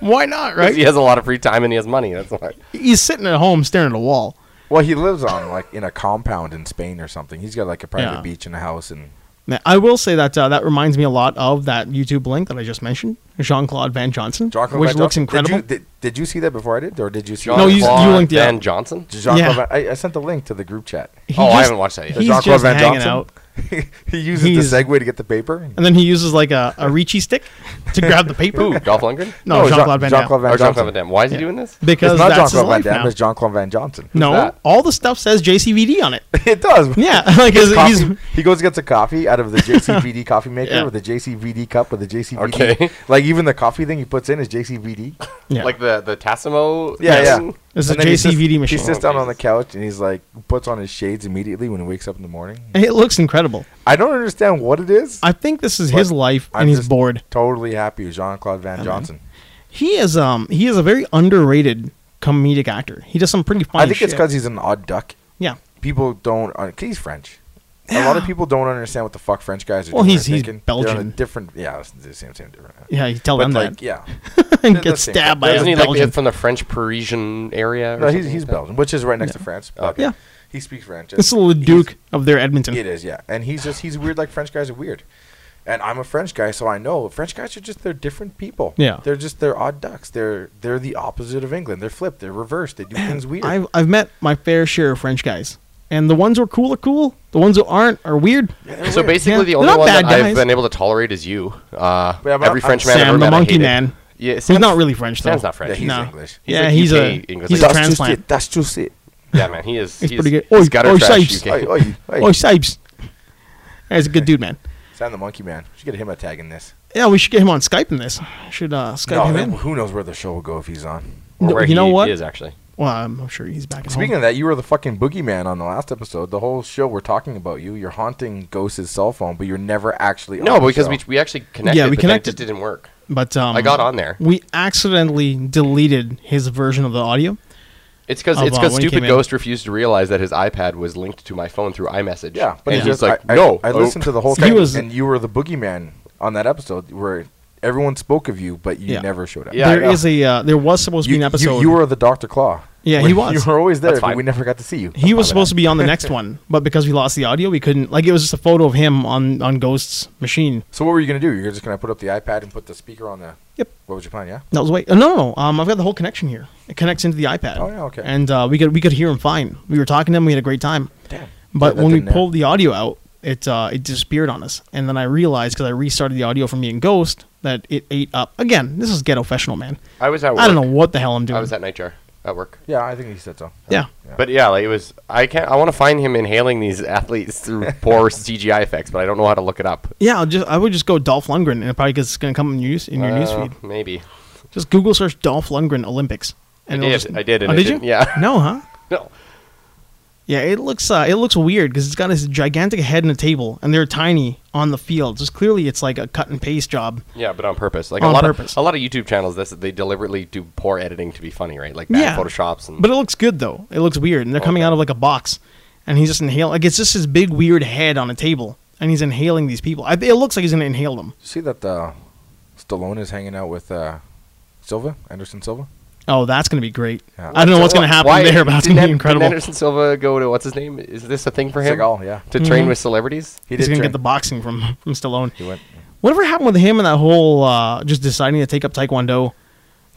S1: Why not?
S2: 'Cause He
S1: Right?
S2: has a lot of free time and he has money. That's why.
S1: He's sitting at home staring at a wall.
S3: Well, he lives on like in a compound in Spain or something. He's got like a private
S1: Yeah.
S3: beach and a house, and
S1: Now, I will say that uh, that reminds me a lot of that YouTube link that I just mentioned, Jean Claude Van Johnson,
S3: Jean-Claude
S1: which
S3: Van
S1: looks
S3: Johnson-
S1: incredible.
S3: Did you, did, did you see that before I did, or did you see?
S1: No, you- you
S2: Jean-Claude
S1: linked it
S2: Van
S1: up.
S2: Johnson.
S3: Jean-Claude
S1: Yeah.
S3: Van- I, I sent the link to the group chat.
S1: He
S2: Oh, I
S1: just-
S2: haven't watched that yet.
S1: He's
S3: Jean-Claude
S1: just
S3: Van
S1: hanging
S3: Johnson?
S1: out,
S3: he uses
S1: He's-
S3: the segue to get the paper.
S1: and then he uses like a, a reachy stick to grab the paper.
S2: Who? Dolph Lundgren?
S1: no, Jean Claude Van Damme.
S3: Jean-Claude Van
S2: Or Oh, Jean-Claude
S3: Johnson.
S2: Van Damme. Why is he doing this?
S1: because
S3: It's not
S1: that's his
S3: Jean-Claude
S1: life
S3: Van Damme.
S1: now.
S3: It's Jean-Claude Van Johnson.
S1: no,
S2: that?
S1: all the stuff says JCVD on it.
S3: it does.
S1: Yeah, like his
S3: Coffee-
S1: he's
S3: he goes and gets a coffee out of the JCVD coffee maker
S1: Yeah.
S3: with the JCVD cup with the JCVD.
S2: Okay.
S3: Like even the coffee thing he puts in is JCVD.
S1: yeah.
S2: Like the the Tassimo.
S3: Yeah,
S2: thing?
S3: yeah.
S1: This is
S3: And
S1: a
S3: then he sits-
S1: JCVD machine.
S3: He sits
S2: Oh,
S3: down on the
S2: Jesus.
S3: couch and he's like puts on his shades immediately when he wakes up in the morning.
S1: it looks incredible.
S3: I don't understand what it is.
S1: I think this is
S3: But
S1: his life,
S3: I'm
S1: and he's
S3: just-
S1: bored.
S3: totally happy with Jean-Claude Van
S1: then-
S3: Johnson.
S1: He is um he is a very underrated comedic actor. He does some pretty funny.
S3: I think it's
S1: shit.
S3: because he's an odd duck.
S1: yeah.
S3: People don't. un- 'cause he's French. A lot of people don't understand what the fuck French guys are
S1: Well,
S3: doing.
S1: he's-
S3: They're
S1: he's
S3: thinking they're on a
S1: Belgian.
S3: different. Yeah, it's the same, same different.
S1: Yeah, you tell
S3: But
S1: them
S3: like,
S1: that
S3: yeah.
S1: and
S3: they're
S1: get
S3: the same.
S1: stabbed by
S2: Doesn't
S1: a
S2: he like
S1: Belgian.
S2: get from the French Parisian area? Or
S3: No, he's
S2: something
S3: he's
S2: like that?
S3: Belgian, which is right next to France. but
S1: Yeah.
S3: he speaks French.
S1: It's the
S3: and
S1: Duke of their Edmonton.
S3: he's- It is, yeah, and he's just he's weird like French guys are weird. And I'm a French guy, so I know French guys are just they're different people.
S1: Yeah.
S3: they're just they're odd ducks. They're they're the opposite of England. They're flipped. They're reversed. They do things weird.
S1: I've I've met my fair share of French guys, and the ones who are cool are cool. The ones who aren't are weird.
S3: Yeah, they're
S2: So
S3: weird.
S2: basically,
S1: Yeah,
S2: the
S1: they're
S2: only
S1: not
S2: one that
S1: bad guys.
S2: I've been able to tolerate is you. Uh,
S3: Yeah, but
S2: every
S3: I'm-
S2: French
S3: I'm
S2: man I've
S1: Sam
S2: ever
S1: the
S2: met, I
S1: monkey
S2: hated.
S1: man.
S2: Yeah,
S1: He's
S2: Sam's-
S1: not really French though.
S2: Sam's not French.
S3: Yeah, he's
S1: no.
S3: English.
S2: He's
S1: yeah,
S2: like
S1: he's
S2: UK
S1: a
S2: English.
S1: he's a
S2: That's
S3: That's
S2: just
S1: transplant.
S3: just it. That's just it.
S2: Yeah, man, he is.
S1: He's
S2: he
S1: pretty
S2: is-
S1: good. Oh,
S2: he's gutter
S1: oh,
S2: trash
S1: Sipes.
S2: UK.
S3: Oi, oi, oi.
S1: Oh, Sipes. He's a good dude, man.
S3: Sam the Monkey Man. We should get him a tag in this.
S1: Yeah, we should get him on Skype in this. Should uh, Skype
S3: No,
S1: him Uh-huh.
S3: man,
S1: in.
S3: who knows where the show will go if he's on.
S2: Or
S1: No,
S2: where
S1: you know
S2: he
S1: what?
S2: Is actually.
S1: Well, I'm sure he's back at
S3: Speaking
S1: home.
S3: of that, you were the fucking boogeyman on the last episode. The whole show we're talking about you. You're haunting Ghosts' cell phone, but you're never actually
S2: No,
S3: on the
S2: because
S3: show.
S2: we, we actually connected.
S1: Yeah, we
S2: but that
S1: connected.
S2: just didn't work.
S1: But um,
S2: I got on there.
S1: We accidentally deleted his version of the audio.
S2: It's because
S1: Oh,
S2: it's
S1: wow,
S2: because
S1: when he
S2: stupid
S1: came in.
S2: ghost refused to realize that his iPad was linked to my phone through iMessage.
S3: Yeah, but
S2: and
S3: it's
S2: he's
S3: just
S2: like,
S3: I, I-
S2: no.
S3: I, listened to the whole
S1: He
S3: thing,
S1: was-
S3: and you were the boogeyman on that episode where everyone spoke of you, but you
S1: Yeah.
S3: never showed up.
S2: Yeah, I
S1: there
S2: know.
S1: is a uh, there was supposed to
S3: you,
S1: be an
S3: you-
S1: episode.
S3: You, were the Doctor Claw.
S1: Yeah,
S3: Where
S1: he was.
S3: You were always there,
S2: That's
S3: but
S2: fine.
S3: we never got to see you.
S1: he was
S2: my
S1: supposed to be on the next one, but because we lost the audio, we couldn't. Like it was just a photo of him on on Ghost's machine.
S3: So what were you gonna do? You're just gonna put up the iPad and put the speaker on the.
S1: Yep.
S3: What was your plan? Yeah.
S1: That was way. No, no, no. Um, I've got the whole connection here. It connects into the iPad.
S3: Oh, yeah, okay.
S1: And uh, we could we could hear him fine. We were talking to him. We had a great time.
S3: Damn.
S1: But
S3: Yeah, that
S1: when we
S3: didn't air.
S1: pulled the audio out, it uh, it disappeared on us. And then I realized because I restarted the audio from me and Ghost that it ate up. Again, this is ghetto professional, man.
S2: I was at. Work.
S1: I don't know what the hell I'm doing.
S2: I was at Nightjar at work.
S3: Yeah, I think he said so.
S1: yeah.
S2: But yeah, like it was. I can't. I want to find him inhaling these athletes through poor CGI effects, but I don't know how to look it up.
S1: Yeah, I'll just I would just go Dolph Lundgren, and it probably because it's gonna come in your news in your
S2: Uh,
S1: newsfeed.
S2: Maybe.
S1: Just Google search Dolph Lundgren Olympics. And
S2: I
S1: it'll
S2: did. I did, and
S1: oh,
S2: it
S1: did you?
S2: didn't- yeah.
S1: No, huh?
S2: No.
S1: Yeah, it looks uh, it looks weird because it's got this gigantic head and a table, and they're tiny on the field. Just clearly, it's like a cut and paste job.
S2: Yeah, but on purpose. Like
S1: On
S2: a lot
S1: purpose.
S2: of a lot of YouTube channels, that's they deliberately do poor editing to be funny, right? Like bad
S1: yeah,
S2: photoshops and
S1: but it looks good though. It looks weird, and they're coming
S2: Okay.
S1: out of like a box, and he's just inhaling. Like it's just his big weird head on a table, and he's inhaling these people. I, it looks like he's gonna inhale them.
S3: You see that uh, Stallone is hanging out with uh, Silva, Anderson Silva.
S1: Oh, that's gonna be great.
S3: Yeah.
S1: I don't know what's
S2: Why-
S1: gonna happen
S2: why-
S1: there, but it's
S2: didn't
S1: gonna be
S2: An- didn't
S1: incredible.
S2: Anderson Silva go to what's his name? Is this a thing for him?
S3: Seagal, yeah.
S2: To
S1: Mm-hmm.
S2: train with celebrities?
S3: He
S1: he's
S3: did
S1: gonna
S3: turn.
S1: get the boxing from from Stallone.
S3: He went.
S1: Whatever happened with him and that whole uh, just deciding to take up Taekwondo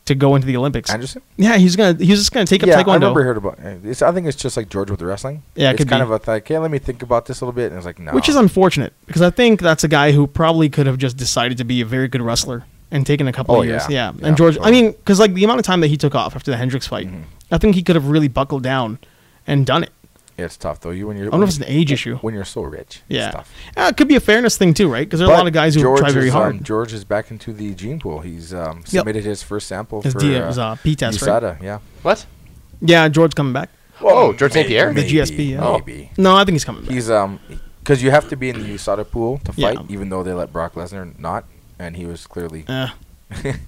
S1: to go into the Olympics?
S3: Anderson.
S1: Yeah, he's gonna he's just gonna take up
S3: yeah,
S1: Taekwondo.
S3: I remember heard about. It's, I think it's just like George with the wrestling.
S1: Yeah, it
S3: it's
S1: could
S3: kind
S1: be.
S3: of a th- like, hey, let me think about this a little bit, and it's like no.
S1: Which is unfortunate because I think that's a guy who probably could have just decided to be a very good wrestler and taken a couple
S3: Oh,
S1: of years.
S3: yeah.
S1: Yeah.
S3: Yeah, Mm-hmm.
S1: And George, I
S3: totally.
S1: mean, because like the amount of time that he took off after the Hendricks fight, I think he could have really buckled down and done it.
S3: yeah, it's tough though. You when you're.
S1: I don't know if it's an age issue.
S3: When you're so rich.
S1: Yeah.
S3: It's tough.
S1: Uh, it could be a fairness thing too, right? Because there are a
S3: But
S1: lot of guys who
S3: George
S1: try very
S3: is,
S1: hard.
S3: Um, George is back into the gene pool. He's um, submitted his first sample
S1: His
S3: for
S1: D- his, uh, P test, right?
S3: USADA, Yeah.
S2: What?
S1: yeah, George coming back.
S2: Oh, George St. Pierre?
S1: The GSP, yeah.
S2: Oh.
S3: Maybe.
S1: No, I think he's coming back.
S3: He's um, because you have to be in the USADA pool to
S1: Yeah.
S3: fight, even though they let Brock Lesnar not, and he was clearly
S1: Uh,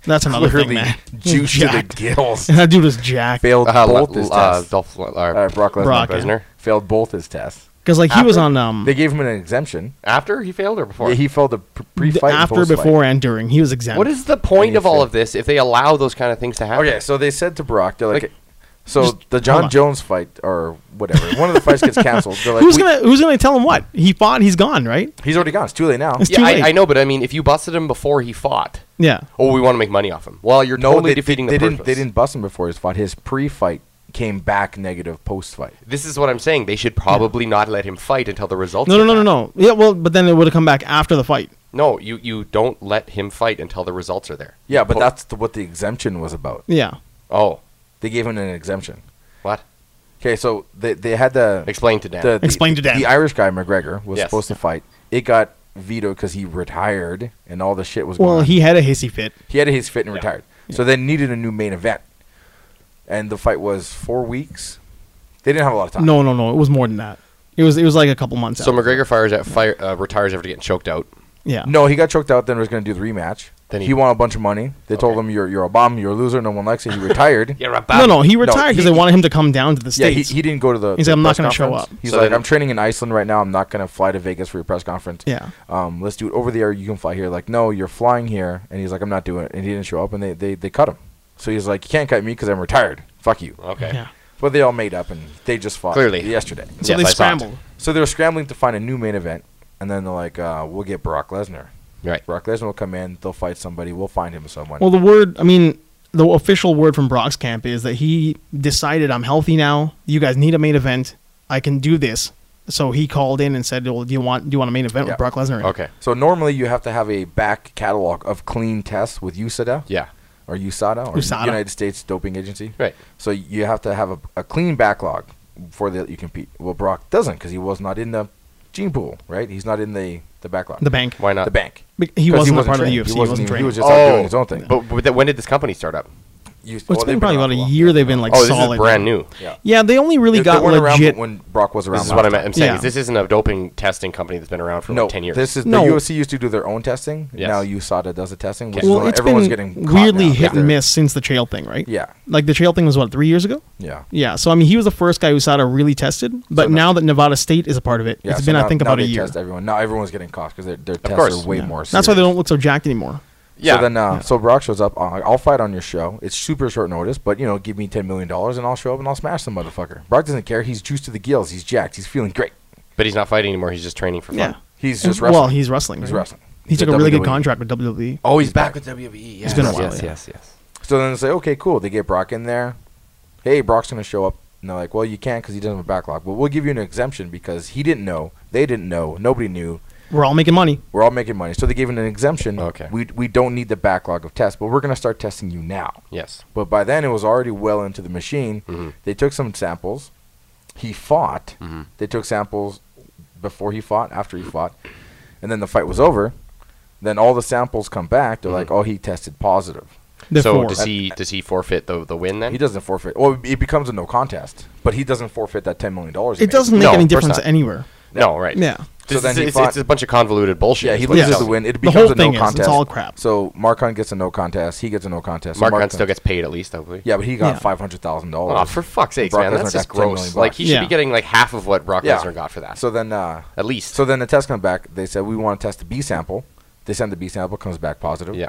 S1: that's another thing,
S3: clearly
S1: man.
S3: juiced to the
S1: Jacked.
S3: gills.
S1: that dude was jacked.
S3: failed
S2: Uh,
S3: both
S2: L-
S3: his
S2: uh,
S3: tests.
S2: Dolph, uh,
S3: Uh, Brock Lesnar
S1: Brock, yeah.
S2: Lesnar.
S3: failed both his tests.
S1: Because like he was
S3: After-
S1: on um
S3: They gave him an exemption.
S2: After he failed or before?
S3: Yeah, he failed the pr-
S1: the
S3: pre-fight and
S1: after,
S3: post-fight.
S1: before, and during. He was exempt.
S2: what is the point
S3: he
S2: of all
S3: failed.
S2: of this if they allow those kind of things to happen?
S3: Okay, so they said to Brock, they're like,
S2: Like-
S3: so
S1: Just-
S3: the
S1: hold
S3: John
S1: on.
S3: Jones fight or whatever, one of the fights gets canceled. They're like,
S1: who's
S3: "We-
S1: gonna who's gonna tell him what he fought? He's gone, right?
S3: He's already gone. It's too late now.
S1: It's
S2: Yeah,
S1: too late.
S2: I, I know, but I mean, if you busted him before he fought,
S1: Yeah.
S2: oh, we want to make money off him. Well, you're totally defeating
S3: they
S2: the
S3: didn't. They
S2: purpose.
S3: didn't bust him before his fight. His pre-fight came back negative post-fight.
S2: This is what I'm saying. They should probably not let him fight until the results.
S1: No, no,
S2: are
S1: no, no,
S2: back.
S1: no. Yeah, well, but then it would have come back after the fight.
S2: No, you you don't let him fight until the results are there.
S3: Yeah, but
S2: Po-
S3: that's the, what the exemption was about.
S1: Yeah.
S2: oh,
S3: They gave him an exemption.
S2: what?
S3: Okay, so they they had the
S2: Explain to Dan.
S3: the, the-
S1: Explain to Dan.
S3: The Irish guy McGregor was
S2: Yes.
S3: supposed to fight. It got vetoed because he retired and all the shit was. going
S1: Well,
S3: on.
S1: he had a hissy fit.
S3: He had his fit and
S2: Yeah.
S3: retired. So they needed a new main event. And the fight was four weeks. They didn't have a lot of time.
S1: No, no, no. It was more than that. It was it was like a couple months.
S2: so
S1: out.
S2: McGregor fires at fire uh, retires after getting choked out.
S1: Yeah.
S3: No, he got choked out, then was going to do the rematch.
S2: Then
S3: Then
S2: he-
S3: he, won a bunch of money. They told him, you're, you're a bum, you're a loser, no one likes you. He retired.
S2: You're a
S1: No, no. He
S3: No,
S1: retired because
S3: he-
S1: they wanted him to come down to the
S3: Yeah, he,
S1: states.
S3: he didn't go to the.
S1: He's
S3: the
S1: like, "I'm not
S3: press
S1: gonna show
S3: conference."
S1: up.
S3: He's
S2: So
S3: like,
S2: then-
S3: I'm training in Iceland right now. I'm not going to fly to Vegas for your press conference.
S1: Yeah.
S3: Um, let's do it over the air. You can fly here. Like, no, you're flying here. And he's like, I'm not doing it. And he didn't show up, and they, they, they cut him. So he's like, you can't cut me because I'm retired. Fuck you.
S2: Okay.
S1: yeah.
S3: But they all made up, and they just fought
S2: Clearly.
S3: yesterday.
S1: So
S2: Yes,
S1: they
S2: I saw it.
S1: scrambled.
S3: So they were scrambling to find a new main event, and then they're like, uh, "We'll get Brock Lesnar."
S2: Right.
S3: Brock Lesnar will come in. They'll fight somebody. We'll find him someone.
S1: Well, the word, I mean, the official word from Brock's camp is that he decided I'm healthy now. You guys need a main event. I can do this. So he called in and said, "Well, do you want do you want a main event
S3: Yeah.
S1: with Brock Lesnar?" in?"
S2: Okay.
S3: so normally you have to have a back catalog of clean tests with USADA
S2: Yeah.
S3: or USADA or
S1: USADA.
S3: United States Doping Agency.
S2: Right.
S3: So you have to have a, a clean backlog before they let you compete. Well, Brock doesn't because he was not in the gene pool, right? He's not in the the backlog.
S1: The bank.
S2: Why not?
S3: The bank.
S1: Be- He
S3: 'Cause
S1: wasn't, a part of the
S3: trained.
S1: UFC. He wasn't,
S3: even-
S1: trained.
S3: He was just out
S2: oh,
S3: doing his own thing.
S2: But, but then when did this company start up?
S3: You-
S1: Well,
S3: well,
S1: it's
S3: they've
S1: been probably
S3: around
S1: about a
S3: while.
S1: year. They've been like
S2: oh, this
S1: solid.
S2: is brand new.
S3: Yeah.
S1: Yeah, they only really
S3: They- they
S1: got
S3: weren't around
S1: legit.
S3: when Brock was around.
S2: This is what
S3: last
S2: I'm,
S3: time.
S2: I'm saying.
S1: Yeah.
S2: is This isn't a doping testing company that's been around for
S3: No,
S2: like 10 years.
S3: this is
S1: No.
S3: the UFC used to do their own testing.
S2: Yes.
S3: Now USADA does the testing, which is
S1: well,
S3: why
S1: it's
S3: everyone's
S1: been
S3: getting caught
S1: weirdly
S3: now.
S1: hit
S3: Yeah.
S1: and miss since the trail thing, right?
S3: Yeah,
S1: Like the trail thing was what three years ago.
S3: yeah.
S1: Yeah, so I mean, he was the first guy USADA really tested, but
S3: So no-
S1: now that Nevada State is a part of it,
S3: Yeah,
S1: it's
S3: so
S1: been I
S3: now-
S1: think
S3: now
S1: about a
S3: they
S1: year.
S3: Test everyone. Now everyone's getting caught because their, their tests
S2: course.
S3: are way
S1: Yeah.
S3: more.
S1: That's why they
S3: serious.
S1: don't look so jacked anymore.
S2: yeah.
S3: So then, uh, so Brock shows up. Uh, I'll fight on your show. It's super short notice, but you know, give me ten million dollars and I'll show up and I'll smash the motherfucker. Brock doesn't care. He's juiced to the gills. He's jacked. He's feeling great.
S2: but he's not fighting anymore. He's just training for fun.
S1: Yeah,
S3: He's
S1: And-
S3: just wrestling.
S1: Mm-hmm. Well, he's wrestling.
S3: He's
S1: right?
S3: wrestling.
S1: He
S3: He's
S1: took
S3: at
S1: a really good
S3: WWE.
S1: contract with E. WWE.
S2: Oh, he's, back, with
S3: E.
S2: WWE. Yes.
S1: been a while,
S2: Yes,
S1: yeah.
S2: yes, yes.
S3: So then they say, okay, cool. They get Brock in there. Hey, Brock's going to show up. And they're like, well, you can't because he doesn't have a backlog. But we'll give you an exemption because he didn't know. They didn't know. Nobody knew.
S1: We're all making money.
S3: We're all making money. So they gave him an exemption.
S2: Okay.
S3: We, we don't need the backlog of tests, but we're going to start testing you now.
S2: Yes.
S3: But by then, it was already well into the machine.
S2: Mhm.
S3: They took some samples. He fought.
S2: Mhm.
S3: They took samples before he fought, after he fought. And then the fight was over. Then all the samples come back. They're
S2: Mm-hmm.
S3: like, oh, he tested positive.
S1: Therefore,
S2: So does he does he forfeet the the win then?
S3: He doesn't forfeit. Well, it becomes a no contest, but he doesn't forfeit that ten million dollars.
S1: it doesn't make
S2: No,
S1: any
S2: of course
S1: difference
S2: not.
S1: anywhere.
S2: No, right.
S1: Yeah.
S2: This
S3: So then
S2: is-
S3: he
S2: it's,
S3: fought-
S2: it's a bunch of convoluted bullshit.
S3: Yeah, he
S2: is what
S1: Yeah. Yes.
S2: it
S3: loses the
S2: sounds
S3: win. It
S1: The whole
S3: becomes a no
S1: thing is, it's
S3: contest.
S1: all crap.
S3: So Marcon gets a no contest. He gets a no contest. So
S2: Mark
S3: Marcon-
S2: Hunt still gets paid at least, hopefully.
S3: Yeah, but he got
S1: Yeah.
S3: five hundred thousand
S2: Oh,
S3: dollars.
S2: for fuck's sake,
S3: Brock
S2: man,
S3: Lesnar
S2: that's just
S3: got 10 million
S2: gross.
S3: bucks.
S2: Like he should
S1: Yeah.
S2: be getting like half of what Brock
S3: Yeah.
S2: Lesnar got for that,
S3: So then, uh,
S2: at least.
S3: so then the test comes back. They said we want to test the B sample. They send the B sample, comes back positive.
S2: yeah.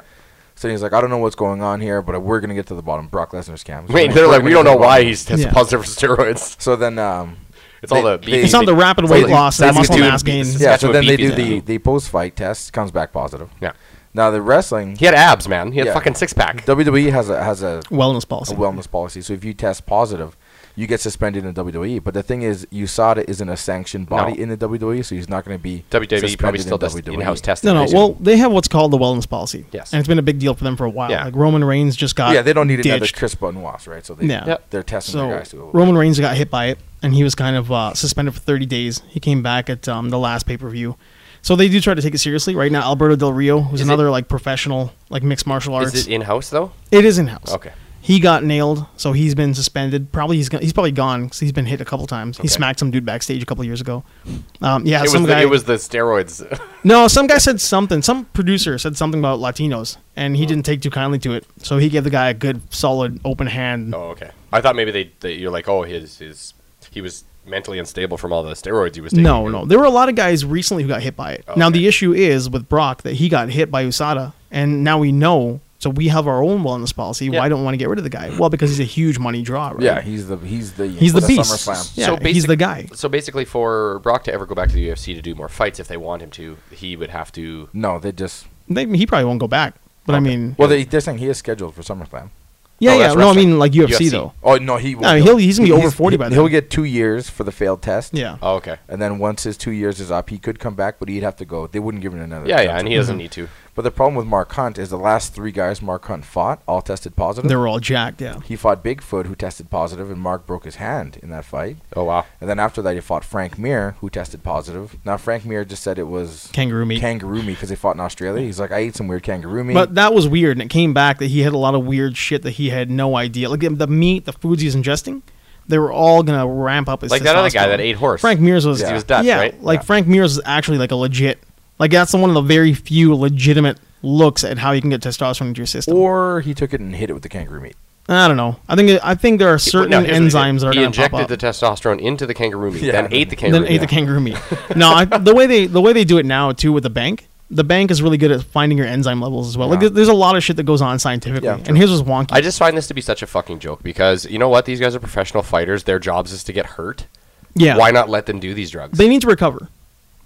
S3: So he's like, I don't know what's going on here, but we're gonna get to the bottom. Brock Lesnar's scam. So
S2: Wait,
S3: we're
S2: they're
S3: gonna
S2: like,
S3: get
S2: we
S3: to
S2: don't
S3: the
S2: know why
S3: bottom."
S2: he's tested
S1: Yeah.
S2: positive for steroids.
S3: So then, um,
S2: It's all
S3: They-
S2: the
S3: they-
S2: beef.
S1: It's not the rapid
S2: all
S1: weight
S2: the
S1: loss and muscle
S2: Saskatoon
S1: mass gain.
S2: beef.
S3: yeah. So
S2: Saskatchewan
S3: then they
S2: beef
S3: do
S2: is
S3: the
S2: down.
S3: the post fight test, comes back positive.
S2: Yeah.
S3: Now the wrestling
S2: He had abs, man. He had
S3: Yeah.
S2: fucking six pack.
S3: WWE has a has a
S1: Wellness policy.
S3: a wellness policy. So if you test positive, you get suspended in WWE. But the thing is, USADA isn't a sanctioned body
S2: No.
S3: in the WWE, so he's not going to be
S2: WWE
S3: suspended
S2: probably
S3: in E.
S2: still does
S3: WWE.
S2: in-house testing.
S1: no, no.
S2: They do.
S1: Well, they have what's called the wellness policy.
S2: Yes.
S1: And it's been a big deal for them for a while.
S2: Yeah.
S1: Like Roman Reigns just got
S3: Yeah, they don't need another
S1: ditched.
S3: Chris Benoit, right? So they
S1: Yeah. Yep.
S3: they're testing their
S1: So
S3: guys to
S1: Roman Reigns got hit by it, and he was kind of uh, suspended for 30 days. He came back at um, the last pay per view. So they do try to take it seriously right now. Alberto Del Rio, who's
S2: Is it-
S1: another like professional like mixed martial arts,
S2: is it in-house though?
S1: it is in house.
S2: Okay.
S1: He got nailed, so he's been suspended. Probably he's go- he's probably gone because he's been hit a couple times. He
S2: Okay.
S1: smacked some dude backstage a couple years ago. Um, yeah,
S2: It was
S1: some
S2: the,
S1: guy.
S2: it was the steroids.
S1: No, some guy said something. Some producer said something about Latinos, and he didn't take too kindly to it. So he gave the guy a good, solid, open hand.
S2: Oh, okay. I thought maybe they, they you're like, oh, his his he was mentally unstable from all the steroids he was taking.
S1: no, no. There were a lot of guys recently who got hit by it. Now
S2: Okay.
S1: the issue is with Brock that he got hit by USADA, and now we know. So we have our own wellness policy.
S2: Yeah.
S1: Why don't we want to get rid of the guy? Well, because he's a huge money draw. Right?
S3: Yeah, he's the he's the
S1: He's the beast.
S3: SummerSlam.
S1: Yeah, he's the guy.
S2: So basically, for Brock to ever go back to the UFC to do more fights, if they want him to, he would have to.
S3: No, they just
S1: They, he probably won't go back. But I mean,
S3: well, they, they're saying he is scheduled for SummerSlam.
S1: Yeah, yeah.
S2: No, oh, that's
S1: No, I
S2: wrestling.
S1: mean like UFC,
S2: UFC.
S1: though.
S3: Oh no, he will
S1: No,
S3: go.
S1: he'll- he's gonna be over 40 by then.
S3: He'll get two years for the failed test.
S1: Yeah.
S2: Oh, okay.
S3: And then once his two years is up, he could come back, but he'd have to go. They wouldn't give him another.
S2: Yeah, yeah,
S3: chance.
S2: and he
S1: Mm-hmm.
S2: doesn't need to.
S3: But the problem with Mark Hunt is the last three guys Mark Hunt fought all tested positive.
S1: They were all jacked. Yeah.
S3: He fought Bigfoot, who tested positive, and Mark broke his hand in that fight.
S2: Oh wow.
S3: And then after that, he fought Frank Mir, who tested positive. Now Frank Mir just said it was
S1: Kangaroo meat.
S3: kangaroo meat because they fought in Australia. He's like, I ate some weird kangaroo meat.
S1: But that was weird, and it came back that he had a lot of weird shit that he had no idea. Like the, the meat, the foods he's ingesting, they were all gonna ramp up his.
S2: Like that other guy
S1: testosterone.
S2: that ate horse.
S1: Frank Mears was.
S3: Yeah. He was
S2: Dutch,
S1: yeah,
S2: right?
S1: Like
S3: Yeah.
S1: Frank Mears is actually like a legit. Like that's one of the very few legitimate looks at how you can get testosterone into your system.
S3: or he took it and hit it with the kangaroo meat.
S1: I don't know. I think I think there are certain
S2: No, here's what he
S1: enzymes
S2: did.
S1: that are
S2: He
S1: gonna pop
S2: injected
S1: up.
S2: the testosterone into the kangaroo meat,
S3: Yeah.
S2: then ate the
S3: Then
S2: kangaroo.
S1: Then ate the
S2: meat.
S1: kangaroo meat. no, I, the way they the way they do it now too with the bank, the bank is really good at finding your enzyme levels as well. Like
S3: Yeah.
S1: there- there's a lot of shit that goes on scientifically,
S3: Yeah, true.
S1: and his was wonky.
S2: I just find this to be such a fucking joke because you know what? These guys are professional fighters. Their jobs is to get hurt.
S1: yeah,
S2: Why not let them do these drugs?
S1: They need to recover.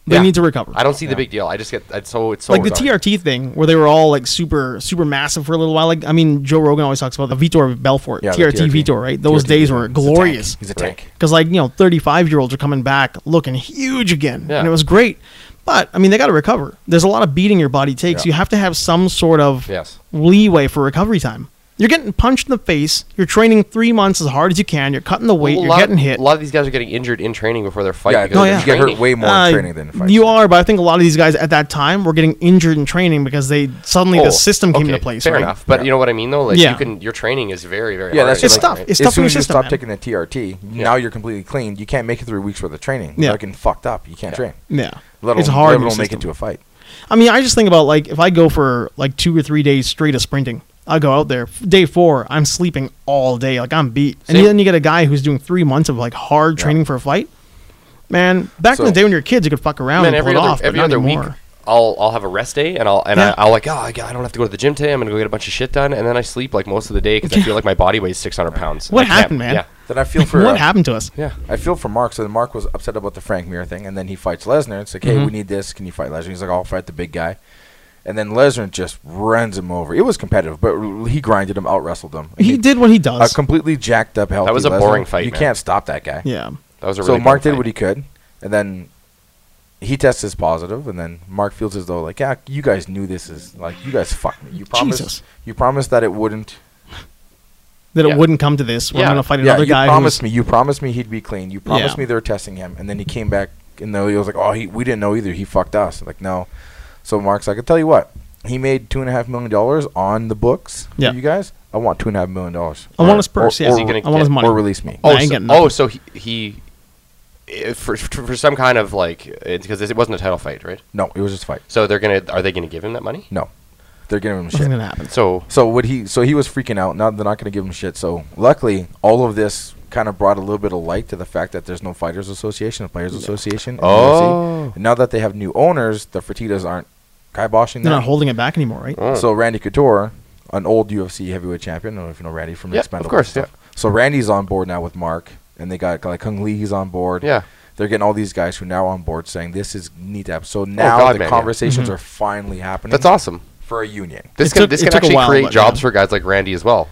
S1: They
S2: Yeah.
S1: need to recover.
S2: I don't see
S3: Yeah.
S2: the big deal. I just get it's so it's so
S1: like the
S2: retarded.
S1: TRT thing where they were all like super super massive for a little while. Like I mean, Joe Rogan always talks about the Vitor Belfort
S3: Yeah, the
S1: TRT,
S3: TRT.
S1: Vitor, right? Those days were glorious
S3: He's a
S2: Right.
S3: tank.
S1: because like you know, thirty five year olds are coming back looking huge again,
S2: Yeah.
S1: and it was great. But I mean, they got to recover. There's a lot of beating your body takes.
S3: Yeah.
S1: You have to have some sort of
S2: Yes.
S1: leeway for recovery time. You're getting punched in the face. You're training three months as hard as you can. You're cutting the weight.
S2: Well, a
S1: you're
S2: lot
S1: getting
S2: of,
S1: hit.
S2: A lot of these guys are getting injured in training before their fight.
S3: Yeah,
S2: because
S1: Oh,
S2: of
S1: yeah.
S3: you get hurt
S2: training.
S3: way more
S1: Uh,
S3: in training than in fights.
S1: You are, but I think a lot of these guys at that time were getting injured in training because they suddenly
S2: Oh,
S1: the system came
S2: okay,
S1: into place.
S2: Fair
S1: right?
S2: enough. But
S3: Yeah.
S2: you know what I mean though. Like
S1: Yeah.
S2: you can your training is very very
S3: Yeah,
S2: hard.
S3: that's
S2: It's
S1: It's
S3: like-
S1: tough.
S2: right?
S1: It's
S3: as
S1: tough
S3: soon
S1: on your
S3: as you
S1: system.
S3: stop
S1: man.
S3: taking the TRT,
S2: Yeah.
S3: now you're completely clean. You can't make it through weeks worth of training.
S1: Yeah.
S3: You're fucking fucked up. You can't train.
S1: yeah,
S3: Let
S1: it's
S3: alone-
S1: hard.
S3: Let
S1: on your
S3: alone make
S1: system.
S3: it to a fight.
S1: I mean, I just think about like if I go for like two or three days straight of sprinting, I go out there day four, I'm sleeping all day, like I'm beat,
S2: Same.
S1: and then you get a guy who's doing three months of like hard training for a fight. Man, back in
S3: So-
S1: the day when you were kids, you could fuck around
S2: Man,
S1: and pull
S2: every
S1: it
S2: other
S1: off,
S2: every
S1: but
S2: other
S1: not
S2: week.
S1: anymore.
S2: I'll, I'll have a rest day and I'll and
S1: Yeah.
S2: I, I'll like oh I, got- I don't have to go to the gym today I'm gonna go get a bunch of shit done and then I sleep like most of the day because I feel like my body weighs 600 pounds.
S1: What
S2: I can't-
S1: happened, man?
S2: Yeah,
S3: Then I feel for
S1: what
S3: uh,
S1: happened to us?
S2: yeah.
S3: I feel for Mark. So then Mark was upset about the Frank Mir thing, and then he fights Lesnar. It's like, hey,
S2: Mm-hmm.
S3: we need this. Can you fight Lesnar? He's like, I'll fight the big guy. And then Lesnar just runs him over. It was competitive, but r- he grinded him, out wrestled him.
S1: He did what he
S3: a
S1: does.
S3: completely jacked up healthy.
S2: was a
S3: Lesnar.
S2: boring fight,
S3: You
S2: man.
S3: can't stop that guy.
S1: yeah,
S2: That was a
S3: so
S2: really
S3: Mark
S2: bad
S3: did
S2: fight.
S3: what he could, and then he tests is positive, and then Mark feels as though like, yeah, you guys knew this is like you guys fucked me. You promised
S1: Jesus.
S3: you promised that it wouldn't.
S1: that
S2: Yeah.
S1: it wouldn't come to this. We're
S2: Yeah.
S1: gonna fight
S3: yeah,
S1: another
S3: you
S1: guy.
S3: promised
S1: who's-
S3: me. You promised me he'd be clean. You promised
S1: Yeah.
S3: me they were testing him, and then he came back and then he was like, oh, he, we didn't know either. He fucked us. Like no. So Mark's like, I tell you what, he made two and a half million dollars on the books. for
S1: Yeah.
S3: you guys, I want two and a half million dollars.
S1: I
S3: Or-
S1: want his purse.
S3: or-
S1: yes,
S2: is he gonna
S1: I want his
S2: get-
S1: money.
S3: Or release me.
S1: Oh, I ain't
S2: so,
S1: getting
S2: oh,
S1: nothing.
S2: so he, he eh, for, for for some kind of like because it wasn't a title fight, right?
S3: No, it was just a fight.
S2: So they're gonna are they gonna give him that money?
S3: No, they're giving him
S1: Nothing's
S3: shit.
S1: gonna happen.
S2: So
S3: So what he so he was freaking out. Now they're not going to give him shit. So luckily, all of this kind of brought a little bit of light to the fact that there's no fighters association, a players association. in the UFC.
S2: Oh.
S3: And now that they have new owners, the Fertitas aren't kiboshing
S1: They're
S3: them.
S1: not holding it back anymore, right?
S2: Mm.
S3: So Randy Couture, an old UFC heavyweight champion, I don't know if you know Randy from
S2: Yeah, of
S3: Expendables. and
S2: course,
S3: stuff. So Randy's on board now with Mark, and they got like Kung Lee's on board.
S2: Yeah.
S3: They're getting all these guys who are now on board saying this is neat to have. So now
S2: Oh, God,
S3: the
S2: man, yeah.
S3: conversations
S1: Mhm.
S3: are finally happening.
S2: that's awesome.
S3: for a union.
S2: This
S1: Mm-hmm. It
S2: can
S1: took-
S2: this
S1: it
S2: can
S1: took a
S2: actually
S1: while,
S2: create
S1: but
S2: jobs
S1: yeah.
S2: for guys like Randy as well.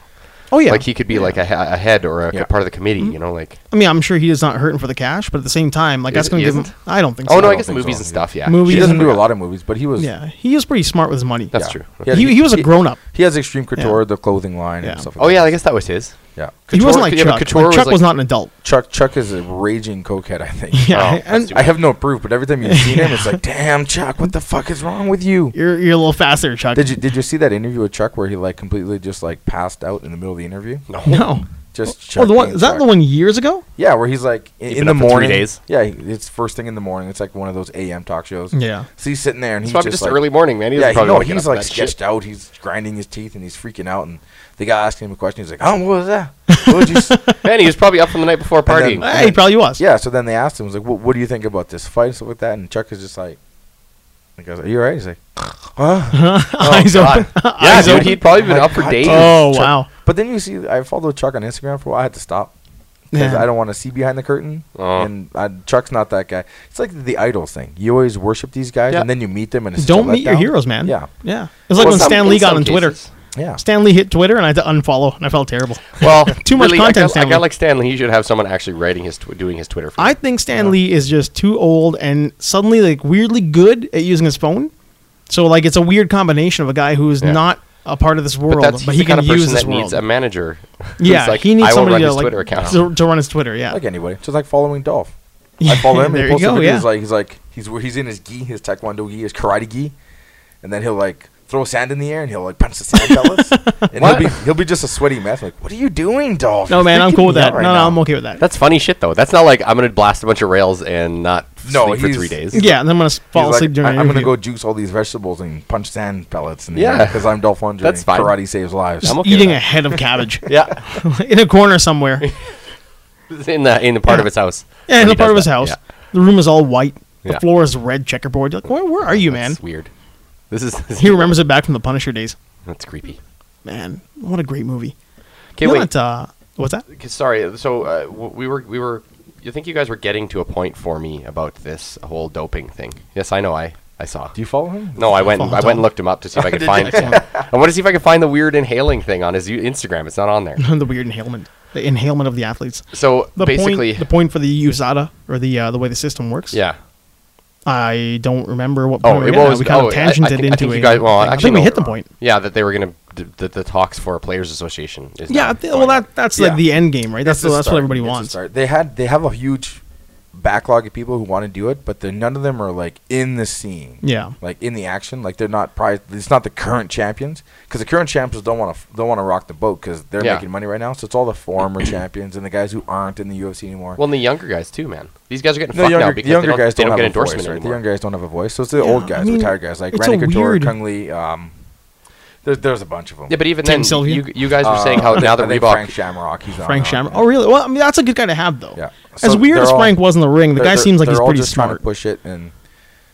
S1: Oh yeah, Mm-hmm.
S2: Like he could be like a, he- a head or a
S3: Yeah.
S2: part of the committee, you know, like.
S1: I mean, I'm sure he is not hurting for the cash, but at the same time, like
S2: Is-
S1: that's going
S2: he
S1: to give him.
S2: isn't?
S1: I don't think. so.
S2: Oh no, I
S3: don't
S2: guess
S3: think
S2: movies
S3: so.
S2: and stuff. Yeah,
S1: Movies
S3: He
S1: and-
S3: doesn't do a lot of movies, but he was
S1: Yeah, he was pretty smart with his money.
S2: That's
S3: Yeah.
S2: true.
S3: Yeah,
S1: He, he was a grown up.
S3: He has extreme couture, the clothing line,
S1: Yeah.
S3: and stuff. Like
S2: Oh yeah,
S3: that.
S2: I guess that was his.
S3: yeah.
S1: He wasn't
S2: Couture-
S1: like
S2: yeah, but
S1: Chuck.
S2: Couture
S1: Like,
S2: was
S1: Chuck
S2: like-
S1: was not an adult.
S3: Chuck Chuck is a raging cokehead. I think.
S1: Yeah,
S2: Oh, that's
S1: and
S2: too
S3: I have no proof, but every time you've seen him, it's like, damn, Chuck, what the fuck is wrong with you?
S1: you're you're a little faster, Chuck.
S3: Did you did you see that interview with Chuck where he like completely just like passed out in the middle of the interview?
S2: No.
S1: No.
S3: Just Chuck
S1: Oh, the one
S3: being
S1: is that
S3: Chuck.
S1: the one years ago?
S3: Yeah, where he's like in,
S2: He's
S3: in
S2: been
S3: the
S2: up for three
S3: morning.
S2: days.
S3: Yeah, he- it's first thing in the morning. It's like one of those AM talk shows.
S1: Yeah.
S3: So he's sitting there and
S2: It's
S3: he's
S2: probably just
S3: like,
S2: early morning, man. He
S3: yeah,
S2: doesn't
S3: he,
S2: probably
S3: no,
S2: wake up
S3: he's like
S2: that shit.
S3: sketched out. He's grinding his teeth and he's freaking out. And the guy asking him a question. He's like, "Oh, what was that? What would you?" s-"
S2: Man, he was probably up from the night before
S3: then-
S2: partying.
S3: Yeah.
S1: Hey, he probably was.
S3: yeah. So then they asked him, "Was like, what, what do you think about this fight and stuff like that?" And Chuck is just like, "He goes, are you alright?" He's like, "Huh?"
S1: eyes
S2: God.
S1: open.
S2: yeah,
S1: Eyes
S2: dude,
S1: open.
S2: he'd probably been
S3: Oh my
S2: up for
S3: God.
S2: days.
S1: Oh
S3: Chuck-
S1: wow.
S3: But then you see, I followed Chuck on Instagram for a while. I had to stop because
S1: Yeah.
S3: I don't want to see behind the curtain.
S2: Oh.
S3: And I, Chuck's not that guy. It's like the idols thing. You always worship these guys,
S2: Yeah.
S3: and then you meet them, and it's
S1: Don't
S3: such a
S1: meet your
S3: letdown.
S1: heroes, man.
S3: Yeah,
S1: Yeah. It's like
S2: Well,
S1: when
S2: some-
S1: Stan
S2: in
S1: Lee got
S2: some
S1: on Twitter.
S2: cases.
S3: yeah.
S1: Stan Lee hit Twitter and I had to unfollow and I felt terrible.
S2: Well,
S1: Too much
S2: really,
S1: content,
S2: I got, I
S1: Stanley.
S2: got like Stanley. He should have someone actually writing his tw- doing his Twitter. For
S1: I
S2: him.
S1: think Stan Lee is just too old and suddenly like weirdly good at using his phone. So like it's a weird combination of a guy who's
S2: Yeah.
S1: not a part of this world,
S2: but
S1: but,
S2: that's he's
S1: he
S2: the kind
S1: can
S2: of
S1: use
S2: person
S1: this
S2: that
S1: world.
S2: needs a manager. who's
S1: yeah,
S2: like,
S1: he needs
S2: I will
S1: somebody
S2: run
S1: to
S2: his
S1: like
S2: Twitter account.
S1: To, to run his Twitter. Yeah,
S3: like anybody. Just like following Dolph. I
S1: Yeah,
S3: follow him. and
S1: there you
S3: he posts
S1: go.
S3: a video.
S1: Yeah.
S3: He's like he's like he's where he's in his gi, his taekwondo gi, his karate gi, and then he'll like throw sand in the air and he'll like punch the sand pellets. and he'll
S2: What?
S3: be he'll be just a sweaty mess. Like, what are you doing, Dolph?
S1: no
S3: You're
S1: man, I'm
S3: freaking
S1: cool
S3: me
S1: with that.
S3: out right
S1: no, no,
S3: now."
S1: I'm okay with that.
S2: That's funny shit though. That's not like I'm gonna blast a bunch of rails and not
S3: No,
S2: sleep for
S3: he's-
S2: three days.
S1: yeah, and then I'm gonna s-
S3: He's
S1: fall
S3: like,
S1: asleep during.
S3: I,
S1: an
S3: am gonna
S1: interview.
S3: go juice all these vegetables and punch sand pellets in the
S2: Yeah.
S3: because I'm Dolph Lundgren.
S2: That's
S3: and
S2: fine.
S3: Karate saves lives.
S2: I'm okay with
S1: eating
S2: that.
S1: a head of cabbage
S2: Yeah,
S1: in a corner somewhere.
S2: in the in the part
S1: Yeah.
S2: of his house.
S1: Yeah,
S2: when
S1: in
S2: he
S1: a part
S2: does
S1: of his
S2: that.
S1: house.
S2: Yeah.
S1: The room is all white. The
S2: Yeah.
S1: floor is red checkerboard. You're like, where, where are you, man?
S2: That's weird. This is
S1: He remembers it back from the Punisher days.
S2: That's creepy.
S1: Man, what a great movie.
S2: Okay,
S1: You know
S2: wait.
S1: that, uh, what's that?
S2: 'Cause Sorry. So uh, w- we were we were you think you guys were getting to a point for me about this whole doping thing. Yes, I know. I I saw.
S3: Do you follow him?
S2: No, I went.
S1: follow
S2: I went
S1: Tom?
S2: and looked him up to see if I could find. I want to see if I could find the weird inhaling thing on his U- Instagram. It's not on there.
S1: the weird inhalement, the inhalement of the athletes.
S2: So
S1: The
S2: basically,
S1: point, the point for the USADA or the uh, the way the system works.
S2: yeah.
S1: I don't remember what point
S2: Oh,
S1: we
S2: it
S1: were at.
S2: was.
S1: we kind
S2: oh,
S1: of
S2: I- I,
S1: tangented
S2: think,
S1: into
S2: I think
S1: it.
S2: you guys. Well, actually,
S1: I think we
S2: no.
S1: hit the point.
S2: Yeah, that they were gonna d- the, the talks for Players Association. Is
S1: Yeah,
S2: now
S1: th-
S2: going
S1: well,
S2: on.
S1: that that's like
S3: Yeah.
S1: the end game, right? That's
S3: It's a
S1: the, that's what
S3: start.
S1: everybody
S3: It's a
S1: wants.
S3: start. They had they have a huge backlog of people who want to do it, but then none of them are like in the scene.
S1: Yeah.
S3: Like in the action, like they're not prized. It's not the current champions because the current champions don't want to don't want to rock the boat because they're
S2: Yeah.
S3: making money right now. So it's all the former champions and the guys who aren't in the UFC anymore.
S2: Well, and the younger guys too, man. These guys are getting
S3: No, the
S2: fucked now
S3: younger, the
S2: because
S3: younger
S2: they don't,
S3: guys
S2: they
S3: don't,
S2: don't
S3: have
S2: get
S3: a voice,
S2: endorsement
S3: right? The
S2: anymore.
S3: younger guys don't have a voice. So it's the old
S1: Yeah, I
S3: guys,
S1: mean,
S3: retired guys like
S1: it's
S3: Randy
S1: a
S3: Couture,
S1: weird-
S3: Kung Lee. Um, there's there's a bunch of them.
S2: yeah, but even
S1: Tim
S2: then,
S1: Sylvia?
S2: you, you guys were saying how now that Reebok.
S3: Uh, Frank Shamrock, he's not
S1: Frank
S3: on. uh,
S1: Shamrock. Oh, really? Well, I mean, that's a good guy to have, though.
S3: Yeah.
S1: as
S3: So
S1: weird
S3: they're
S1: as
S3: all-
S1: Frank was in the ring, the
S3: They're-
S1: guy
S3: they're-
S1: seems like
S3: they're
S1: he's
S3: all
S1: pretty
S3: just Trying
S1: smart.
S3: to push it, and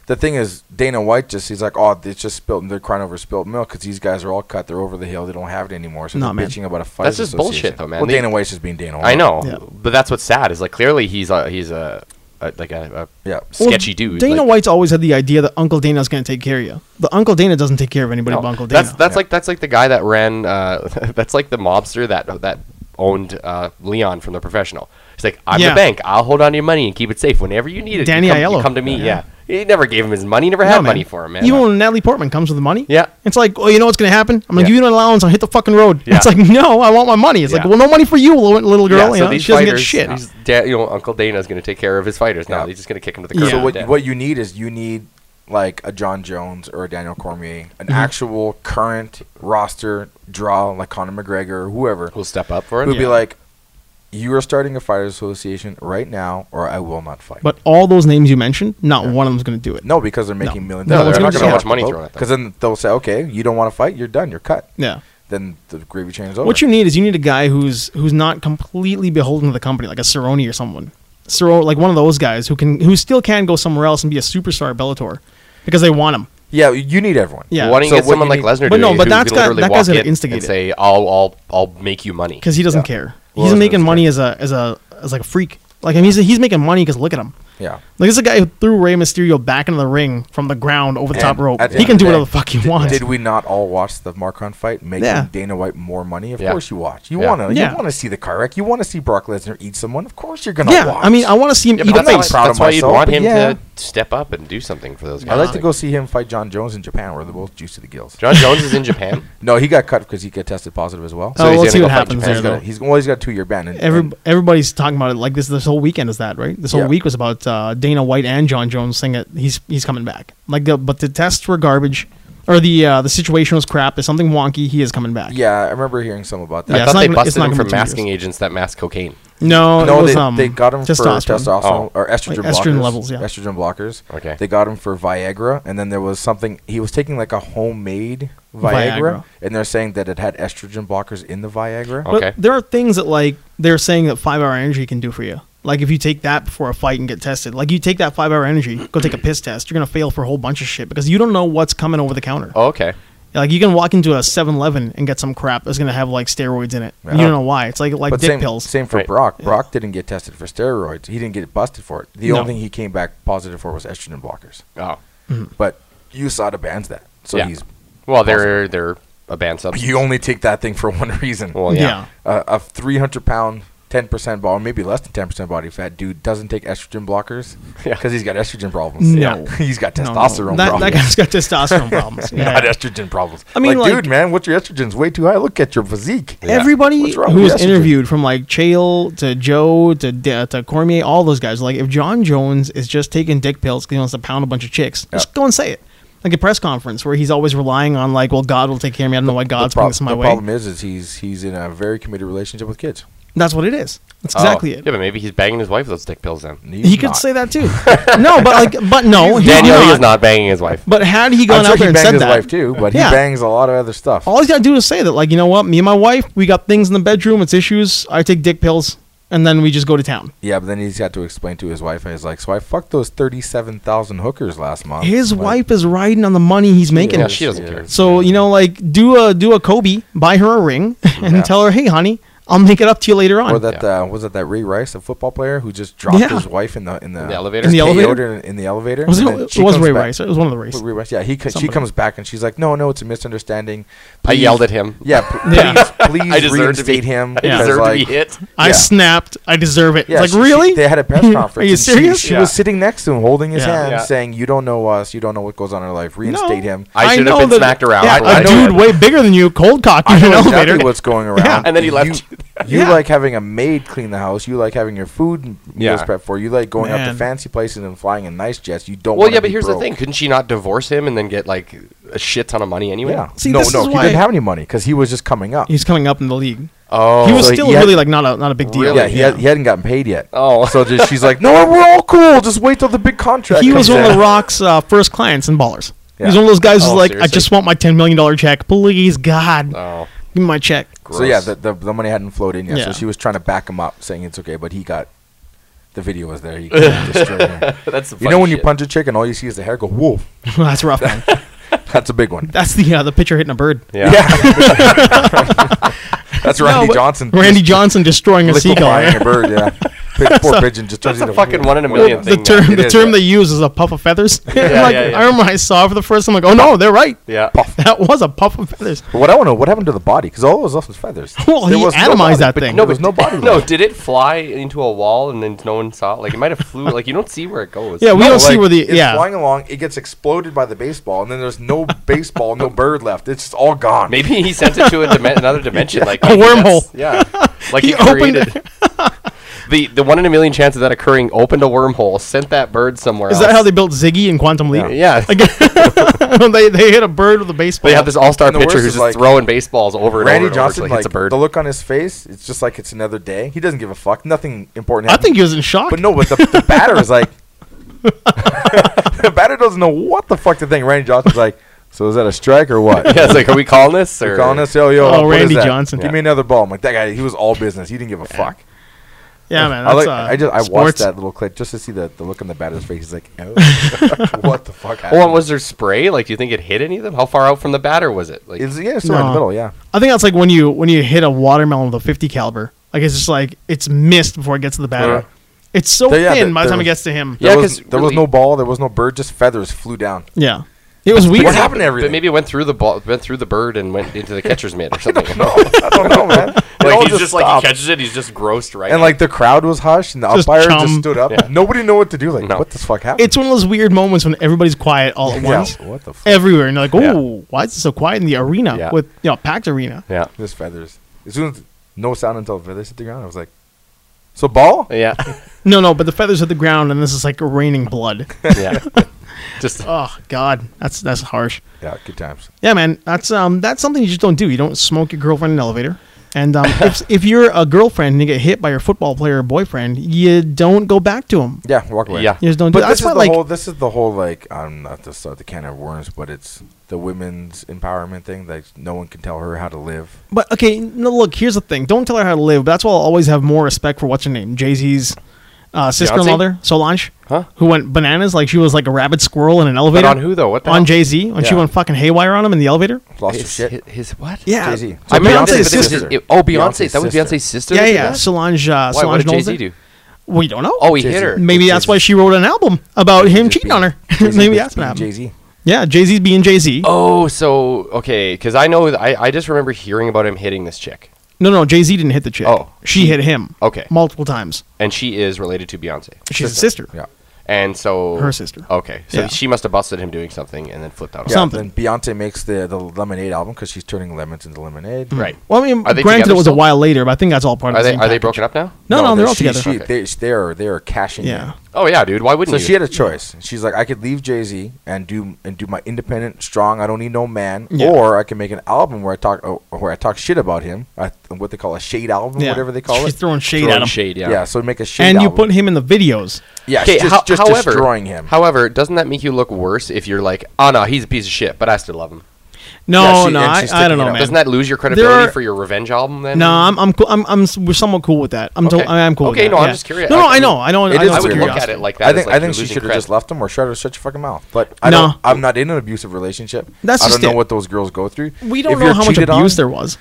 S3: the thing is, Dana White just he's like, oh, it's just spilled, and they're crying over spilled milk because these guys are all cut, they're over the hill, they don't have it anymore, so
S1: Nah,
S3: they're
S1: man.
S3: bitching about a fight.
S2: That's just bullshit, though, man.
S3: Well,
S2: They-
S3: Dana White's just being Dana White.
S2: I know,
S1: Yeah.
S2: but that's what's sad is like clearly he's a he's a, a like a, a
S3: Yeah.
S1: Well,
S2: sketchy dude.
S1: Dana
S2: like,
S1: White's always had the idea that Uncle Dana's going to take care of you. The Uncle Dana doesn't take care of anybody
S2: No,
S1: but Uncle Dana.
S2: that's that's
S3: Yeah.
S2: like that's like the guy that ran. Uh, that's like the mobster that that owned uh, Leon from the professional. He's like, I'm
S1: Yeah.
S2: the bank. I'll hold on to your money and keep it safe. Whenever you need it,
S1: Danny
S2: you come, you
S1: Aiello.
S2: come to me.
S1: Yeah.
S2: Yeah. he never gave him his money. Never
S1: No,
S2: had
S1: man.
S2: money for him, man.
S1: Even when Natalie Portman comes with the money,
S2: Yeah.
S1: it's like, oh, you know what's going to happen? I'm going to
S2: Yeah.
S1: give you an allowance. I'll hit the fucking road.
S2: Yeah.
S1: It's like, no, I want my money. It's like,
S2: Yeah.
S1: well, no money for you, little, little girl.
S2: so
S1: you know,
S2: these
S1: she doesn't get
S2: fighters,
S1: shit.
S2: these da- you know, Uncle Dana's going to take care of his fighters. Now
S3: Yeah.
S2: he's just going to kick him to the
S1: Yeah.
S2: curb.
S3: So what
S2: Dead.
S3: what you need is you need like a John Jones or a Daniel Cormier,
S1: Mm-hmm.
S3: an actual current roster draw like Conor McGregor or whoever,
S2: Who'll step up for him?
S3: who'd be
S2: Yeah.
S3: like, you are starting a fighters association right now, or I will not fight.
S1: But all those names you mentioned, not one of them's going to do it.
S3: No, because they're making
S1: No.
S3: millions.
S1: No,
S3: dollars.
S1: there's gonna be so
S3: gonna
S1: much
S2: money
S3: vote,
S2: thrown at them.
S3: 'cause then they'll say, okay, you don't want to fight, you're done, you're cut.
S1: Yeah.
S3: Then the gravy train's over.
S1: What you need is you need a guy who's who's not completely beholden to the company, like a Cerrone or someone. Cerro, like one of those guys who can who still can go somewhere else and be a superstar at Bellator because they want him.
S3: yeah, you need everyone.
S1: Yeah.
S2: Why don't you
S3: So
S2: get
S3: what
S2: someone
S3: you
S2: like
S3: need-
S2: Lesnar?
S1: But
S2: to
S1: no,
S2: do
S1: but
S2: who
S1: that's
S2: could
S1: got-
S2: literally
S1: that guy's
S2: walk
S1: gotta
S2: in
S1: instigate
S2: and
S1: it.
S2: say, "I'll, I'll, I'll make you money."
S1: because he doesn't
S3: Yeah.
S1: care.
S3: Well,
S1: he's
S3: that's
S1: making
S3: what's
S1: money as a as a as like a freak. Like I mean, he's, he's making money because look at him.
S3: Yeah.
S1: Like this is a guy who threw Rey Mysterio back into the ring from the ground over the top
S3: And
S1: rope.
S3: at the
S1: He
S3: end
S1: can
S3: of
S1: do
S3: the
S1: whatever the
S3: day,
S1: fuck he
S3: Did,
S1: wants.
S3: did we not all watch the Marcon fight, making
S1: Yeah.
S3: Dana White more money? Of
S2: Yeah.
S3: course, you watch. You
S2: Yeah.
S3: want to.
S1: Yeah.
S3: You want to see the car wreck. You want to see Brock Lesnar eat someone. Of course, you're gonna.
S1: yeah,
S3: watch.
S1: I mean, I want to see him
S2: Yeah,
S1: eat
S2: but
S1: a
S2: that's,
S1: face.
S2: why,
S3: Proud of
S2: that's why you'd
S3: myself,
S2: want
S3: but
S2: him
S3: yeah.
S2: to step up and do something for those guys.
S3: I'd like to go see him fight John Jones in Japan, where they're both juiced to the gills.
S2: John Jones is in Japan.
S3: no, he got cut because he got tested positive as well.
S1: Oh,
S2: he's
S1: we'll
S2: gonna
S1: see
S2: go
S1: what
S2: fight
S1: happens
S2: Japan.
S3: And
S1: there. Though.
S3: he's got, he's well, he's got a two year ban. And,
S1: Every,
S3: and
S1: everybody's talking about it like this. This whole weekend is that right? This whole
S3: Yeah.
S1: week was about uh, Dana White and John Jones saying that he's he's coming back. Like, the, but the tests were garbage, or the uh, the situation was crap. There's something wonky. He is coming back.
S3: yeah, I remember hearing some about that.
S1: Yeah,
S2: I
S1: it's
S2: thought
S1: not
S2: they
S1: gonna- it's
S2: busted
S1: not
S2: him
S1: gonna
S2: for
S1: be two years.
S2: masking agents that mask cocaine.
S1: No,
S3: No,
S1: it was,
S3: they,
S1: um,
S3: they got him for
S1: testosterone.
S3: testosterone
S2: Oh.
S3: or estrogen
S1: Like estrogen
S3: blockers.
S1: levels, yeah.
S3: Estrogen blockers.
S2: Okay.
S3: They got him for Viagra, and then there was something he was taking like a homemade Viagra,
S1: Viagra.
S3: and they're saying that it had estrogen blockers in the Viagra.
S2: Oh. Okay.
S1: But there are things that like they're saying that five hour energy can do for you. Like if you take that before a fight and get tested, like you take that five hour energy, go take a piss test, you're gonna fail for a whole bunch of shit because you don't know what's coming over the counter.
S2: Oh, okay.
S1: Like you can walk into a 7-Eleven and get some crap that's gonna have like steroids in it.
S3: Yeah.
S1: You don't know why. It's like like dick
S3: same,
S1: pills.
S3: Same for
S2: Right.
S3: Brock. Brock didn't get tested for steroids. He didn't get busted for it. The
S1: No.
S3: only thing he came back positive for was estrogen blockers.
S2: Oh,
S1: Hmm.
S3: But USADA bans that, so
S2: Yeah.
S3: he's
S2: well, they're they're a banned substance.
S3: you only take that thing for one reason.
S2: Well, yeah.
S1: Yeah.
S3: a a 300 pound 10% body, maybe less than 10% body fat dude doesn't take estrogen blockers
S2: Yeah.
S3: because he's got estrogen problems.
S1: No.
S3: he's got
S1: No, no. That,
S3: testosterone
S1: that
S3: problems.
S1: guy's got testosterone problems. Yeah.
S3: Not estrogen problems.
S1: I mean, like-
S3: dude, man, what's your estrogen's way too high? Look at your physique.
S1: Everybody
S3: What's wrong
S1: who
S3: with
S1: was
S3: estrogen?
S1: interviewed, from like Chael to Joe to De- to Cormier, all those guys, like if John Jones is just taking dick pills because he wants to pound a bunch of chicks, just go and say it. Like a press conference where he's always relying on like, well, God will take care of me. I don't know why God's
S3: the
S1: putting
S3: prob-
S1: this in my
S3: the
S1: way.
S3: problem is, is he's he's in a very committed relationship with kids.
S1: That's what it is. That's
S2: Oh.
S1: exactly it.
S2: Yeah, but maybe he's banging his wife with those dick pills then.
S3: And he's
S1: he could
S3: not.
S1: say that too. no, but like, but no, he's
S2: Daniel
S1: not.
S2: is not banging his wife.
S1: But had he gone
S3: I'm sure
S1: out
S3: he
S1: there and
S3: bangs
S1: said
S3: his
S1: that,
S3: wife too, but
S1: Yeah.
S3: he bangs a lot of other stuff.
S1: all he's got to do is say that, like, you know what, me and my wife, we got things in the bedroom. It's issues. I take dick pills, and then we just go to town.
S3: yeah, but then he's got to explain to his wife, and he's like, "So I fucked those thirty-seven thousand hookers last month."
S1: His
S3: Like,
S1: wife is riding on the money he's making.
S2: Yeah, she doesn't care.
S1: So you know, like do a do a Kobe, buy her a ring, and
S3: Yeah.
S1: tell her, hey, honey, I'll make it up to you later on.
S3: Or that uh, was it that Ray Rice, the football player who just dropped
S1: Yeah.
S3: his wife in the in the,
S2: In the elevator?
S3: just
S1: In the
S3: KO'd
S1: elevator?
S3: her in- in the elevator.
S1: was it,
S3: and then
S1: it
S3: she
S1: was
S3: comes
S1: Ray
S3: back-
S1: Rice. It was one of the
S3: Well,
S1: races.
S3: Ray Rice. Yeah, he co- she
S1: Somebody.
S3: comes back and she's like, "No, no, it's a misunderstanding."
S2: I
S3: Please-
S2: yelled at him.
S3: Yeah, p-
S1: Yeah.
S3: please, please
S2: I deserve to be
S3: reinstate him.
S2: I
S1: Yeah.
S3: because,
S2: deserve to
S3: like,
S2: be hit.
S1: I
S3: Yeah.
S1: snapped. I deserve it.
S3: Yeah,
S1: it's
S3: she-
S1: like
S3: she-
S1: really?
S3: they had a press
S1: Are you
S3: conference. and she-
S1: serious?
S3: She,
S2: Yeah.
S3: was sitting next to him, holding his
S1: Yeah.
S3: hand,
S2: Yeah.
S3: saying, "You don't know us. You don't know what goes on in our life. Reinstate him."
S2: I should have
S1: know
S2: been
S1: that-
S2: smacked around
S1: Yeah,
S2: for
S1: a
S2: what I
S1: dude
S2: did.
S1: way bigger than you cold cocked you
S3: I
S1: in an
S3: know
S1: elevator.
S3: exactly what's going around.
S1: Yeah.
S2: And then he left
S3: You,
S2: you
S3: you
S1: Yeah.
S3: like having a maid clean the house. You like having your food meals
S2: Yeah.
S3: prepped for. You like going up
S1: Man.
S3: to fancy places and flying in nice jets. You don't.
S2: Well,
S3: wanna
S2: yeah, but
S3: be
S2: here's the
S3: broke.
S2: thing. Couldn't she not divorce him and then get like a shit ton of money anyway?
S3: Yeah.
S1: See,
S3: no,
S1: this
S3: no,
S1: is
S3: he
S1: why-
S3: didn't have any money because he was just coming up.
S1: He's coming up in the league.
S2: Oh,
S1: he was
S3: so
S1: still
S3: he had-
S1: really like not a not a big deal.
S2: Really?
S3: yeah, he, Had, he hadn't gotten paid yet.
S2: Oh.
S3: so just, she's like, "No, we're all cool. Just wait till the big contract."
S1: He was
S3: comes
S1: one of
S3: in."
S1: the Rock's uh, first clients in Ballers.
S3: Yeah.
S1: He's one of those guys who's
S2: Oh,
S1: like, I
S2: seriously?
S1: just want my ten million dollar check, please,
S3: Uh,
S1: God,
S2: oh,
S1: give me my check.
S2: gross.
S3: So yeah, the, the the money hadn't flowed in yet.
S1: Yeah.
S3: So she was trying to back him up, saying it's okay, but he got the video was there. He couldn't destroy her.
S2: that's the
S3: You know
S2: funny
S3: when you
S2: shit.
S3: punch a chick and all you see is the hair go, "Whoa,
S1: That's rough, man.
S3: that's a big one."
S1: That's the uh, the pitcher hitting a bird.
S2: Yeah.
S3: that's
S1: No,
S3: Randy
S1: but-
S3: Johnson.
S1: Randy Johnson destroying a seagull.
S3: liquefying a bird. Yeah, Pi- poor pigeon just turns
S2: That's a
S3: into
S2: fucking one in a
S3: whatever.
S2: million
S1: The
S2: thing.
S1: term
S3: It
S1: the
S3: is,
S1: term
S3: yeah.
S1: they use is a puff of feathers.
S2: yeah,
S1: like,
S2: yeah.
S1: I remember I saw it for the first time. Like, oh no, they're right.
S2: Yeah.
S1: That was a puff of feathers.
S3: But what I want to know, what happened to the body? Because all it was left was feathers.
S1: Well,
S3: There
S1: he
S3: was no
S1: atomized
S3: body,
S1: that
S3: but
S1: thing.
S3: No, there was no body.
S2: No,
S3: left.
S2: did it fly into a wall and then no one saw it? Like it might have flew. Like you don't see where it goes.
S1: Yeah, we
S3: No,
S1: don't see
S3: like,
S1: where the
S3: it's
S1: yeah.
S3: flying along. It gets exploded by the baseball, and then there's no baseball, no bird left. It's just all gone.
S2: Maybe he sent it to a dimen- another dimension, like
S1: A
S2: like
S1: wormhole.
S2: that's- Yeah, like
S1: He
S2: he,
S1: opened-
S2: created the the one in a million chance of that occurring. Opened a wormhole, sent that bird somewhere.
S1: Is
S2: else.
S1: that how they built Ziggy in Quantum Leap?
S2: Yeah,
S1: they they hit a bird with a baseball.
S2: they have this all star
S3: And the worst
S2: pitcher
S3: is,
S2: who's just
S3: like,
S2: throwing baseballs over and over.
S3: Randy
S2: and over till
S3: Johnson,
S2: he
S3: like
S2: hits a bird.
S3: the look on his face, it's just like it's another day. He doesn't give a fuck. Nothing important.
S1: I think
S3: happened.
S1: he was in shock.
S3: But no, but the, the batter is like, the batter doesn't know what the fuck to think. Randy Johnson's like, so is that a strike or what?
S2: yeah, it's like, are we calling this? Or
S3: You're calling us, yo, yo.
S1: Oh,
S3: what is
S1: Randy
S3: that?
S1: Johnson.
S3: Give me another ball. I'm like that guy. He was all business. He didn't give a fuck.
S1: yeah, man.
S3: I,
S1: That's,
S3: like,
S1: uh,
S3: I just I watched
S1: sports.
S3: that little clip just to see the, the look on the batter's face. He's like, oh, what the fuck?
S2: Oh, and
S3: Happened?
S2: was there spray? Like, do you think it hit any of them? How far out from the batter was it? Like,
S3: It's, yeah, it's still right in
S1: No.
S3: the middle. Yeah,
S1: I think that's like when you when you hit a watermelon with a 50 caliber. Like it's just like it's missed before it gets to the batter.
S3: Uh-huh.
S2: Yeah.
S1: It's so
S3: There- yeah,
S1: thin
S3: there-
S1: by the
S3: there
S1: time it
S3: was-
S1: gets to him.
S2: Yeah,
S3: there was
S2: 'cause
S3: there was
S2: really-
S3: no ball. There was no bird. Just feathers flew down.
S1: Yeah, it was weird.
S3: What happened to
S2: but
S3: everything?
S2: maybe it went through the ball, went through the bird, and went into the catcher's mitt or something.
S3: I don't know, man. It all
S2: like he's just, like
S3: stopped.
S2: he catches it, he's just grossed right.
S3: and
S2: out.
S3: like the crowd was hushed, and the
S1: Just
S3: umpire
S1: chum.
S3: just stood up. Nobody knew what to do. Like,
S2: No.
S3: what the fuck happened?
S1: It's one of those weird moments when everybody's quiet all at
S3: yeah,
S1: once,
S3: what the fuck?
S1: everywhere, and you're like,
S2: Yeah.
S1: "Oh, why is it so quiet in the arena
S2: Yeah.
S1: with you know packed arena?"
S2: yeah,
S3: Just feathers. As soon as no sound until feathers hit the ground, I was like, so ball.
S2: yeah,
S1: No, no, but the feathers hit the ground, and this is like raining blood.
S2: yeah. Just
S1: oh God, that's that's harsh.
S3: Yeah, good times.
S1: Yeah, man, that's um, that's something you just don't do. You don't smoke your girlfriend in an elevator. And um, if, if you're a girlfriend and you get hit by your football player or boyfriend, you don't go back to him.
S3: Yeah, walk away.
S2: Yeah.
S1: You just don't do.
S3: But
S1: That's
S3: this is
S1: why,
S3: the
S1: like,
S3: whole. This is the whole like. I'm not to start the can of worms, but it's the women's empowerment thing. Like no one can tell her how to live.
S1: but okay, no, look, here's the thing. Don't tell her how to live. That's why I'll always have more respect for what's her name, Jay Z's uh, sister-in-law,
S2: Beyonce?
S1: there, Solange,
S2: Huh?
S1: who went bananas like she was like a rabid squirrel in an
S2: but
S1: elevator.
S2: on who though? What the
S1: On
S2: hell?
S1: Jay Z when she
S3: Yeah.
S1: went fucking haywire on him in the elevator.
S3: Lost
S2: His,
S3: your
S2: his,
S3: shit.
S2: his what?
S1: Yeah,
S3: Jay-Z.
S1: so
S3: I mean,
S1: Beyonce's
S3: Beyonce's
S2: but this
S1: sister.
S2: is- it- oh, Beyonce.
S3: Beyonce's
S2: that was
S3: sister.
S2: Beyonce's sister.
S1: Yeah,
S2: that did
S1: yeah.
S2: that?
S1: Solange. Uh,
S2: Why? What
S1: Solange
S2: did Jay
S1: knows
S2: Z
S1: it.
S2: do?
S1: We don't know.
S2: Oh, he hit
S3: Jay-Z.
S2: her.
S1: Maybe that's why she wrote an album about him cheating on her. Maybe that's what
S3: Jay
S1: happened.
S3: Z.
S1: Yeah, Jay Z being Jay Z.
S2: Oh, so okay, because I know th- I I just remember hearing about him hitting this chick,
S1: No, no, Jay Z didn't hit the chick.
S2: Oh.
S1: she hit him.
S2: Okay.
S1: multiple times.
S2: and she is related to Beyonce,
S1: She's a sister.
S3: Yeah.
S2: and so
S1: Her sister.
S2: Okay, so
S1: Yeah.
S2: she must have busted him doing something and then flipped out. on
S3: Yeah,
S2: him.
S1: Something.
S3: Then Beyonce makes the the lemonade album because she's turning lemons into lemonade.
S2: Right.
S1: Well, I mean,
S2: Are they
S1: granted,
S2: together
S1: it was a
S2: still?
S1: while later, but I think that's all part of
S2: Are
S1: the
S2: they
S1: same
S2: are they
S1: package.
S2: broken up now?
S1: No, no, they're all
S3: she-
S1: together.
S3: she-
S2: Okay.
S3: they, they are they are cashing.
S1: Yeah.
S3: in.
S2: Oh yeah, dude. Why wouldn't
S3: So
S2: you?
S3: she had a choice. She's like, I could leave Jay Z and do and do my independent, strong. I don't need no man.
S1: Yeah.
S3: Or I can make an album where I talk oh, where I talk shit about him. I, what they call a shade album,
S1: Yeah.
S3: whatever they call
S1: She's
S3: it.
S1: throwing shade
S2: Throwing
S1: at him,
S2: shade, yeah.
S3: yeah. so make a shade.
S1: and you
S3: album.
S1: put him in the videos.
S3: yeah,
S2: Okay,
S3: just,
S2: how-
S3: just
S2: however,
S3: destroying him.
S2: However, doesn't that make you look worse if you're like, oh no, he's a piece of shit, but I still love him?
S1: No,
S3: Yeah, she-
S1: no,
S3: and
S1: I,
S3: she's
S1: I don't
S3: sticking it
S1: know,
S3: up.
S1: man.
S2: Doesn't that lose your credibility
S1: are-
S2: for your revenge album then?
S1: no, I'm I'm cool. I'm I'm s- we're somewhat cool with that. I'm
S2: Okay.
S1: to- I'm cool. with
S2: Okay,
S1: that,
S2: no, I'm
S1: yeah.
S2: just curious.
S1: No, no,
S2: I-
S1: I know, I know.
S3: It
S1: I
S3: is
S1: know
S2: I
S1: it's
S2: would
S3: weird.
S2: look at
S1: curiosity.
S2: it like that.
S3: I
S2: as,
S3: think
S2: like,
S3: I think
S2: you're
S3: she
S2: losing
S3: should have just
S2: cred.
S3: left him or shut her such a fucking mouth. But I
S1: No.
S3: don't, I'm not in an abusive relationship.
S1: That's
S3: I
S1: just
S3: don't know
S1: it.
S3: what those girls go through.
S1: We don't
S3: If
S1: know
S3: you're
S1: how much
S3: cheated
S1: abuse
S3: on,
S1: there was.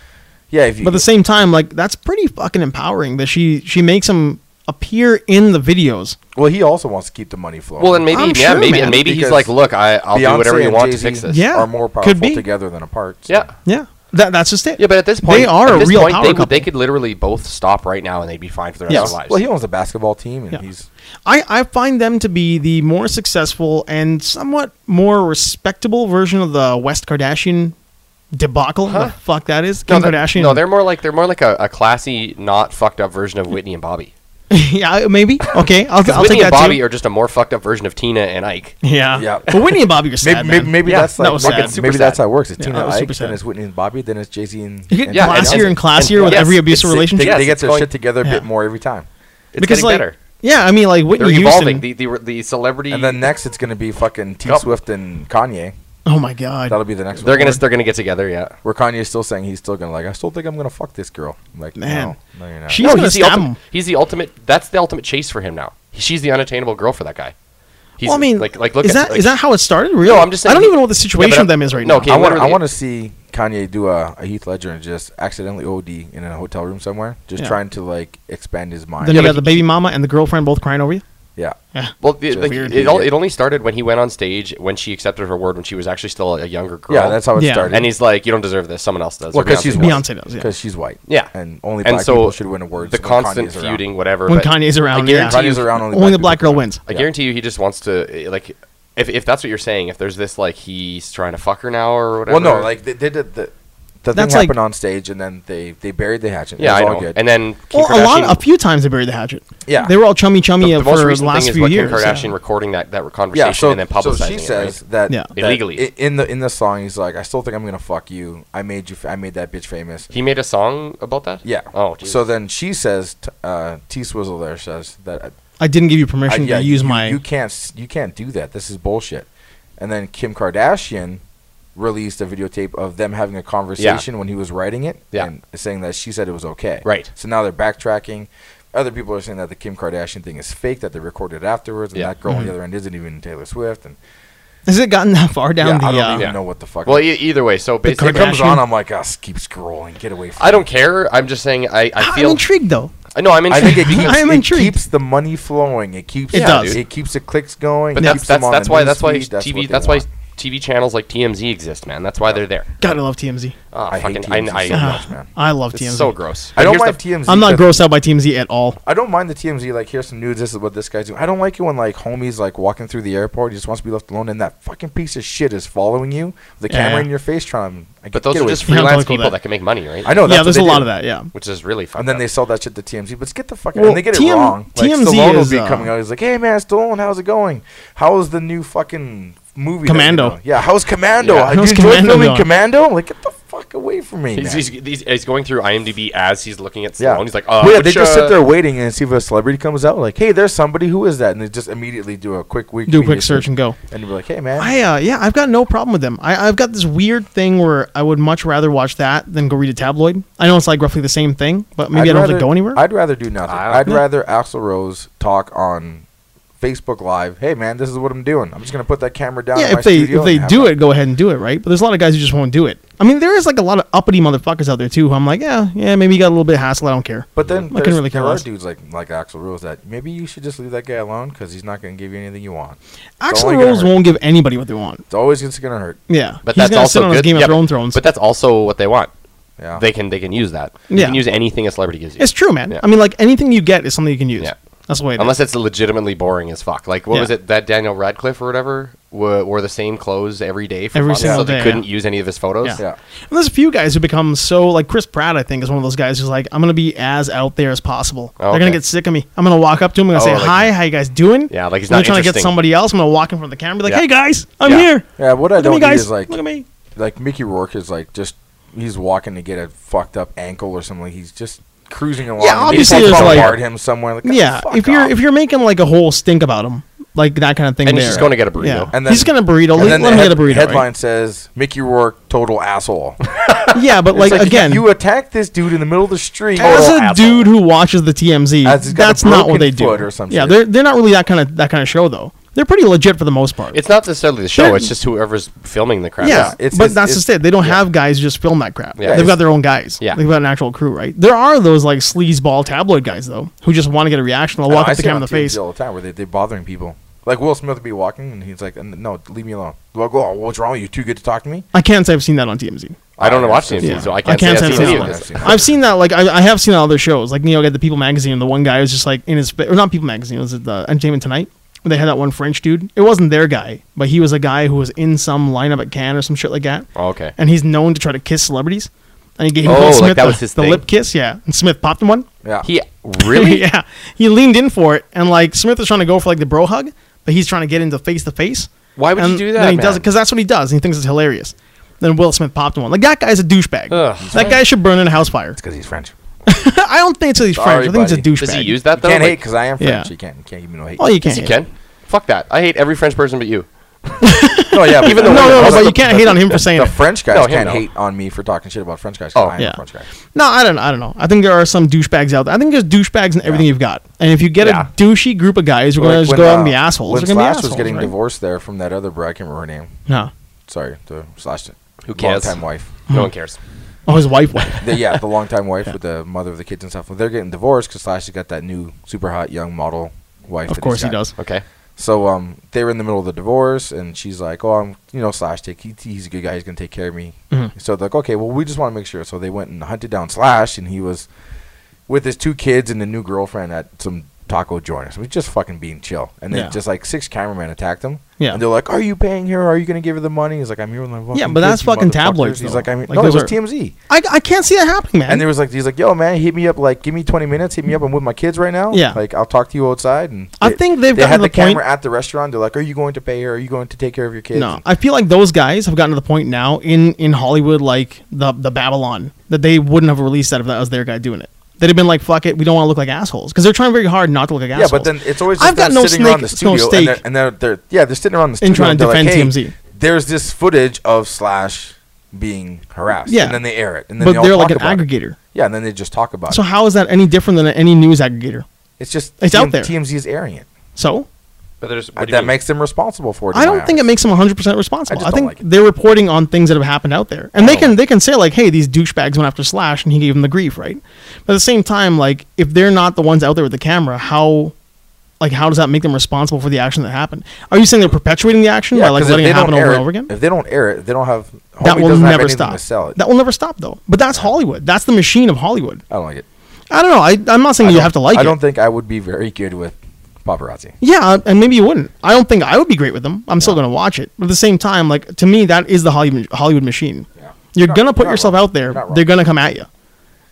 S3: Yeah, if you,
S1: But at the same time, like that's pretty fucking empowering that she she makes him appear in the videos.
S3: well, he also wants to keep the money flowing.
S2: Well, and maybe
S1: I'm
S2: yeah,
S1: sure,
S2: maybe
S1: man,
S2: and maybe he's
S3: because
S2: like, look, I I'll do
S3: Beyonce
S2: whatever you
S3: and
S2: want to
S3: Jay-Z
S2: fix this.
S1: Yeah.
S3: are more
S1: could
S3: powerful
S1: be.
S3: together than apart. so.
S2: yeah.
S1: Yeah, that that's just it.
S2: Yeah, but at this point,
S1: they are
S2: at
S1: a
S2: this
S1: real
S2: point,
S1: power
S2: they, would-
S1: couple.
S2: they could literally both stop right now and they'd be fine for the rest
S1: Yes.
S2: of their lives.
S3: Well, he owns a basketball team, and
S1: Yeah.
S3: he's
S1: I, I find them to be the more successful and somewhat more respectable version of the West Kardashian debacle. The fuck that is Kim
S2: no, that-
S1: Kardashian.
S2: no, they're more like they're more like a, a classy, not fucked up version of Whitney and Bobby.
S1: yeah, maybe okay. I'll,
S2: Because
S1: I'll
S2: Whitney
S1: take
S2: and
S1: that
S2: Bobby
S1: too.
S2: are just a more fucked up version of Tina and Ike.
S1: yeah,
S3: Yeah.
S1: But Whitney and Bobby are
S3: maybe
S1: sad.
S3: maybe,
S1: man.
S3: maybe
S2: Yeah,
S3: that's
S1: that
S3: like
S1: was
S3: maybe,
S1: sad.
S2: Super
S3: maybe that's
S2: sad.
S3: how it works. It's
S1: Yeah,
S3: Tina
S1: that was
S3: Ike,
S1: super sad.
S3: then it's Whitney and Bobby, then it's Jay Z and,
S1: You get
S3: and
S2: Yeah,
S3: Beyonce.
S1: classier and classier
S2: and-
S1: with
S2: yes,
S1: every abusive
S2: it's- it-
S3: They,
S1: relationship.
S2: Yes,
S3: they get
S2: it's
S3: their
S2: going-
S3: shit together a
S1: Yeah.
S3: bit more every time.
S2: It's getting
S1: like,
S2: better.
S1: Yeah, I mean, like
S2: They're
S1: Whitney Houston.
S2: evolving. The, the the celebrity.
S3: And then next, it's gonna be fucking T
S2: Yup.
S3: Swift and Kanye.
S1: oh my god.
S3: That'll be the next.
S2: they're
S3: one.
S2: gonna they're gonna get together. Yeah.
S3: where Kanye's still saying he's still gonna like. I still think I'm gonna fuck this girl. I'm like,
S1: Man.
S3: no, no, you're not.
S1: She- He's gonna
S2: he's the,
S1: stab
S2: ultimate,
S1: him.
S2: he's the ultimate. That's the ultimate chase for him now. She's the unattainable girl for that guy. He's,
S1: well, I mean,
S2: like, like, look
S1: is
S2: at,
S1: that
S2: like,
S1: is that how it started? Really?
S2: I'm just saying-
S1: I don't even know what the
S2: Yeah, but
S1: situation
S2: I-
S1: of them is right
S2: no,
S1: now.
S2: okay,
S3: I want. I
S2: literally-
S3: want to see Kanye do a, a Heath Ledger and just accidentally OD in a hotel room somewhere, just
S1: Yeah.
S3: trying to like expand his mind.
S1: Then
S2: Yeah,
S1: you
S2: but
S1: got the baby mama and the girlfriend both crying over you.
S3: yeah.
S1: Yeah.
S2: Well, the-
S3: Just
S2: like,
S1: weird.
S2: it, all, it only started when he went on stage when she accepted her word when she was actually still a younger girl.
S3: Yeah, that's how it
S1: Yeah.
S3: started.
S2: And he's like, "You don't deserve this. Someone else does."
S3: well,
S2: or
S3: because she's
S2: Beyonce
S1: white.
S2: does."
S1: Beyonce does, yeah.
S3: because she's white.
S2: Yeah,
S3: and only
S2: and
S3: black
S2: so
S3: people should win awards.
S2: The
S3: when
S2: constant
S3: Kanye's around.
S2: feuding, whatever.
S1: When
S2: but
S1: Kanye's around,
S2: I
S1: yeah.
S2: guarantee
S3: Kanye's
S2: you-
S3: around only.
S1: Only the
S3: people
S1: black girl
S3: count.
S1: wins.
S2: I
S3: Yeah.
S2: guarantee you, he just wants to uh, like. If, if that's what you're saying, if there's this like he's trying to fuck her now or whatever.
S3: Well, no, like they did the, the, the thing
S1: That's like-
S3: happened on stage, and then they they buried the hatchet. It
S2: yeah, I
S3: was all
S2: know.
S3: good.
S2: And then Kim
S1: Well, a lot,
S2: Kardashian-
S1: a few times they buried the hatchet.
S3: Yeah.
S1: they were all chummy chummy
S2: the, the
S1: for
S2: most
S1: the
S2: recent
S1: last
S2: thing is
S1: few
S2: what
S1: years.
S2: Kim
S1: yeah.
S2: Kardashian recording that, that conversation and then publicizing
S3: so she
S2: it,
S3: says
S2: right?
S3: that,
S1: Yeah.
S3: that
S2: Illegally.
S3: i- in the in the song he's like I still think I'm gonna fuck you I made you f- I made that bitch famous
S2: He made a song about that.
S3: yeah
S2: Oh, Jesus.
S3: so then she says t- uh, T Swizzle there says that uh,
S1: I didn't give you
S3: I,
S1: permission
S3: yeah,
S1: to use
S3: you,
S1: my.
S3: you can't s- you can't do that this is bullshit and then Kim Kardashian released a videotape of them having a conversation when he was writing it
S2: Yeah.
S3: and saying that she said it was okay
S2: Right.
S3: so now they're backtracking. Other people are saying that the Kim Kardashian thing is fake, that they recorded afterwards, and
S2: Yeah. Mm-hmm.
S3: that girl on the other end isn't even Taylor Swift. And
S1: has it gotten that far down
S3: yeah,
S1: the?
S3: I don't
S1: uh,
S3: even
S2: Yeah.
S3: know what the fuck.
S2: well, e- either way, so
S1: The
S2: basically,
S3: It comes on,
S1: Kardashian.
S3: I'm like, ah, s- keep scrolling, get away from
S2: I don't care. I'm just saying. I, I
S1: I'm
S2: feel.
S1: intrigued though.
S2: I know. I'm
S3: I think it
S2: intrigued.
S3: keeps,
S1: I am
S3: it
S1: intrigued.
S3: keeps the money flowing. It keeps
S1: It does.
S3: It keeps the clicks going.
S2: But
S3: it
S2: that's
S3: keeps them
S2: that's
S3: on
S2: that's
S3: the
S2: why that's why
S3: newsfeed,
S2: TV
S3: what they
S2: that's why
S3: want.
S2: TV channels like TMZ exist, man. That's why they're there.
S1: God, I love TMZ.
S2: Oh,
S3: Ah, I hate
S2: fucking,
S3: TMZ
S2: I, I,
S3: so
S1: Ah,
S3: much, man.
S1: I love
S2: It's
S1: TMZ.
S2: so gross.
S3: I don't
S2: Here's the-
S3: mind TMZ.
S1: I'm not
S3: but
S1: grossed out by TMZ at all.
S3: I don't mind the TMZ. Like, here's some news. This is what this guy's doing. I don't like it when like homies like walking through the airport. He just wants to be left alone, and that fucking piece of shit is following you with a
S1: Yeah.
S3: camera in your face, trying. to
S2: But those
S3: get
S2: are
S3: away
S2: just
S3: from me.
S1: Yeah,
S2: freelance
S1: don't go
S2: people
S1: there.
S2: that can make money, right?
S3: I know. That's
S1: yeah,
S3: what
S1: there's a
S3: they
S1: lot
S3: do.
S1: of that. Yeah.
S2: Which is really fun.
S3: And then they sell that shit to TMZ, but get the fuck out.
S1: Well,
S3: and they get
S1: TM
S3: it wrong. Like,
S1: TMZ
S3: Stallone will
S1: is,
S3: be
S1: uh,
S3: coming out. He's like, "Hey man, Stallone, how's it going? How's the new fucking movie? that we
S1: Commando.
S3: know? Yeah, how's Commando?
S2: Yeah.
S3: I
S1: How's
S3: you enjoy
S1: Commando
S3: filming
S1: going?
S3: Commando? I'm like, get the fuck away from me,
S2: he's,
S3: man.
S2: he's, he's, he's going through IMDb as he's looking at Stallone.
S3: yeah,
S2: He's like, uh,
S3: Well, yeah, they
S2: which,
S3: just
S2: uh,
S3: sit there waiting and see if a celebrity comes out. Like, hey, there's somebody. Who is that? And they just immediately do a quick week,
S1: Do a quick search and go.
S3: and be like, hey man,
S1: I uh, yeah, I've got no problem with them. I, I've got this weird thing where I would much rather watch that than go read a tabloid. I know it's like roughly the same thing, but maybe
S3: I'd
S1: I don't have
S3: rather-
S1: to go anywhere.
S3: I'd rather do nothing.
S2: I don't-
S3: I'd rather Axl Rose talk on Facebook Live. Hey man, this is what I'm doing. I'm just gonna put that camera down. in
S1: yeah,
S3: my
S1: if they
S3: studio
S1: if they
S3: and have
S1: do
S3: that."
S1: it, go ahead and do it, right? But there's a lot of guys who just won't do it. I mean, there is like a lot of uppity motherfuckers out there too. Who I'm like, yeah, yeah, maybe you got a little bit of hassle. I don't care.
S3: But then
S1: I
S3: there's-
S1: couldn't really care
S3: there are
S1: less.
S3: dudes like like Axel Rose that maybe you should just leave that guy alone because he's not going to give you anything you want.
S1: Axel
S3: only gonna
S1: Rose
S3: hurt.
S1: won't give anybody what they want.
S3: It's always just going to hurt.
S1: Yeah,
S2: But
S1: he's
S2: that's
S1: gonna
S2: also
S1: sit on
S2: good.
S1: his Game of
S2: Yeah, but-
S1: Thrones thrones.
S2: But that's also what they want.
S3: Yeah,
S2: They can they can use that. You
S1: Yeah.
S2: can use anything a celebrity gives you.
S1: it's true, man.
S2: Yeah.
S1: I mean, like anything you get is something you can use.
S2: Yeah.
S1: That's the way. It is.
S2: Unless it's legitimately boring as fuck. Like what
S1: Yeah.
S2: was it that Daniel Radcliffe or whatever wore, wore the same clothes every day for
S1: Every
S2: fun, so
S1: single
S2: they
S1: day,
S2: couldn't
S1: yeah.
S2: use any of his photos.
S1: Yeah.
S3: yeah.
S1: And there's a few guys who become so like Chris Pratt. I think is one of those guys who's like, I'm gonna be as out there as possible.
S2: Oh,
S1: They're gonna
S2: okay.
S1: get sick of me. I'm gonna walk up to him and
S2: Oh,
S1: say,
S2: like-
S1: "Hi, how you guys doing?"
S2: Yeah, like he's
S1: And
S2: not
S1: they're trying to get
S2: interesting.
S1: somebody else. I'm gonna walk in front of the camera, and be like,
S2: Yeah.
S1: "Hey guys, I'm
S2: Yeah.
S1: here.
S3: Yeah, what I
S1: Look at
S3: don't
S1: me,
S3: need
S1: guys.
S3: is like
S1: Look at me."
S3: like Mickey Rourke is like just he's walking to get a fucked up ankle or something. He's just cruising along. and
S1: obviously
S3: people
S1: there's, like-
S3: bombard him somewhere. Like,
S1: yeah, if you're if you're making like a whole stink about him, like that kind of thing,
S2: And he's
S1: there.
S2: just gonna get a burrito.
S1: Yeah.
S3: And then-
S1: he's gonna burrito.
S3: and
S1: Let,
S3: then the
S1: let him
S3: head-
S1: get a burrito. right?
S3: headline says Mickey Rourke total asshole.
S1: Yeah, but
S3: It's
S1: like, again,
S3: you attack this dude in the middle of the street.
S1: as
S3: total
S1: a
S3: asshole.
S1: dude who watches the TMZ,
S3: As he's got a
S1: that's not what
S3: broken
S1: they do.
S3: foot or some
S1: yeah,
S3: shit.
S1: they're they're not really that kind of that kind of show though. They're pretty legit for the most part.
S2: It's not necessarily the show.
S1: They're-
S2: it's just whoever's filming the crap.
S1: yeah,
S3: it's-
S1: but
S3: it's-
S1: that's
S3: it's-
S1: just it. They don't have guys who just film that crap.
S2: Yeah.
S1: They've got their own guys.
S2: Yeah.
S1: They've got an actual crew, right? There are those like sleazeball tabloid guys though who just want to get a reaction. They'll
S3: I know,
S1: walk
S3: I
S1: up the
S3: see it
S1: camera in
S3: on
S1: the
S3: TMZ
S1: face.
S3: all the time where they, they're bothering people. Like Will Smith will be walking and he's like, "No, leave me alone." Well, go. What's wrong? You too good to talk to me?
S1: I can't say I've seen that on TMZ.
S2: I don't
S3: Oh,
S2: know
S3: yeah,
S2: watch
S3: so-
S2: TMZ,
S1: yeah.
S2: so I
S1: I
S2: can't,
S1: can't
S2: say I've
S1: say I've
S2: seen any
S1: seen
S2: of
S3: that.
S2: this.
S3: I've seen
S1: I've seen that. Like I, I have seen on other shows. Like you know, at the People magazine, and the one guy was just like in his or not People magazine. Was it the Entertainment Tonight? When they had that one French dude. It wasn't their guy, but he was a guy who was in some lineup at Cannes or some shit like that.
S2: Oh, okay.
S1: And he's known to try to kiss celebrities. And he gave
S2: Oh,
S1: Will
S2: like
S1: Smith
S2: that
S1: the,
S2: was his
S1: the
S2: thing?
S1: lip kiss. Yeah, and Smith popped him one.
S3: Yeah.
S2: He really?
S1: yeah, he leaned in for it, and like Smith is trying to go for like the bro hug, but he's trying to get into face to face.
S2: Why would you
S1: And
S2: do that,
S1: Then he does it
S2: man?
S1: because that's what he does. And he thinks it's hilarious. Then Will Smith popped him one. Like that guy's a douchebag.
S2: Ugh.
S1: that guy should burn in a house fire.
S3: because he's French.
S1: I don't think it's he's
S3: Sorry,
S1: French. I think it's
S3: buddy.
S1: a douchebag.
S2: Does he use that
S3: You
S2: though?
S3: can't hate
S2: Like,
S3: because I am
S1: Yeah.
S3: French. You can't. You can't give me no hate.
S1: Well, you can't.
S2: yes, you
S1: hate.
S2: can. Fuck that. I hate every French person but you.
S3: no, yeah, but-
S2: Even the
S1: No, no,
S2: one that
S1: no.
S2: was
S1: But
S2: the-
S1: you can't hate on him for saying
S3: the
S1: it.
S3: French guys
S2: No, him,
S3: can't
S2: no.
S3: hate on me for talking shit about French guys. 'cause
S2: Oh,
S3: I am
S1: yeah.
S3: a French guy.
S1: No, I don't. I don't know. I think there are some douchebags out there. I think there's douchebags in everything you've got. And if you get
S2: Yeah.
S1: a douchey group of guys who are going to
S3: Like
S1: just
S3: when,
S1: go out and
S3: uh,
S1: be assholes,
S3: When
S1: they're going to be
S3: Slash
S1: assholes.
S3: was getting
S1: right?
S3: divorced there from that other bro, I can't remember her name.
S1: No.
S3: Sorry, the Slash.
S2: Who cares?
S3: Long time wife.
S2: No one cares.
S1: Oh, his wife. wife.
S3: the, yeah, the longtime wife with the mother of the kids and stuff. Well, they're getting divorced because Slash has got that new super hot young model wife. that
S1: of
S3: he's
S1: course he
S3: got.
S1: does.
S2: Okay.
S3: So um, they were in the middle of the divorce, and she's like, "Oh, I'm you know Slash take he, he's a good guy. He's gonna take care of me."
S1: Mhm.
S3: So they're like, "Okay, well we just want to make sure." So they went and hunted down Slash, and he was with his two kids and a new girlfriend at some taco joint. So he's just fucking being chill, and then
S1: Yeah.
S3: just like six cameramen attacked him.
S1: Yeah.
S3: and they're like, "Are you paying her? Are you gonna give her the money?" He's like, "I'm here with my fucking
S1: but that's
S3: kids, you
S1: fucking
S3: motherfuckers."
S1: tabloids,
S3: He's
S1: though.
S3: like, "I'm here."
S1: Like,
S3: no, it
S1: those
S3: was
S1: are-
S3: TMZ."
S1: I, I can't see that happening, man.
S3: And there was like, he's like, "Yo, man, hit me up. Like, give me 20 minutes. Hit me up. I'm with my kids right now.
S1: Yeah.
S3: like I'll talk to you outside." And
S1: I
S3: they-
S1: think they've
S3: they
S1: gotten
S3: had
S1: to the
S3: the,
S1: point-
S3: camera at the restaurant. They're like, "Are you going to pay her? Are you going to take care of your kids?"
S1: No, I feel like those guys have gotten to the point now in in Hollywood, like the the Babylon, that they wouldn't have released that if that was their guy doing it. They'd have been like, "Fuck it, we don't want to look like assholes," because they're trying very hard not to look like
S3: yeah,
S1: assholes.
S3: but then it's always just
S1: I've got
S3: them
S1: no
S3: sitting around the
S1: snake- no
S3: studio and, they're,
S1: stake.
S3: and they're, they're yeah they're sitting around the studio
S1: In trying to
S3: and they're
S1: defend
S3: like, hey,
S1: TMZ.
S3: There's this footage of Slash being harassed.
S1: Yeah.
S3: and then they air it. And then
S1: but
S3: they all
S1: they're like an
S3: talk about it.
S1: aggregator.
S3: Yeah, and then they just talk about
S1: So
S3: it.
S1: how is that any different than any news aggregator?
S3: It's just
S1: It's out there.
S3: TMZ is airing it.
S1: So
S2: But there's
S3: that makes them responsible for it. in
S1: I
S3: my
S1: don't think it
S3: eyes.
S1: makes them 100 percent responsible. I,
S3: I just
S1: think
S3: don't like it.
S1: they're reporting on things that have happened out there, and they
S3: Oh.
S1: can they can say like, "Hey, these douchebags went after Slash, and he gave them the grief," right? But at the same time, like if they're not the ones out there with the camera, how like how does that make them responsible for the action that happened? Are you saying they're perpetuating the action by
S3: Yeah,
S1: like
S3: 'cause if
S1: letting
S3: they
S1: it
S3: don't
S1: happen over
S3: air
S1: and
S3: it-
S1: over again?
S3: If they don't air it, they don't have
S1: That
S3: homie
S1: will
S3: doesn't have
S1: never
S3: anything
S1: stop.
S3: To sell it.
S1: That will never stop though. But that's Hollywood. That's the machine of Hollywood.
S3: I don't like it.
S1: I don't know. I, I'm not saying
S3: I
S1: you
S3: don't-
S1: have to like
S3: I
S1: it.
S3: don't think I would be very good with paparazzi.
S1: Yeah, and maybe you wouldn't. I don't think I would be great with them. I'm still going to watch it. But at the same time, like to me, that is the Hollywood Hollywood machine.
S3: Yeah.
S1: You're
S3: You're
S1: gonna
S3: not-
S1: put
S3: you're not
S1: yourself
S3: wrong.
S1: out there.
S3: You're not wrong.
S1: They're gonna come at you.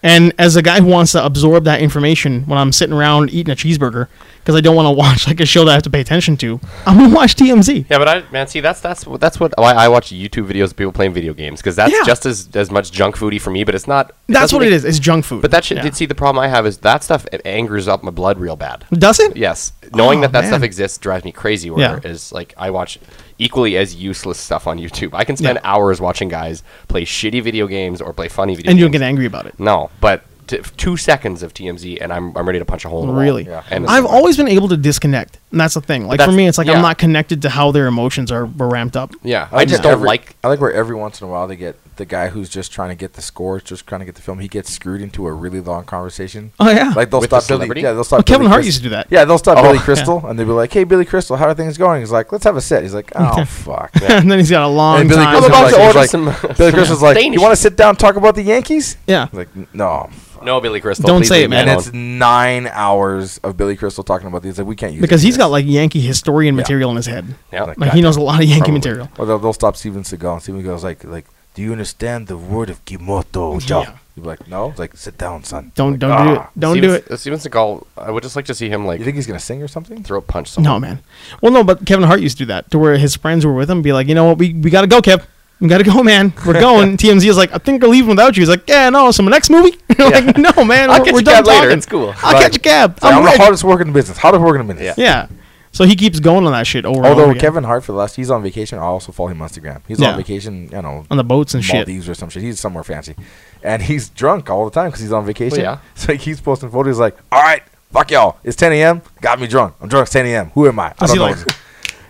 S1: And as a guy who wants to absorb that information when I'm sitting around eating a cheeseburger because I don't want to watch like a show that I have to pay attention to, I'm gonna watch TMZ.
S2: Yeah, but I man, see that's that's what- that's what why I watch YouTube videos of people playing video games because that's
S1: Yeah.
S2: just as as much junk foody for me. But it's not. it
S1: That's
S2: doesn't
S1: what it
S2: make-
S1: is. It's junk food.
S2: But that shit.
S1: Yeah.
S2: See, the problem I have is that stuff it angers up my blood real bad.
S1: does it?
S2: Yes, knowing
S1: Oh,
S2: that that stuff
S1: man.
S2: exists drives me crazy.
S1: Yeah.
S2: Where is like I watch equally as useless stuff on YouTube. I can spend hours watching guys play shitty video games or play funny video.
S1: And you
S2: games.
S1: don't get angry about it.
S2: No, but t- two seconds of TMZ and I'm I'm ready to punch a hole in the wall.
S1: Really?
S3: Yeah.
S2: And
S1: I've always been able to disconnect, and that's the thing. Like for
S2: that's-
S1: me, it's like
S2: yeah.
S1: I'm not connected to how their emotions are, are ramped up.
S2: yeah, I just
S3: where
S2: don't
S3: every-
S2: like.
S3: I like where every once in a while they get the guy who's just trying to get the score, just trying to get the film. He gets screwed into a really long conversation.
S1: Oh, yeah.
S3: like they'll
S2: With the
S3: stop Billy.
S2: celebrity?
S3: Yeah, they'll stop.
S1: Oh, Kevin
S3: Billy
S1: Hart
S3: Crys-
S1: used to do that.
S3: Yeah, they'll stop
S2: Oh,
S3: Billy
S2: yeah.
S3: Crystal, and they'll be like, "Hey, Billy Crystal, how are things going?" He's like, "Let's have a sit." He's like, "Oh fuck."
S1: and then he's got a long
S3: And Billy
S1: time.
S2: I'm
S3: Crystal's
S2: about
S3: like,
S2: to
S3: he's
S2: order
S3: like-
S2: some-
S3: Billy Crystal's like,
S2: Danish.
S3: "You want to sit down and talk about the Yankees?"
S1: yeah.
S3: He's like, "No."
S2: No, Billy Crystal.
S1: Don't
S2: please
S1: say
S2: leave
S1: it,
S2: me
S1: man.
S3: And
S2: alone.
S3: it's nine hours of Billy Crystal talking about these. Like, we can't use
S1: because
S3: it for
S1: he's
S3: this."
S1: got like Yankee historian
S3: Yeah.
S1: material in his head.
S2: Yeah.
S1: Like he knows a lot of Yankee
S2: Probably.
S1: material.
S3: Or they'll, they'll stop Steven Seagal, and Steven Seagal's like, like, do you understand the word of Kimoto?
S1: Yeah.
S3: You'd be like, no. It's like, sit down, son.
S1: Don't
S3: Like,
S1: don't do
S3: "Ah."
S1: it. Don't
S2: Steven,
S1: do it.
S2: Steven Seagal. I would just like to see him like
S3: You think he's gonna sing or something?
S2: throat punch someone.
S1: No man. Well, no, but Kevin Hart used to do that to where his friends were with him, be like, you know what, we, we gotta go, Kev. We gotta go, man. We're going. TMZ is like, I think we're leaving without you. He's like, yeah, no. So my next movie, You're like, no, man.
S2: I'll
S1: we're,
S2: catch
S1: we're
S2: a
S1: done
S2: cab later.
S1: talking.
S2: It's cool.
S1: I'll
S2: Right.
S1: catch a cab.
S3: Like, I'm,
S1: I'm
S3: the
S1: rich.
S3: hardest worker in the business. Hardest worker in the business.
S1: Yeah. So he keeps going on that shit over. and
S3: Although
S1: over again.
S3: Kevin Hart for the last, he's on vacation. I also follow him on Instagram. He's
S1: Yeah.
S3: on vacation. You know,
S1: on the boats and shit.
S3: Maldives or some shit. He's somewhere fancy, and he's drunk all the time because he's on vacation.
S2: yeah.
S3: So like, he's posting photos like, "All right, fuck y'all. It's 10 a.m. Got me drunk. I'm drunk. It's 10 a.m. Who am I? I
S1: Is
S3: don't
S1: he
S3: know."
S1: like-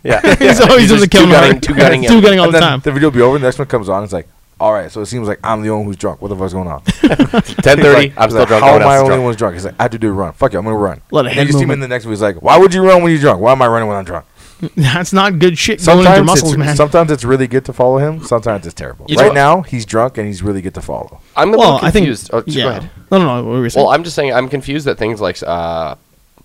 S2: Yeah.
S1: he's always
S2: He's
S1: just
S2: just
S1: killing
S2: two-gunning-
S1: hard.
S2: two-gunning him.
S1: two gunning all
S3: and
S1: the
S3: then
S1: time.
S3: the video will be over. The next one comes on. It's like, all right. So it seems like I'm the only one who's drunk. What the fuck's going on?
S2: Ten thirty.
S3: He's like-
S2: I'm
S3: he's
S2: still
S3: like,
S2: drunk.
S3: How
S2: No one
S3: am
S2: else
S3: I
S2: is
S3: only
S2: drunk.
S3: one who's drunk? He's like, I had to do a run. Fuck it, I'm gonna run.
S1: Lot of
S3: And
S1: head
S3: you see him in
S1: movement.
S3: the next one. He's like, Why would you run when you're drunk? Why am I running when I'm drunk?
S1: That's not good shit going into
S3: Sometimes
S1: your muscles,
S3: it's,
S1: man.
S3: sometimes it's really good to follow him. Sometimes it's terrible.
S2: You
S3: right
S2: know-
S3: now, he's drunk and he's really good to follow.
S2: I'm a
S1: well,
S2: little
S1: I think.
S2: confused. Oh, just
S1: yeah.
S2: go ahead.
S1: No, no, no. What were you saying?
S2: Well, I'm just saying I'm confused that things like uh,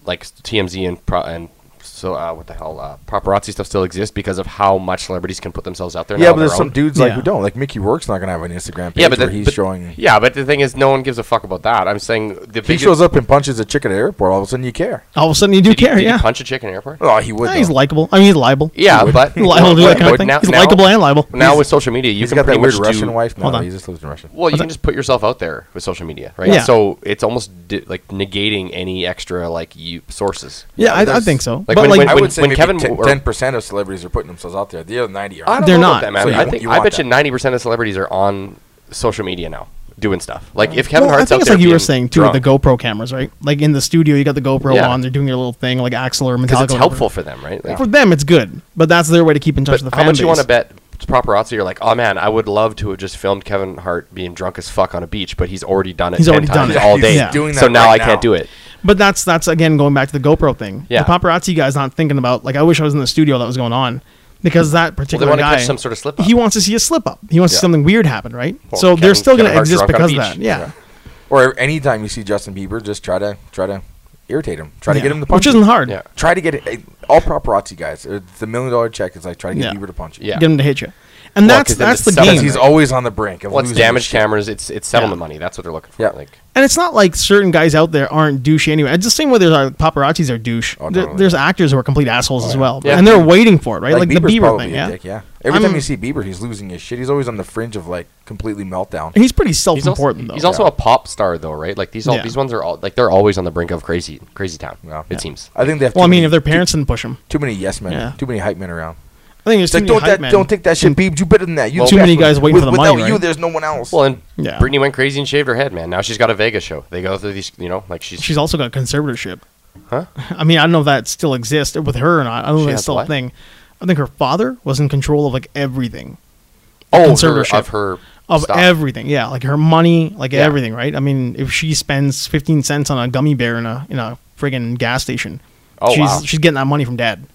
S2: like TMZ and pro- and so uh, what the hell uh, paparazzi stuff still exist because of how much celebrities can put themselves out there.
S3: Yeah,
S2: now
S3: but
S2: on
S3: there's
S2: their
S3: some
S2: own.
S3: dudes like
S1: Yeah.
S3: who don't. Like Mickey Rourke's not gonna have an Instagram page
S2: Yeah, but
S3: where
S2: that-
S3: he's
S2: but-
S3: showing.
S2: Yeah, but the thing is, no one gives a fuck about that. I'm saying the
S3: He
S2: biggest-
S3: shows up and punches a chick at an airport. All of a sudden, you care.
S1: all of a sudden, you do
S2: Did he-
S1: care.
S2: did he
S1: yeah.
S2: punch a chick in an airport.
S3: Oh, he would.
S1: Yeah, he's
S3: though.
S1: liable. I mean, he's liable.
S2: Yeah, but
S1: liable to do that kind
S2: but
S1: of thing.
S2: now-
S1: he's
S2: now-
S1: likable and liable.
S2: Now with social media, you
S3: he's
S2: can
S3: got that
S2: pretty
S3: weird
S2: much
S3: Russian
S2: do-
S3: wife.
S1: Hold
S3: No,
S1: on.
S3: he just lives in Russia.
S2: Well,
S1: What's
S2: you
S1: that?
S2: can just put yourself out there with social media, right?
S1: Yeah.
S2: So it's almost di- like negating any extra like you sources.
S1: yeah, I, I
S3: there's-
S1: think so.
S2: like,
S1: but
S2: when-
S1: like,
S2: when-
S3: I would say
S2: when
S3: maybe
S2: Kevin or-
S3: ten percent of celebrities are putting themselves out there. The other ninety
S2: I
S3: are.
S2: don't
S1: They're
S2: know
S1: not.
S2: about that, man.
S3: So you
S2: I
S3: want-
S2: think
S3: you
S2: I
S3: want
S2: bet
S3: that.
S2: you ninety percent of celebrities are on social media now doing stuff. Like if
S1: Uh,
S2: Kevin
S1: well, I
S2: Hart's
S1: think
S2: out
S1: it's
S2: there
S1: like you were
S2: being
S1: saying too
S2: drunk,
S1: with the GoPro cameras, right? Like in the studio, you got the GoPro
S2: Yeah.
S1: on. They're doing their little thing, like Axel or Metallica.
S2: because it's
S1: or
S2: helpful
S1: whatever.
S2: for them, right? Like,
S1: For them, it's good, but that's their way to keep in touch
S2: but
S1: with the
S2: how
S1: fan
S2: much you want to
S1: base.
S2: bet to paparazzi? You're like, oh man, I would love to have just filmed Kevin Hart being drunk as fuck on a beach, but he's already done it.
S1: He's
S2: 10
S1: already done
S2: times
S1: it.
S2: all
S1: He's
S2: day.
S3: doing
S2: so
S3: that
S2: now
S3: right
S2: I can't
S3: now.
S2: do it.
S1: But that's that's again going back to the GoPro thing.
S2: Yeah.
S1: The paparazzi guy's not thinking about like I wish I was in the studio that was going on because that
S2: Well, they
S1: particular
S2: want to
S1: guy
S2: catch some sort of slip up.
S1: he wants to see a slip up. He wants to
S2: Yeah.
S1: see something weird happen, right?
S2: Well,
S1: so they're
S2: Kevin-
S1: still going
S2: Kevin
S1: to
S2: Hart's
S1: exist
S2: drunk on a
S1: because of
S2: beach.
S1: that. Yeah.
S3: Yeah. Or anytime you see Justin Bieber, just try to try to irritate him. Try to
S1: Yeah.
S3: get him to punch.
S1: Which isn't
S3: you.
S1: hard.
S2: Yeah.
S3: Try to get it. All paparazzi guys. It's the million dollar check. It's like try to get
S1: Yeah.
S3: Bieber to punch you.
S2: Yeah.
S1: Get him to hit you. And
S2: Well,
S1: that's
S2: 'cause then
S1: that's the
S2: it's seven-
S1: game.
S3: Because he's
S2: Right.
S3: always on the brink of
S2: What's
S3: losing his
S2: damage
S3: shit.
S2: cameras? It's it's settlement
S1: Yeah.
S2: money. That's what they're looking for.
S3: Yeah.
S2: Like
S1: And it's not like certain guys out there aren't douchey anyway. It's the same way there's like paparazzis are douche.
S3: Oh,
S1: There-
S3: totally.
S1: there's actors who are complete assholes as well,
S2: Yeah.
S1: and they're waiting for it, right? Like, the
S3: Oh, Bieber's
S1: Bieber
S3: probably
S1: thing.
S3: a
S1: Yeah.
S3: dick, yeah. Every
S1: I'm-
S3: time you see Bieber, he's losing his shit. He's always on the fringe of like completely meltdown.
S1: And he's pretty
S2: he's also,
S1: self-important though.
S2: he's also a pop star though, right? Like these all
S1: Yeah.
S2: these ones are all like they're always on the brink of crazy crazy town.
S3: Yeah.
S2: It seems.
S3: I think they have.
S1: well,
S3: too
S1: I mean,
S3: many-
S1: if their parents didn't push him,
S3: too, too many yes men,
S1: Yeah.
S3: too many hype men around.
S1: I think it's
S3: It's like
S1: too many
S3: don't
S1: hype
S3: that
S1: men.
S3: don't take that shit, Biebs. You better than that. You
S1: Too many
S3: backwards.
S1: guys waiting for the
S3: Without
S1: money,
S3: you,
S1: right?
S3: there's no one else.
S2: Well, and
S1: Yeah.
S2: Brittany went crazy and shaved her head, man. Now she's got a Vegas show. They go through these, you know, like she's,
S1: She's also got conservatorship.
S2: huh?
S1: I mean, I don't know if that still exists with her or not. I don't know
S2: She
S1: if that's
S2: has
S1: still a
S2: what?
S1: thing. I think her father was in control of like everything,
S2: Oh, her,
S1: conservatorship.
S2: of her
S1: of
S2: stuff.
S1: everything. Yeah, like her money, like
S2: Yeah.
S1: everything. Right? I mean, if she spends fifteen cents on a gummy bear in a in a friggin' gas station,
S2: Oh,
S1: she's
S2: wow.
S1: she's getting that money from dad.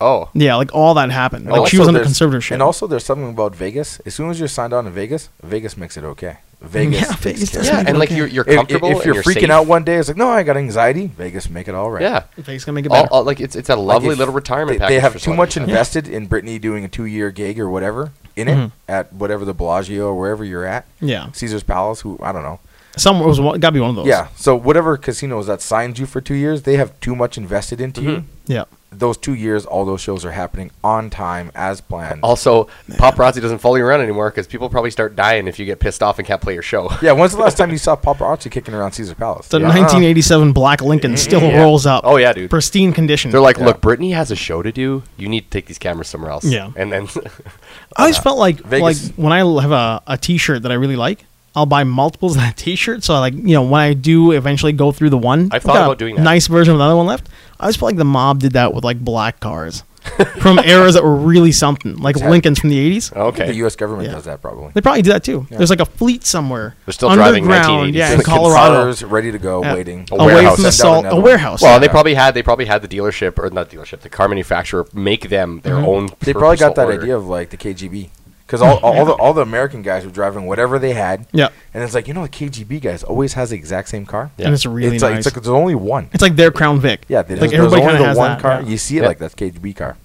S2: Oh,
S1: Yeah, like all that happened.
S3: And
S1: Like she was
S3: also
S1: under
S3: Oh, there's-
S1: conservatorship.
S3: And also, there's something about Vegas. As soon as you're signed on to Vegas, Vegas makes it okay. Vegas,
S1: Yeah,
S3: takes
S1: Vegas
S3: care
S1: does
S3: of
S2: yeah,
S1: make
S3: it.
S1: it
S2: and like
S1: okay.
S2: you're you're
S3: If- if-
S2: comfortable.
S3: If,
S2: and
S3: you're, freaking
S2: safe.
S3: out one day, it's like, no, I got anxiety. Vegas make it all right.
S2: yeah,
S1: Vegas gonna make it
S2: all,
S1: better.
S2: all- like it's it's a
S3: Like,
S2: lovely
S3: if
S2: little retirement
S3: They,
S2: package.
S3: they have
S2: for
S3: too much
S2: somebody.
S3: invested in Brittany doing a two-year gig or whatever in it at whatever the Bellagio or wherever you're at.
S1: Mm-hmm. yeah,
S3: Caesar's Palace. Who I don't know.
S1: some it was got to be one of those.
S3: Yeah. So whatever casinos that signs you for two years, they have too much invested into
S2: Mm-hmm.
S3: you.
S1: yeah.
S3: Those two years, all those shows are happening on time as planned.
S2: Also, paparazzi doesn't follow you around anymore because people probably start dying if you get pissed off and can't play your show.
S3: yeah. When's the last time you saw paparazzi kicking around Caesar's Palace?
S1: The
S3: Yeah.
S1: 1987 black Lincoln still
S2: Mm-hmm. Yeah.
S1: rolls up.
S2: Oh, yeah, dude.
S1: pristine condition.
S2: They're like,
S3: Yeah.
S2: look, Brittany has a show to do. You need to take these cameras somewhere else.
S1: Yeah.
S2: and then
S1: I always felt like
S3: Vegas-
S1: like when I have a, a T-shirt that I really like, I'll buy multiples of that T-shirt. So I like you know when I do eventually go through the one,
S2: I've thought
S1: got a
S2: about doing that.
S1: Nice version of another one left. I always felt like the mob did that with like black cars from eras that were really something, like
S3: Exactly. Oh.
S1: Lincolns from the eighties.
S2: okay,
S3: The U.S. government
S1: Yeah.
S3: does that probably.
S1: They probably do that too. There's like a fleet somewhere.
S2: They're still driving
S1: underground, yeah,
S2: 1980s.
S1: in
S3: Like
S1: Colorado,
S3: consignors ready to go,
S1: Yeah.
S3: waiting.
S2: A
S1: away
S2: warehouse.
S1: from the
S3: Send out
S1: salt, a
S3: another one.
S1: warehouse.
S2: Well, they
S3: Yeah.
S2: probably had they probably had the dealership or not dealership, the car manufacturer make them their own.
S3: They probably got that
S2: purposeful order.
S3: idea of like the KGB, because all, all, the all the American guys were driving whatever they had.
S1: Yeah.
S3: And it's like you know the KGB guys always has the exact same car.
S2: Yeah.
S1: and it's really
S3: it's like
S1: nice.
S3: it's like there's only one.
S1: It's like their Crown Vic.
S3: Yeah,
S1: they
S3: there's,
S1: like
S3: there's
S1: everybody kind
S3: only
S1: of
S3: the
S1: has
S3: one
S1: that.
S3: car.
S1: yeah.
S3: You see it
S2: Yeah.
S3: like that's KGB car.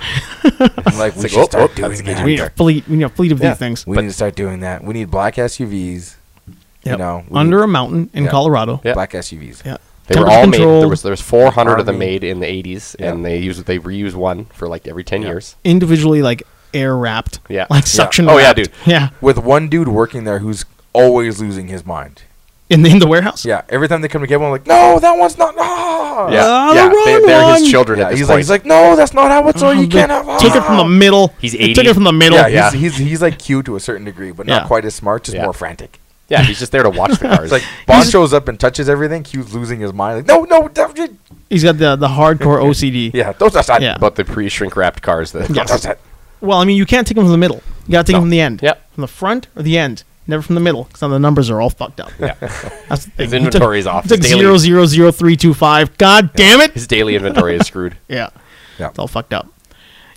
S3: I'm like we
S2: like,
S3: should
S2: oh,
S3: start
S2: oh,
S3: doing
S2: that's a
S3: that.
S1: We need a fleet. We need a fleet of
S3: Yeah.
S1: these things.
S3: We
S2: But-
S3: need to start doing that. We need black SUVs. You
S1: Yep.
S3: know, we
S1: under
S3: need
S1: a mountain in
S3: Yeah.
S1: Colorado.
S2: Yeah.
S3: black SUVs.
S1: Yeah.
S2: They were
S1: Temperature
S2: all made. There
S1: controlled,
S2: was there was 400 of them
S3: Army.
S2: made in the 80s, and
S3: Yeah.
S2: they use they reuse one for like every 10
S3: Yeah.
S2: years.
S1: individually like air wrapped.
S2: Yeah.
S1: Like
S2: Yeah.
S1: suction.
S2: Oh, yeah,
S1: wrapped.
S2: dude.
S1: Yeah.
S3: With one dude working there who's always losing his mind.
S1: In the in the warehouse.
S3: Yeah, every time they come to get one, like, no, that one's not. Ah.
S2: Yeah,
S1: Ah,
S2: yeah.
S1: the wrong
S2: They, are
S1: one!
S2: his children
S3: Yeah,
S2: at this
S3: he's like,
S2: point.
S3: he's like, no, that's not how it's. Oh,
S1: Oh,
S3: you
S1: they
S3: can't have.
S1: Take it from the middle.
S2: He's
S1: They Took
S2: 80.
S1: it from the middle.
S3: Yeah,
S2: Yeah.
S3: He's, he's he's like cute to a certain degree, but
S1: Yeah.
S3: not quite as smart. Just
S2: Yeah.
S3: more frantic.
S2: Yeah, he's just there to watch the cars.
S3: It's like Bond shows up and touches everything. Q's losing his mind. Like, no, no, don't you-
S1: He's got the the hardcore OCD.
S3: yeah, don't touch that.
S1: Yeah.
S2: but the pre-shrink wrapped cars that
S3: Don't touch that.
S1: Well, I mean, you can't take him from the middle. You got to take
S2: No.
S1: him from the end.
S2: Yep.
S1: From the front or the end. Never from the middle, because the numbers are all fucked up.
S2: Yeah.
S1: That's the thing.
S2: His
S1: He took-
S2: inventory is off.
S1: he Took
S2: His daily-
S1: zero zero zero three two five. God damn it!
S2: his daily inventory is screwed.
S1: Yeah.
S3: Yeah.
S1: It's all fucked up.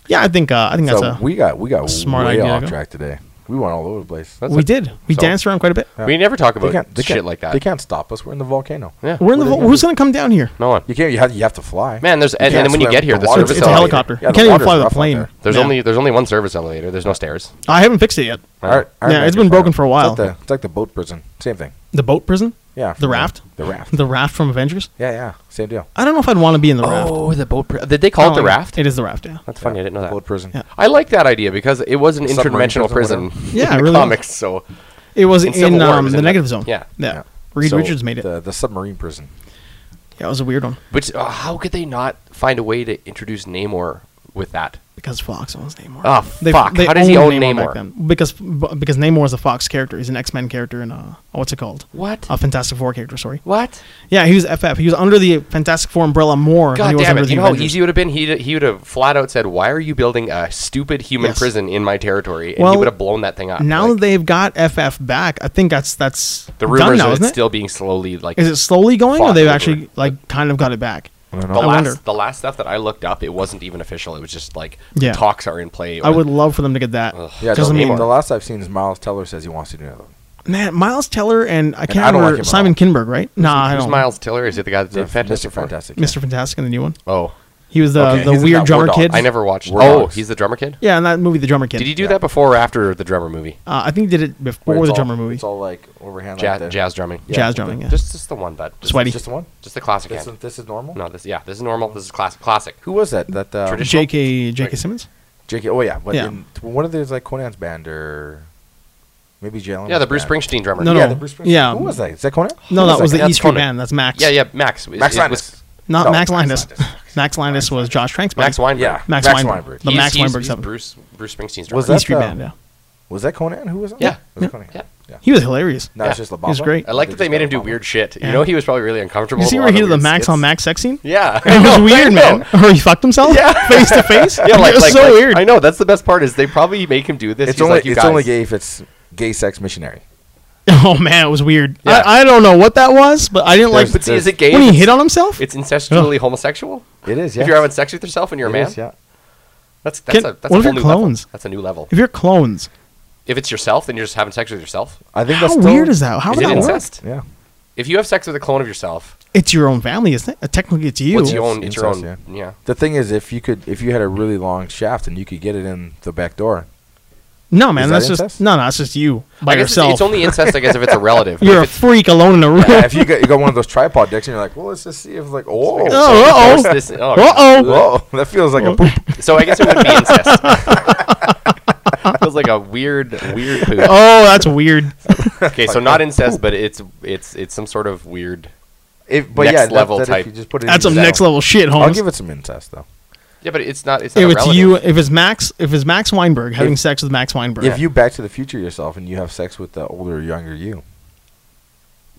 S1: Yeah, I think uh, I think
S3: So
S1: that's a
S3: we got we got
S1: smart
S3: way
S1: idea to
S3: off
S1: go.
S3: track today. We went all over the place.
S2: That's
S1: we
S2: a-
S1: did. We
S2: so-
S1: danced around quite a bit.
S2: We never talk
S3: They
S2: about
S3: can't, they
S2: shit
S3: can't,
S2: like that.
S3: They can't stop us. We're in the volcano.
S2: Yeah.
S1: We're in the.
S3: What are they
S1: Who's gonna come down here?
S2: No one.
S3: You can't. You have, you have to fly.
S2: Man, there's and,
S3: can't
S2: and then when you
S3: swim.
S2: get here, the,
S3: The water's
S2: service
S1: It's a
S3: elevator.
S1: helicopter.
S3: Yeah,
S1: you
S3: the
S1: can't even
S3: water's
S1: fly with a
S3: rough out
S1: plane.
S3: there.
S2: There's
S1: Yeah.
S2: only there's only one service elevator. There's no stairs.
S1: I haven't fixed it yet.
S3: Our- our
S1: Yeah, it's
S3: Mac
S1: been
S3: is
S1: broken
S3: fine.
S1: for a while.
S3: It's like the, it's like the boat prison. Same thing.
S1: The boat prison.
S3: Yeah.
S1: The raft.
S3: The raft.
S1: The raft from Avengers.
S3: Yeah, yeah. Same deal.
S1: I don't know if I'd want to be in the raft.
S2: the boat. did they Oh. call it the
S1: Kinda like-
S2: raft?
S1: It is the raft. Yeah.
S2: That's funny. I didn't know that.
S3: Boat prison.
S1: Yeah.
S2: I like that idea because it was an
S3: Submarine
S2: interdimensional
S3: prison,
S2: prison.
S3: whatever.
S1: Yeah,
S2: in
S1: it
S2: the
S1: really was.
S2: comics. So
S1: It was
S2: In
S1: in,
S2: Civil War, it
S1: um,
S2: was
S1: the
S2: in
S1: negative
S2: that.
S1: zone.
S2: Yeah.
S1: Yeah.
S3: Yeah.
S1: Reed
S3: So
S1: Richards made it.
S3: The, the submarine prison.
S1: yeah, it was a weird one
S2: Which uh, how could they not find a way to introduce Namor with that?
S1: because Fox owns Namor.
S2: Ah, fuck. How does he
S1: owned
S2: own Namor?
S1: then. Because b- because Namor is a Fox character. He's an X Men character and uh, oh, what's it called?
S2: What?
S1: A Fantastic Four character. Sorry.
S2: What?
S1: Yeah, he was FF. He was under the Fantastic Four umbrella more than
S2: God
S1: he was
S2: damn
S1: under
S2: it!
S1: the
S2: You know how
S1: Avengers.
S2: easy it would have been. He he would have flat out said, "Why are you building a stupid human
S1: Yes.
S2: prison in my territory?" And he
S1: Well,
S2: would have blown that thing up.
S1: now
S2: Like,
S1: that they've got FF back, I think that's that's
S2: the
S1: done
S2: rumors
S1: now,
S2: are
S1: isn't
S2: it's
S1: it?
S2: still being slowly like
S1: Is it slowly going, or
S2: fought
S1: they've
S2: over.
S1: actually like kind of got it back?
S3: I don't
S2: the
S3: know.
S1: I
S2: last
S1: wonder.
S2: the last stuff that I looked up. It wasn't even official. It was just like
S1: Yeah.
S2: talks are in play. or
S1: I would love for them to get that.
S2: Ugh.
S3: Yeah,
S1: Because
S3: the,
S1: I mean,
S3: the last I've seen is Miles Teller says he wants to do another. one.
S1: man, Miles Teller and I can't
S3: I don't like
S1: remember
S3: him at
S1: Simon
S3: all.
S1: Kinberg, right? Nah, I
S2: Who's
S1: don't.
S2: Miles Tiller? Is it the guy that did Fantastic
S3: Mr.
S2: Four?
S3: Fantastic. yeah.
S1: Mr. Fantastic in the new one.
S2: Oh,
S1: He was the
S3: Okay,
S1: the
S3: he's in
S1: weird
S3: that
S1: drummer
S3: War Dogs.
S1: kid.
S2: I never watched.
S3: We're
S2: oh,
S3: dogs.
S2: he's the drummer kid.
S1: Yeah, in that movie, the drummer kid.
S2: Did he do
S3: Yeah.
S2: that before or after the drummer movie?
S1: Uh, I think he did it before
S3: Where it's
S1: the
S3: all-
S1: drummer movie.
S3: It's all like overhand.
S2: Jazz,
S3: like the-
S2: jazz drumming.
S3: Yeah.
S1: Jazz drumming. Yeah.
S2: Just just the one, bud. Just,
S1: Sweaty.
S3: Just the one.
S2: just the classic
S3: This
S2: end.
S3: is, this is normal.
S2: No, this yeah, this is normal. This is classic. Classic.
S3: Who was that? That uh,
S2: Tradition-
S1: J.K. J.K. Simmons.
S3: J.K. Oh yeah, but
S1: Yeah.
S3: In, one of those like Conan's band or maybe Jalen.
S2: Yeah, the Bruce
S3: was band.
S2: Springsteen drummer.
S1: No,
S3: yeah,
S1: no.
S3: the Bruce Springsteen.
S1: Yeah.
S3: Who was that? Is that Conan?
S1: No,
S3: Who
S1: that was
S2: that?
S1: the E
S2: That's
S1: Street
S2: Conan.
S1: Band. That's Max.
S2: Yeah, yeah, Max. It-
S3: Max
S2: it was-
S3: Linus.
S1: Not
S3: No,
S1: Max
S3: Max
S1: Landis.
S3: Landis.
S1: Max Landis was Josh Trank's
S2: Max
S1: buddy.
S2: Weinberg.
S3: Yeah.
S1: Max
S3: Max
S1: Weinberg.
S3: Weinberg.
S1: The
S2: He's-
S1: Max
S2: he's-
S1: Weinberg
S2: he's
S1: something.
S2: Bruce Bruce Springsteen's drummer.
S3: Was
S1: E
S3: that
S1: Street
S3: the-
S1: Band. Yeah,
S3: Was that Conan? Who was that?
S2: Yeah.
S3: Was it Conan?
S2: Yeah.
S3: yeah.
S1: he was hilarious.
S3: No, it's
S2: Yeah.
S3: just La
S1: He was
S3: Bamba.
S1: great.
S2: I like that they made him do
S3: Just La Bamba.
S2: weird shit. You
S1: Yeah.
S2: know, he was probably really uncomfortable.
S1: You
S2: with
S1: see
S2: a
S1: where
S2: lot
S1: he
S2: of
S1: did the
S2: weird
S1: Max on
S2: skits.
S1: Max sex scene?
S2: Yeah, I
S1: It was
S2: know, I
S1: weird,
S2: know.
S1: man. Or he fucked himself face to face.
S2: Yeah, like,
S1: it was
S2: like
S1: so
S2: like-
S1: weird.
S2: I know that's the best part is they probably make him do this.
S3: It's
S2: He's
S3: only
S2: like, you
S3: it's
S2: guys.
S3: only gay if it's gay sex missionary.
S1: Oh man, it was weird.
S2: Yeah.
S1: I, I don't know what that was, but I didn't like
S2: But see, is it gay?
S1: when
S2: if
S1: he
S2: it's-
S1: hit on himself.
S2: It's incestually homosexual.
S3: It is. Yeah.
S2: If you're having sex with yourself and you're a
S3: It
S2: man,
S3: is, yeah.
S2: that's that's
S1: Can-
S2: a that's
S1: what
S2: a
S1: if
S2: whole
S1: you're
S2: new
S1: clones?
S2: level. That's a new level.
S1: if you're clones,
S2: If it's yourself, then you're just having sex with yourself.
S3: I think
S1: how
S3: that's
S1: weird
S3: still-
S1: is that? How
S2: Is
S1: would
S2: it
S1: that work?
S2: incest?
S3: Yeah.
S2: If you have sex with a clone of yourself,
S1: It's your own family, isn't it? Uh, Technically, it's you.
S2: what's your
S3: It's
S2: own? It's your own.
S3: incest,
S2: Yeah.
S3: The thing is, if you could, if you had a really long shaft and you could get it in the back door,
S1: No, man,
S3: Is that
S1: that's just
S3: incest?
S1: no, no, that's just you by
S2: I guess it's-
S1: yourself.
S2: It's, only incest, I guess, if it's a relative. If
S1: You're a
S2: it's-
S1: freak alone in a room.
S3: yeah, if you got, you got one of those tripod dicks and you're like, well, let's just see if like, oh,
S1: Oh, uh-oh.
S2: Force this- oh,
S1: Uh oh.
S3: whoa, that feels like a poop.
S2: So I guess it would be incest. Feels like a weird, weird poop.
S1: Oh, that's weird.
S2: okay, so not incest, but it's it's it's some sort of weird.
S3: If, but
S2: Next
S3: yeah, that-
S2: level
S3: that if
S2: type.
S3: you just put it in
S1: That's some
S3: yourself.
S1: next level shit, homes.
S3: I'll give it some incest though.
S2: Yeah, but it's not. It's not.
S1: if
S2: a
S1: it's
S2: relative.
S1: you, if it's Max, if it's Max Weinberg having
S3: If-
S1: sex with Max Weinberg,
S3: If you Back to the Future yourself and you have sex with the older, younger you,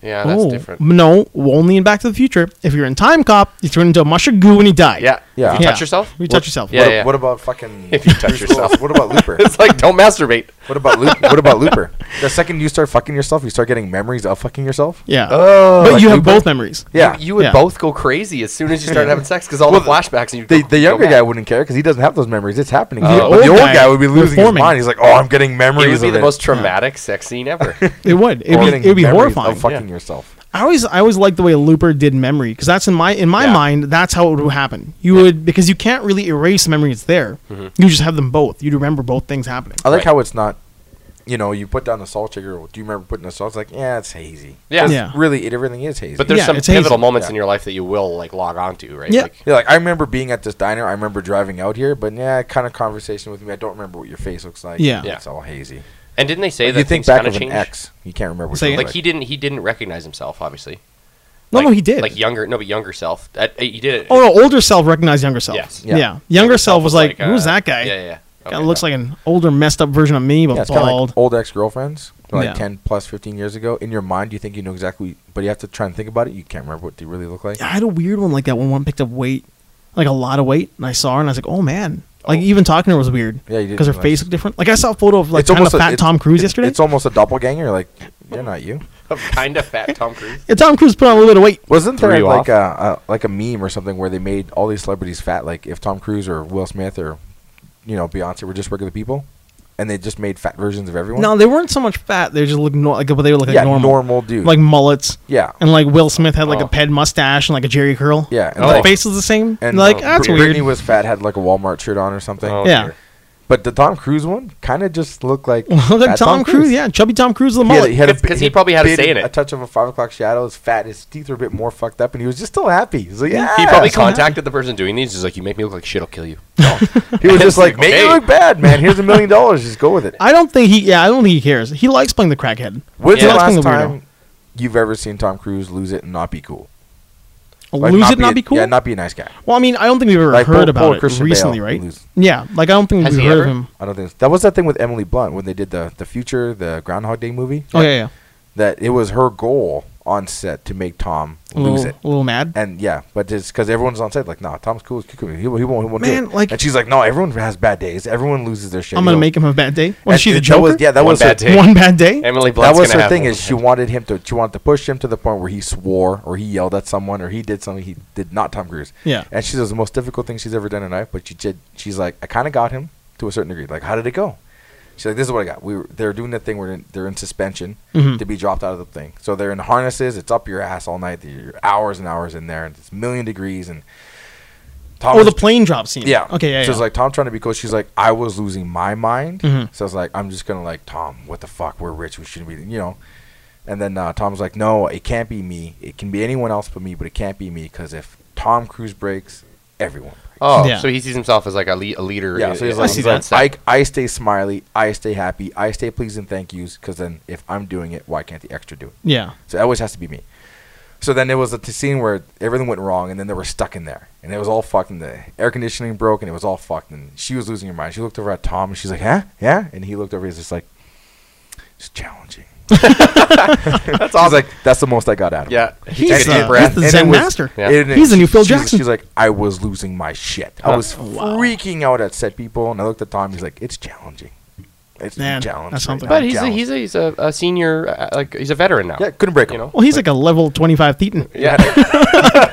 S2: yeah, that's
S1: oh,
S2: different.
S1: No, only in Back to the Future. If you're in Time Cop, you turn into a mush of goo and you die.
S2: Yeah,
S3: Yeah.
S2: If you
S1: Yeah.
S2: touch yourself,
S1: You
S3: What-
S1: touch yourself.
S2: Yeah,
S3: what,
S2: yeah.
S3: what about fucking?
S2: If you touch
S3: Bruce Willis?
S2: yourself.
S3: what about Looper?
S2: it's like don't masturbate.
S3: what about Loop, what about Looper? The second you start fucking yourself, you start getting memories of fucking yourself.
S1: Yeah.
S3: Oh,
S1: but
S3: like
S1: you have
S3: Looper?
S1: both memories.
S3: Yeah,
S2: you, you would
S1: Yeah.
S2: both go crazy as soon as you started having sex because all the flashbacks and you.
S3: The,
S2: go-
S3: the
S2: go
S3: younger
S2: mad.
S3: guy wouldn't care because he doesn't have those memories. It's happening.
S2: The
S3: but the
S1: old
S3: old
S1: guy
S3: guy, would be losing
S1: performing.
S3: his mind. He's like, "Oh, I'm getting
S2: It
S3: memories
S2: would be
S3: of
S2: the
S3: it."
S2: most traumatic sex scene ever.
S1: It would. It
S3: Or
S1: would.
S3: getting
S1: It would be
S3: memories
S1: horrifying.
S3: Of fucking
S2: Yeah.
S3: yourself.
S1: I always, I always liked the way Looper did memory because that's in my, in my
S2: Yeah.
S1: mind, that's how it would happen. You would because you can't really erase the memory that's there.
S2: Mm-hmm.
S1: You just have them both. You remember both things happening.
S3: I like
S2: Right.
S3: how it's not. You know, you put down the salt shaker. Do you remember putting the salt? It's like, yeah, it's hazy.
S2: Yeah.
S3: 'Cause
S1: Yeah.
S3: Really, it everything is hazy.
S2: But there's
S1: Yeah,
S2: some
S1: it's
S2: pivotal
S1: hazy.
S2: moments
S3: Yeah.
S2: in your life that you will like log on to, right?
S1: Yeah.
S2: Like,
S3: Yeah, like I remember being at this diner. I remember driving out here, but yeah, kind of conversation with me. I don't remember what your face looks like.
S1: Yeah.
S2: Yeah.
S3: it's all hazy.
S2: and didn't they say
S3: Like,
S2: that
S3: you think
S2: things
S3: back
S2: kind
S3: of
S2: of
S3: an
S2: change?
S3: ex, you can't remember. What
S1: Say
S3: you
S1: it.
S2: like
S3: look
S2: he didn't he didn't recognize himself obviously
S1: No,
S2: Like-
S1: no, he did.
S2: like younger no but younger self that, uh, he did it
S1: oh no, older self recognized younger self.
S2: Yes.
S1: Yeah.
S3: Yeah.
S1: Younger self was like,
S2: uh,
S1: who's that guy?
S2: yeah yeah, yeah.
S1: Kinda looks like an older, messed up version of me, but
S3: yeah, it's kind of
S1: bald.
S3: like old ex girlfriends. like
S1: Yeah.
S3: 10 plus 15 years ago in your mind you think you know exactly but you have to try and think about it you can't remember what they really look like
S1: I had a weird one like that when one picked up weight, like a lot of weight, and I saw her and I was like, oh man. Like
S3: Oh.
S1: even talking to her was weird.
S3: Yeah, you did
S1: Because her
S3: realize.
S1: face looked different. Like I saw a photo of like kind of fat
S3: it's-
S1: Tom Cruise
S3: it's-
S1: yesterday.
S3: it's almost a doppelganger like you're not you
S2: kind of fat Tom Cruise.
S1: yeah, Tom Cruise put on a little bit of weight.
S3: wasn't
S2: Threw
S3: there
S2: you
S3: like a, a like a meme or something where they made all these celebrities fat like if Tom Cruise or Will Smith or you know Beyonce were just regular people and they just made fat versions of everyone
S1: No, they weren't so much fat. They just looked no- like but they looked like
S3: yeah
S1: normal,
S3: normal, dude
S1: like mullets.
S3: yeah
S1: And like Will Smith had like
S2: Oh.
S1: a ped mustache and like a Jerry curl.
S3: Yeah, and
S1: and the
S2: like-
S1: face was the same.
S3: and,
S1: And like
S3: uh,
S1: that's
S3: Britney
S1: weird.
S3: was fat had like a Walmart shirt on or something
S2: Oh,
S1: Yeah.
S2: dear.
S3: but the Tom Cruise one kind of just looked like
S1: like Tom,
S3: fat
S1: Cruise. yeah, chubby Tom Cruise with a
S3: He had,
S1: mullet.
S3: he had a
S2: 'Cause-
S3: bit-
S2: 'cause he probably had a
S3: bit-
S2: say in it.
S3: A touch of a five o'clock shadow. His fat. His teeth were a bit more fucked up, and he was just still happy. He's like, yeah.
S2: He probably
S1: so happy.
S2: contacted the person doing these. He's like, "You make me look like shit. I'll kill you."
S3: He was just like,
S2: It's like,
S3: make it
S2: okay.
S3: look bad, man. Here's a million dollars. Just go with it.
S1: I don't think he. Yeah, I don't think he cares. He likes playing the crackhead.
S3: When's
S1: He
S2: Yeah.
S3: the
S1: likes
S3: last
S1: being the weirdo.
S3: time you've ever seen Tom Cruise lose it and not be cool? Like,
S1: Lose it, not
S3: a-
S1: be cool.
S3: Yeah, not be a nice guy.
S1: well, I mean, I don't think we've ever
S3: Like,
S1: heard
S3: Paul- Paul
S1: about it
S3: Christian
S1: recently,
S3: Bale
S1: right?
S3: lose.
S1: Yeah, like I don't think
S2: Has
S1: we've
S2: he
S1: heard
S2: ever?
S1: of him.
S3: I don't think that was that thing with Emily Blunt when they did the the future, the Groundhog Day movie.
S1: Oh yeah, yeah.
S3: That it was her goal on set to make Tom
S1: A
S3: lose
S1: little,
S3: it.
S1: a little mad.
S3: And yeah, but it's because everyone's on set like, no, Tom's cool as cucumber. He, he won't, he won't
S1: Man,
S3: do it.
S1: like-
S3: and she's like, no, everyone has bad days. Everyone loses their shit.
S1: I'm
S3: You
S1: gonna
S3: know?
S1: make him have a bad day.
S3: And
S1: Was she the
S3: that
S1: Joker?
S3: Was, yeah, that
S2: One
S3: was
S2: bad
S3: her,
S2: day. that-
S1: One bad day.
S2: Emily
S3: that
S2: Blunt's
S3: was
S2: gonna
S3: her
S2: have
S3: thing.
S2: one.
S3: Is she wanted him to? She wanted to push him to the point where he swore or he yelled at someone or he did something he did not. Tom Cruise.
S1: Yeah.
S3: And she says the most difficult thing she's ever done in life, but she did. She's like, I kind of got him to a certain degree. Like, how did it go? She's like, this is what I got. We were, they're doing that thing where in- they're in suspension
S1: Mhm.
S3: to be dropped out of the thing. So they're in harnesses. It's up your ass all night. You're hours and hours in there, and it's a million degrees. And Tom
S1: Or
S3: was-
S1: Oh, the plane drop scene.
S3: yeah.
S1: Okay. Yeah.
S3: So it's
S1: yeah.
S3: like Tom trying to be cool. She's like, I was losing my mind.
S1: Mhm.
S3: So I was like, I'm just gonna like Tom. What the fuck? We're rich. We shouldn't be. You know. And then uh, Tom's like, No, it can't be me. It can be anyone else but me, but it can't be me because if Tom Cruise breaks, everyone. breaks."
S2: Oh,
S1: Yeah.
S2: so he sees himself as like a, le- a leader.
S3: Yeah.
S2: in-
S3: So he's
S2: in-
S3: like,
S1: see
S3: he's
S1: that.
S2: on
S3: like,
S2: set.
S3: I, I stay smiley. I stay happy. I stay pleasing. Thank yous. Because then if I'm doing it, why can't the extra do it?
S1: yeah.
S3: So it always has to be me. So then it was a t- scene where everything went wrong, and then they were stuck in there, and it was all fucked, and the air conditioning broke, and it was all fucked, and she was losing her mind. She looked over at Tom, and she's like, "Huh? Yeah?" And he looked over, he's just like, "It's challenging." That's awesome. She's like, "That's the most I got out of it."
S2: yeah, he
S1: He's,
S2: takes a
S1: uh,
S2: deep
S1: he's
S2: breath.
S1: the
S3: And it
S1: Zen
S3: was-
S1: master.
S2: Yeah.
S3: and it-
S1: He's the new Phil
S3: she's-
S1: Jackson.
S3: She's like, I was losing my shit. I
S2: Huh.
S3: was
S1: Wow.
S3: freaking out at set people, and I looked at Tom. He's like, "It's challenging. It's
S1: Man,
S3: challenging."
S1: that's something.
S2: But he's a, he's a, he's a, a senior, uh, like he's a veteran now.
S3: yeah, couldn't break
S2: you
S3: him.
S2: know.
S1: Well, he's like a level 25 Thetan.
S2: Yeah,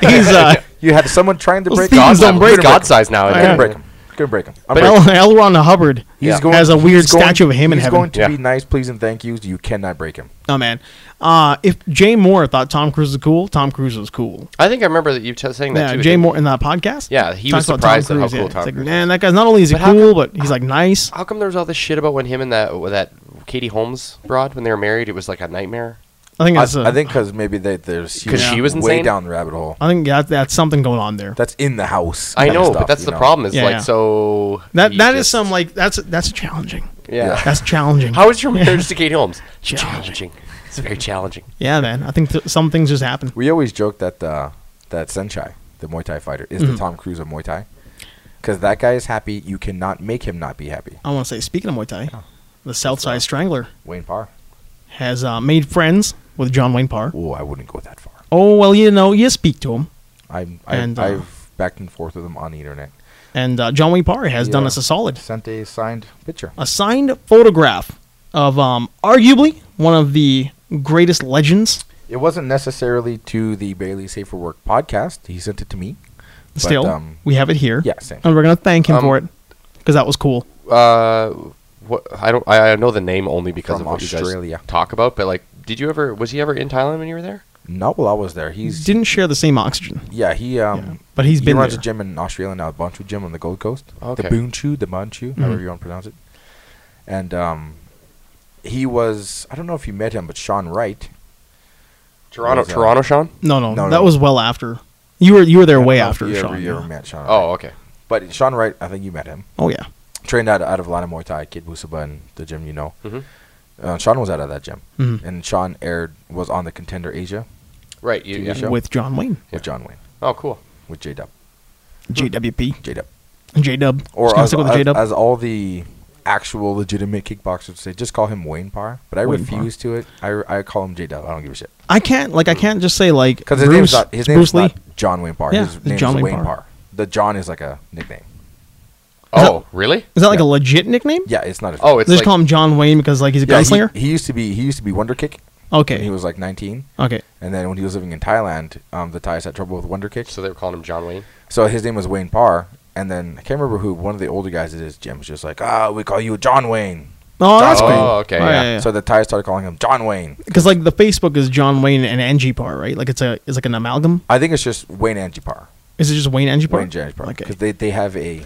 S1: He's uh,
S3: You had someone trying to
S1: Those
S3: break
S1: things
S3: him.
S1: Please don't break
S2: he's God size now.
S1: I
S3: I couldn't
S1: Yeah.
S3: break him. Couldn't break him. I'm
S2: But
S3: breaking
S1: L. L. Ron Hubbard.
S2: Yeah.
S1: has a weird
S3: he's going-
S1: statue of him in
S3: he's
S1: heaven.
S3: going to
S2: Yeah.
S3: be nice, please, and thank yous. You cannot break him.
S1: Oh man, uh, if Jay Moore thought Tom Cruise was cool, Tom Cruise was cool.
S2: I think I remember that you t- saying that
S1: Yeah,
S2: too.
S1: Jay
S2: that-
S1: Moore in that podcast.
S2: Yeah, he was
S1: talks about
S2: surprised at how cool
S1: It's
S2: Tom
S1: like,
S2: Cruise
S1: Man, that guy's not only is he
S2: But how
S1: cool, but he's like nice.
S2: How come there was all this shit about when him and that that Katie Holmes broad when they were married? It was like a nightmare.
S1: I think
S3: I,
S1: that's. a-
S3: I think because maybe they, there's she
S2: 'Cause she was
S3: way
S2: insane?
S3: down the rabbit hole.
S1: I think that, that's something going on there.
S3: That's in the house.
S2: I
S3: kinda
S2: know,
S3: stuff,
S2: but that's
S3: you
S2: the
S3: know?
S2: problem. Is
S1: Yeah,
S2: like
S1: yeah.
S2: so
S1: That
S2: he
S1: that is
S2: just-
S1: some like that's that's challenging.
S2: yeah.
S1: That's challenging.
S2: How is your marriage to Katie Holmes?
S1: Challenging.
S2: Challenging. It's very challenging.
S1: yeah, man. I think th- some things just happen.
S3: We always joke that uh, that Senchai, the Muay Thai fighter, is
S1: Mm.
S3: the Tom Cruise of Muay Thai. Because that guy is happy. You cannot make him not be happy.
S1: I want to say, speaking of Muay Thai,
S2: Oh.
S1: the Southside Strangler
S3: Wayne Parr.
S1: has uh, made friends with John Wayne Parr.
S3: Oh, I wouldn't go that far.
S1: Oh well, you know, you speak to him.
S3: I'm, I,
S1: And, uh,
S3: I've backed and forth with him on the internet.
S1: And uh, John Wayne Parr has done
S3: Yeah.
S1: us a solid.
S3: Sent a signed picture.
S1: A signed photograph of um, arguably one of the greatest legends
S3: It wasn't necessarily to the Bailey Safer Work podcast. He sent it to me. But,
S1: still.
S3: um,
S1: we have it here.
S3: yeah, same.
S1: And we're going to thank him
S2: Um,
S1: for it because that was cool.
S2: Uh, what I don't I I know the name only because
S3: From
S2: of what you
S3: Australia.
S2: guys talk about. But like, did you ever was he ever in Thailand when you were there?
S3: Not while I was there. He's
S1: Didn't share the same oxygen.
S3: yeah he um
S1: Yeah, but he's
S3: he
S1: been
S3: runs
S1: there.
S3: a gym in Australia now, a Bonchu gym on the Gold Coast.
S2: Okay.
S3: The Boonchu, the Bonchu,
S1: Mm-hmm.
S3: however you want to pronounce it. And um, he was I don't know if you met him, but Sean Wright.
S2: Toronto,
S3: Was, uh,
S2: Toronto, Sean.
S1: No, no,
S3: No,
S1: that
S3: no.
S1: was well after. You were you were there
S3: I don't
S1: way
S3: know if
S1: after
S3: you ever-
S1: Sean.
S3: you ever
S1: yeah.
S3: met Sean.
S2: Oh,
S3: Wright.
S2: okay.
S3: but Sean Wright, I think you met him.
S1: Oh yeah.
S3: Trained out out of Lana Muay Thai, Kid Busaba, and the gym you know.
S2: Mhm.
S3: Uh, Sean was out of that gym,
S1: Mhm.
S3: and Sean aired was on the Contender Asia
S2: Right. You,
S3: TV
S2: yeah.
S3: show.
S1: With John Wayne,
S2: Yeah.
S3: with John Wayne,
S2: Oh, cool.
S3: with J Dub,
S1: JWP,
S3: J Dub.
S1: J Dub.
S3: or
S1: Just gonna
S3: as,
S1: stick with the
S3: as-
S1: J Dub.
S3: as all the actual legitimate kickboxers would say just call him Wayne Parr, but I
S1: Wayne Parr.
S3: refuse to it. I, I call him J Dub. I don't give a shit
S1: I can't like I can't just say like
S3: because
S1: Bruce,
S3: his name's not his name's
S1: Bruce Lee.
S3: not John Wayne Parr.
S1: Yeah,
S3: his
S1: it's
S3: name's
S1: John Wayne
S3: Wayne
S1: Parr.
S3: Parr. The John is like a nickname.
S2: Oh, really?
S1: Is that like
S3: Yeah.
S1: a legit nickname?
S3: Yeah, it's not. A
S2: Oh, it's
S1: They just
S2: like
S1: call him John Wayne because like he's a
S3: yeah,
S1: gunslinger.
S3: He, he used to be he used to be Wonder Kick. When
S1: okay.
S3: he was like 19,
S1: okay.
S3: and then when he was living in Thailand, um, the Thais had trouble with Wonder Kick.
S2: so they were calling him John Wayne.
S3: So his name was Wayne Parr, and then I can't remember who one of the older guys at his gym was just like, ah, we call you John Wayne.
S1: Oh, that's
S2: Oh,
S1: great.
S2: okay,
S1: Oh,
S2: yeah.
S1: yeah, yeah.
S3: So the Thais started calling him John Wayne.
S1: Because like the Facebook is John Wayne and Angie Parr, right? Like it's a it's like an amalgam.
S3: I think it's just Wayne Angie Parr.
S1: Is it just Wayne Angie Parr?
S3: Wayne James Parr.
S1: Okay.
S3: Because they, they have a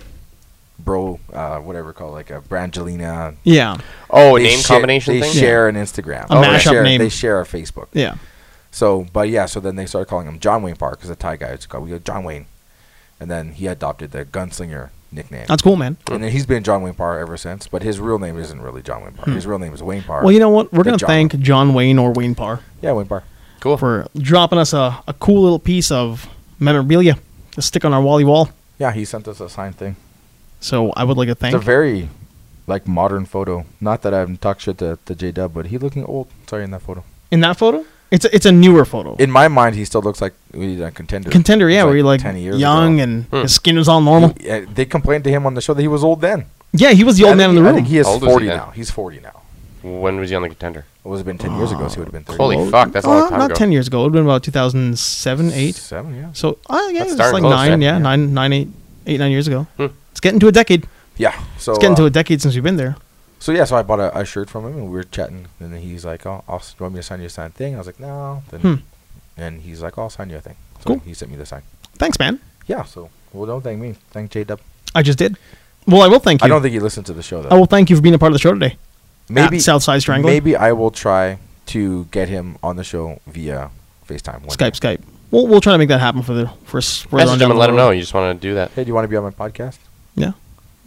S3: bro, uh, whatever called, like a Brangelina.
S1: Yeah.
S2: Oh, a
S3: They
S2: name
S3: share-
S2: combination
S3: They
S2: thing.
S3: share an Instagram.
S1: A
S3: they
S1: mashup
S3: share,
S1: name.
S3: They share a Facebook.
S1: Yeah.
S3: So, but yeah, so then they started calling him John Wayne Parr because the Thai guy was called, we go John Wayne. And then he adopted the gunslinger nickname.
S1: That's cool, man.
S3: and then he's been John Wayne Parr ever since, but his real name isn't really John Wayne Parr. His real name is Wayne Parr.
S1: Hmm. Well, you know what? We're
S3: The
S1: gonna
S3: John.
S1: thank John Wayne or Wayne Parr
S3: Yeah, Wayne Parr.
S2: Cool.
S1: for dropping us a, a cool little piece of memorabilia to stick on our Wally wall.
S3: Yeah, he sent us a signed thing.
S1: So I would like to thank.
S3: It's a very like modern photo. Not that I've talked shit to, to J Dub, but he looking old. Sorry, in that photo.
S1: in that photo, it's a, it's a newer photo.
S3: In my mind, he still looks like he's a contender.
S1: Contender, yeah,
S3: He's,
S1: where you're like young
S3: ago.
S1: and
S2: Hmm.
S1: his skin was all normal.
S3: Yeah, they complained to him on the show that he was old then.
S1: Yeah, he was the
S3: I
S1: old
S3: think-
S1: man in the
S3: I
S1: room.
S3: think he is
S2: How old is he
S3: forty
S2: then?
S3: now. He's forty now.
S2: When was he on the contender?
S3: It was been ten years ago, so he would have been thirty.
S2: Holy fuck, that's a long time
S1: not
S2: ago.
S1: ten years ago. It would have been about 2007, eight.
S3: seven, yeah.
S1: So uh, yeah,
S2: That's
S1: it's
S2: darn
S1: like
S2: close,
S1: nine,
S2: then.
S1: yeah,
S3: Yeah.
S1: nine, nine, eight, eight, nine years ago.
S2: Hmm.
S1: It's getting to a decade.
S3: Yeah. So
S1: It's getting
S3: uh,
S1: to a decade since we've been there.
S3: So yeah, so I bought a, a shirt from him, and we were chatting, and then he's like, "Oh, I'll, s- do you want me to sign you a signed thing?" I was like, "No." Then,
S1: Hmm.
S3: and he's like, "I'll sign you a thing." So
S1: Cool.
S3: He sent me the sign.
S1: Thanks, man.
S3: Yeah. So well, don't thank me. Thank J Dub.
S1: I just did. Well, I will thank you.
S3: I don't think he listened to the show though.
S1: I will thank you for being a part of the show today.
S3: maybe
S1: at Southside Strangler.
S3: Maybe I will try to get him on the show via FaceTime. One
S1: Skype,
S3: day.
S1: Skype. We'll we'll try to make that happen for the for us. further on
S2: Message
S1: down
S2: him and
S1: the
S2: let him know
S1: road.
S2: you just want to do that.
S3: Hey, do you want to be on my podcast?
S1: Yeah,